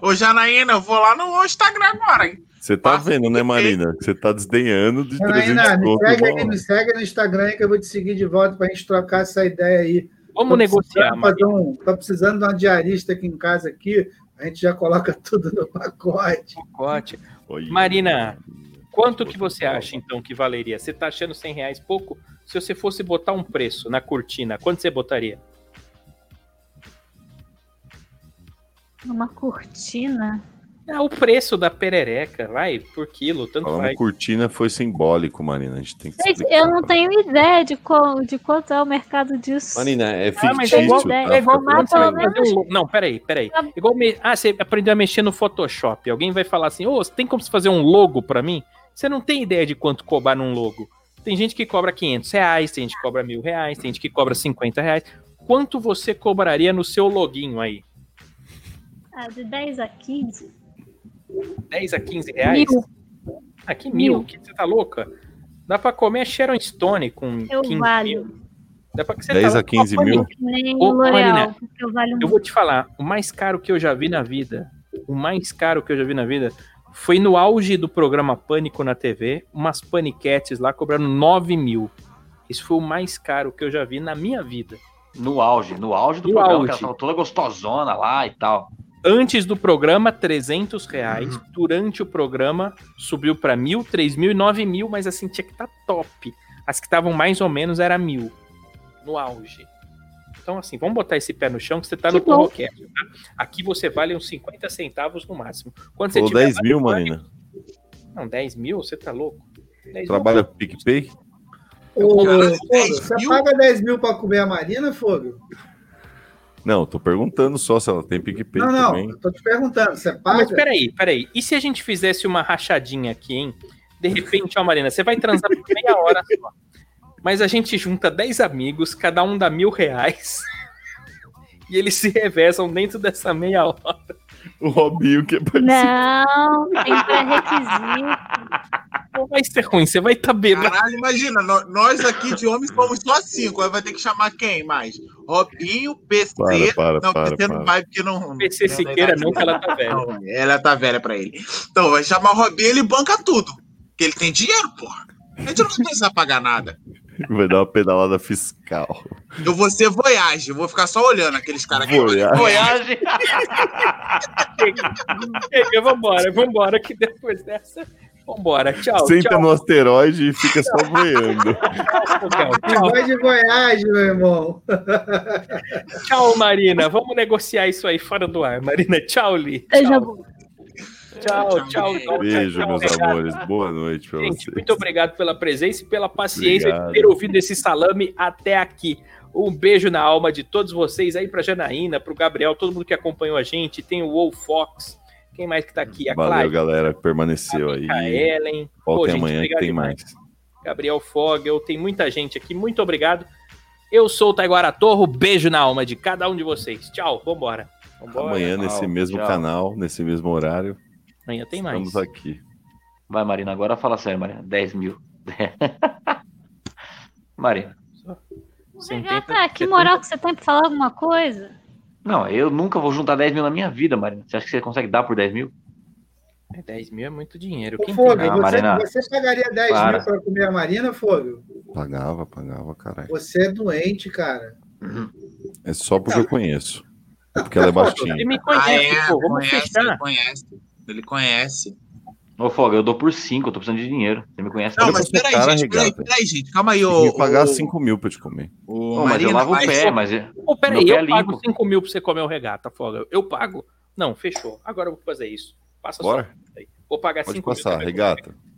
Speaker 6: Ô, Janaína, eu vou lá no Instagram agora, hein?
Speaker 7: Você tá
Speaker 6: Ah,
Speaker 7: vendo, né, Marina? Que Você tá desdenhando de 300
Speaker 8: Marina, me
Speaker 7: conto.
Speaker 8: segue,
Speaker 7: uma
Speaker 8: aí,
Speaker 7: hora.
Speaker 8: me segue no Instagram aí que eu vou te seguir de volta pra gente trocar essa ideia aí.
Speaker 4: Vamos negociar, mano.
Speaker 8: Estou um, precisando de uma diarista aqui em casa aqui. A gente já coloca tudo no pacote.
Speaker 4: Pacote.
Speaker 7: Olha.
Speaker 4: Marina, Quanto que você acha, então, que valeria? Você tá achando 100 reais pouco? Se você fosse botar um preço na cortina, quanto você botaria?
Speaker 5: Uma cortina?
Speaker 4: É o preço da perereca, vai, por quilo, tanto
Speaker 7: Falando
Speaker 4: faz.
Speaker 7: cortina foi simbólico, Marina. A gente tem que
Speaker 5: Gente,
Speaker 7: explicar.
Speaker 5: eu não tenho ideia de, qual, de quanto é o mercado disso.
Speaker 7: Marina, é
Speaker 4: Ah, mas é
Speaker 7: fictício.
Speaker 4: igual-
Speaker 7: tá?
Speaker 4: é igual
Speaker 7: Fica
Speaker 4: quando você vai
Speaker 5: Ah, pelo
Speaker 7: tranquilo.
Speaker 4: fazer um logo. Não, peraí, peraí. Igual me... Ah, você aprendeu a mexer no Photoshop. Alguém vai falar assim, ô, você tem como você fazer um logo pra mim? Você não tem ideia de quanto cobrar num logo. Tem gente que cobra 500 reais, tem gente que cobra mil reais, tem gente que cobra 50 reais. Quanto você cobraria no seu loguinho aí?
Speaker 5: Ah, de 10 a 15.
Speaker 4: 10 a 15 reais?
Speaker 5: Mil.
Speaker 4: Ah, que mil?
Speaker 5: Mil.
Speaker 4: Que você tá louca? Dá pra comer Sharon Stone com
Speaker 5: Eu
Speaker 4: 15
Speaker 5: valho.
Speaker 4: mil. Dá pra que você
Speaker 7: 10
Speaker 4: tá
Speaker 7: a 15 mil?
Speaker 5: Que nem
Speaker 4: Ô,
Speaker 5: o L'Oreal,
Speaker 4: Marina,
Speaker 5: porque eu
Speaker 4: Eu
Speaker 5: valho muito.
Speaker 4: vou te falar, o mais caro que eu já vi na vida, o mais caro que eu já vi na vida, foi no auge do programa Pânico na TV, umas paniquetes lá cobrando 9 mil. Isso foi o mais caro que eu já vi na minha vida.
Speaker 9: No auge, no auge do
Speaker 4: No
Speaker 9: programa, que
Speaker 4: auge.
Speaker 9: ela tava toda gostosona lá e tal.
Speaker 4: Antes do programa, 300 reais. Durante o programa, subiu pra mil, três mil e nove mil, mas assim, tinha que estar top. As que estavam mais ou menos era mil, no auge. Então, assim, vamos botar esse pé no chão que você tá
Speaker 5: Que
Speaker 4: no
Speaker 5: bom.
Speaker 4: porroquete, tá? Aqui você vale uns 50 centavos no máximo. Quando você
Speaker 7: Falou
Speaker 4: tiver
Speaker 7: 10
Speaker 4: lá no
Speaker 7: mil,
Speaker 4: Pânico-
Speaker 7: Marina.
Speaker 4: Não, 10 mil? Você tá louco? 10 mil-
Speaker 7: Trabalha com PicPay?
Speaker 8: Ô,
Speaker 6: Caralho,
Speaker 8: Fogo,
Speaker 6: 10
Speaker 8: você
Speaker 6: mil?
Speaker 8: paga 10 mil pra comer a Marina, Fogo?
Speaker 7: Não, tô perguntando só se ela tem PicPay
Speaker 8: Não, não.
Speaker 7: também.
Speaker 8: Eu tô te perguntando. Você
Speaker 4: Ah, mas
Speaker 8: paga?
Speaker 4: peraí, peraí. E se a gente fizesse uma rachadinha aqui, hein? De repente, ó, Marina, você vai transar por meia hora só. Mas a gente junta 10 amigos, cada um dá mil reais. E eles se revezam dentro dessa meia hora.
Speaker 7: O Robinho que é parceiro.
Speaker 5: Não, é tem pré-requisito.
Speaker 4: Não vai ser ruim, você vai estar tá bêbado.
Speaker 6: Caralho, imagina, nó- nós aqui de homens somos só cinco, aí vai ter que chamar quem mais? Robinho, PC.
Speaker 7: Para, para,
Speaker 6: não,
Speaker 7: para,
Speaker 6: PC
Speaker 7: para.
Speaker 6: não vai porque não.
Speaker 4: PC
Speaker 6: não- é
Speaker 4: Siqueira não, que ela tá velha.
Speaker 6: Não, ela tá velha pra ele. Então, vai chamar o Robinho, ele banca tudo. Porque ele tem dinheiro, porra. A gente não vai precisar pagar nada.
Speaker 7: Vai dar uma pedalada fiscal.
Speaker 6: Eu vou ser voyage, eu vou ficar só olhando aqueles caras que
Speaker 7: Voyage.
Speaker 9: Voyage.
Speaker 4: Chega, vambora, vambora, que depois dessa... Vambora, tchau,
Speaker 7: Senta
Speaker 4: tchau.
Speaker 7: no asteroide e fica só boiando.
Speaker 4: Fogal, tchau,
Speaker 8: Vai de Goiás, meu irmão.
Speaker 4: tchau, Marina. Vamos negociar isso aí fora do ar. Marina, tchau, Li.
Speaker 5: Eu
Speaker 4: Tchau.
Speaker 5: já vou.
Speaker 4: Tchau, tchau. tchau
Speaker 7: Beijo,
Speaker 4: tchau,
Speaker 7: meus
Speaker 4: obrigado.
Speaker 7: amores. Boa noite pra
Speaker 4: Gente,
Speaker 7: vocês.
Speaker 4: muito obrigado pela presença e pela paciência
Speaker 7: Obrigado.
Speaker 4: de ter ouvido esse salame até aqui. Um beijo na alma de todos vocês aí pra Janaína, pro Gabriel, todo mundo que acompanhou a gente. Tem o Wolf Fox. Quem mais que tá aqui? A
Speaker 7: Valeu,
Speaker 4: Cláudia,
Speaker 7: galera, que permaneceu aí.
Speaker 4: a Ellen. Tá, é. Pô,
Speaker 7: Voltem
Speaker 4: gente,
Speaker 7: amanhã que
Speaker 4: obrigado
Speaker 7: tem
Speaker 4: demais.
Speaker 7: mais.
Speaker 4: Gabriel Fogel, tem muita gente aqui. Muito obrigado. Eu sou o Taiguara Torro, beijo na alma de cada um de vocês. Tchau, vambora. vambora.
Speaker 7: Amanhã, nesse
Speaker 9: Tchau,
Speaker 7: mesmo
Speaker 9: tchau.
Speaker 7: canal, nesse mesmo horário,
Speaker 4: Amanhã tem mais.
Speaker 7: estamos aqui.
Speaker 9: Vai, Marina, agora fala sério, Marina. 10 mil. Marina.
Speaker 5: Renata, que tá moral que você tem pra falar alguma coisa?
Speaker 9: Não, eu nunca vou juntar 10 mil na minha vida, Marina. Você acha que você consegue dar por 10 mil?
Speaker 4: 10 mil é muito dinheiro.
Speaker 8: Ô,
Speaker 4: Quem tem?
Speaker 8: Fogo,
Speaker 9: Ah,
Speaker 8: você,
Speaker 9: Marina.
Speaker 8: você pagaria 10
Speaker 9: Para.
Speaker 8: mil pra comer a Marina, Fogo?
Speaker 7: Pagava, pagava, caralho.
Speaker 8: Você é doente, cara.
Speaker 7: É só porque eu conheço. É porque ela é baixinha.
Speaker 4: Ele me
Speaker 6: Ah,
Speaker 4: conhece,
Speaker 6: é,
Speaker 4: pô, vamos
Speaker 6: conhece, ele
Speaker 4: fechar.
Speaker 6: conhece. Ele conhece.
Speaker 9: Ô, Foga, eu dou por 5, eu tô precisando de dinheiro. Você me conhece?
Speaker 6: Não,
Speaker 7: Olha
Speaker 6: mas
Speaker 7: pra
Speaker 6: peraí,
Speaker 7: cara,
Speaker 6: gente, peraí,
Speaker 7: regata.
Speaker 6: peraí, gente. Calma aí,
Speaker 7: Tem
Speaker 6: ô.
Speaker 7: que pagar
Speaker 6: ô-
Speaker 7: 5 mil pra te comer.
Speaker 6: ô,
Speaker 9: Não, mas eu
Speaker 6: Marina,
Speaker 9: lavo o
Speaker 6: mas-
Speaker 9: pé, mas... eu-
Speaker 4: Pô, peraí,
Speaker 9: Meu pé
Speaker 4: eu
Speaker 9: é
Speaker 4: pago
Speaker 9: limpo.
Speaker 4: 5 mil pra você comer o regata, Foga. Eu pago? Não, fechou. Agora eu vou fazer isso. Passa
Speaker 7: Bora?
Speaker 4: só. Vou pagar
Speaker 7: Pode
Speaker 4: 5 mil. tá
Speaker 7: passar,
Speaker 4: também.
Speaker 7: regata.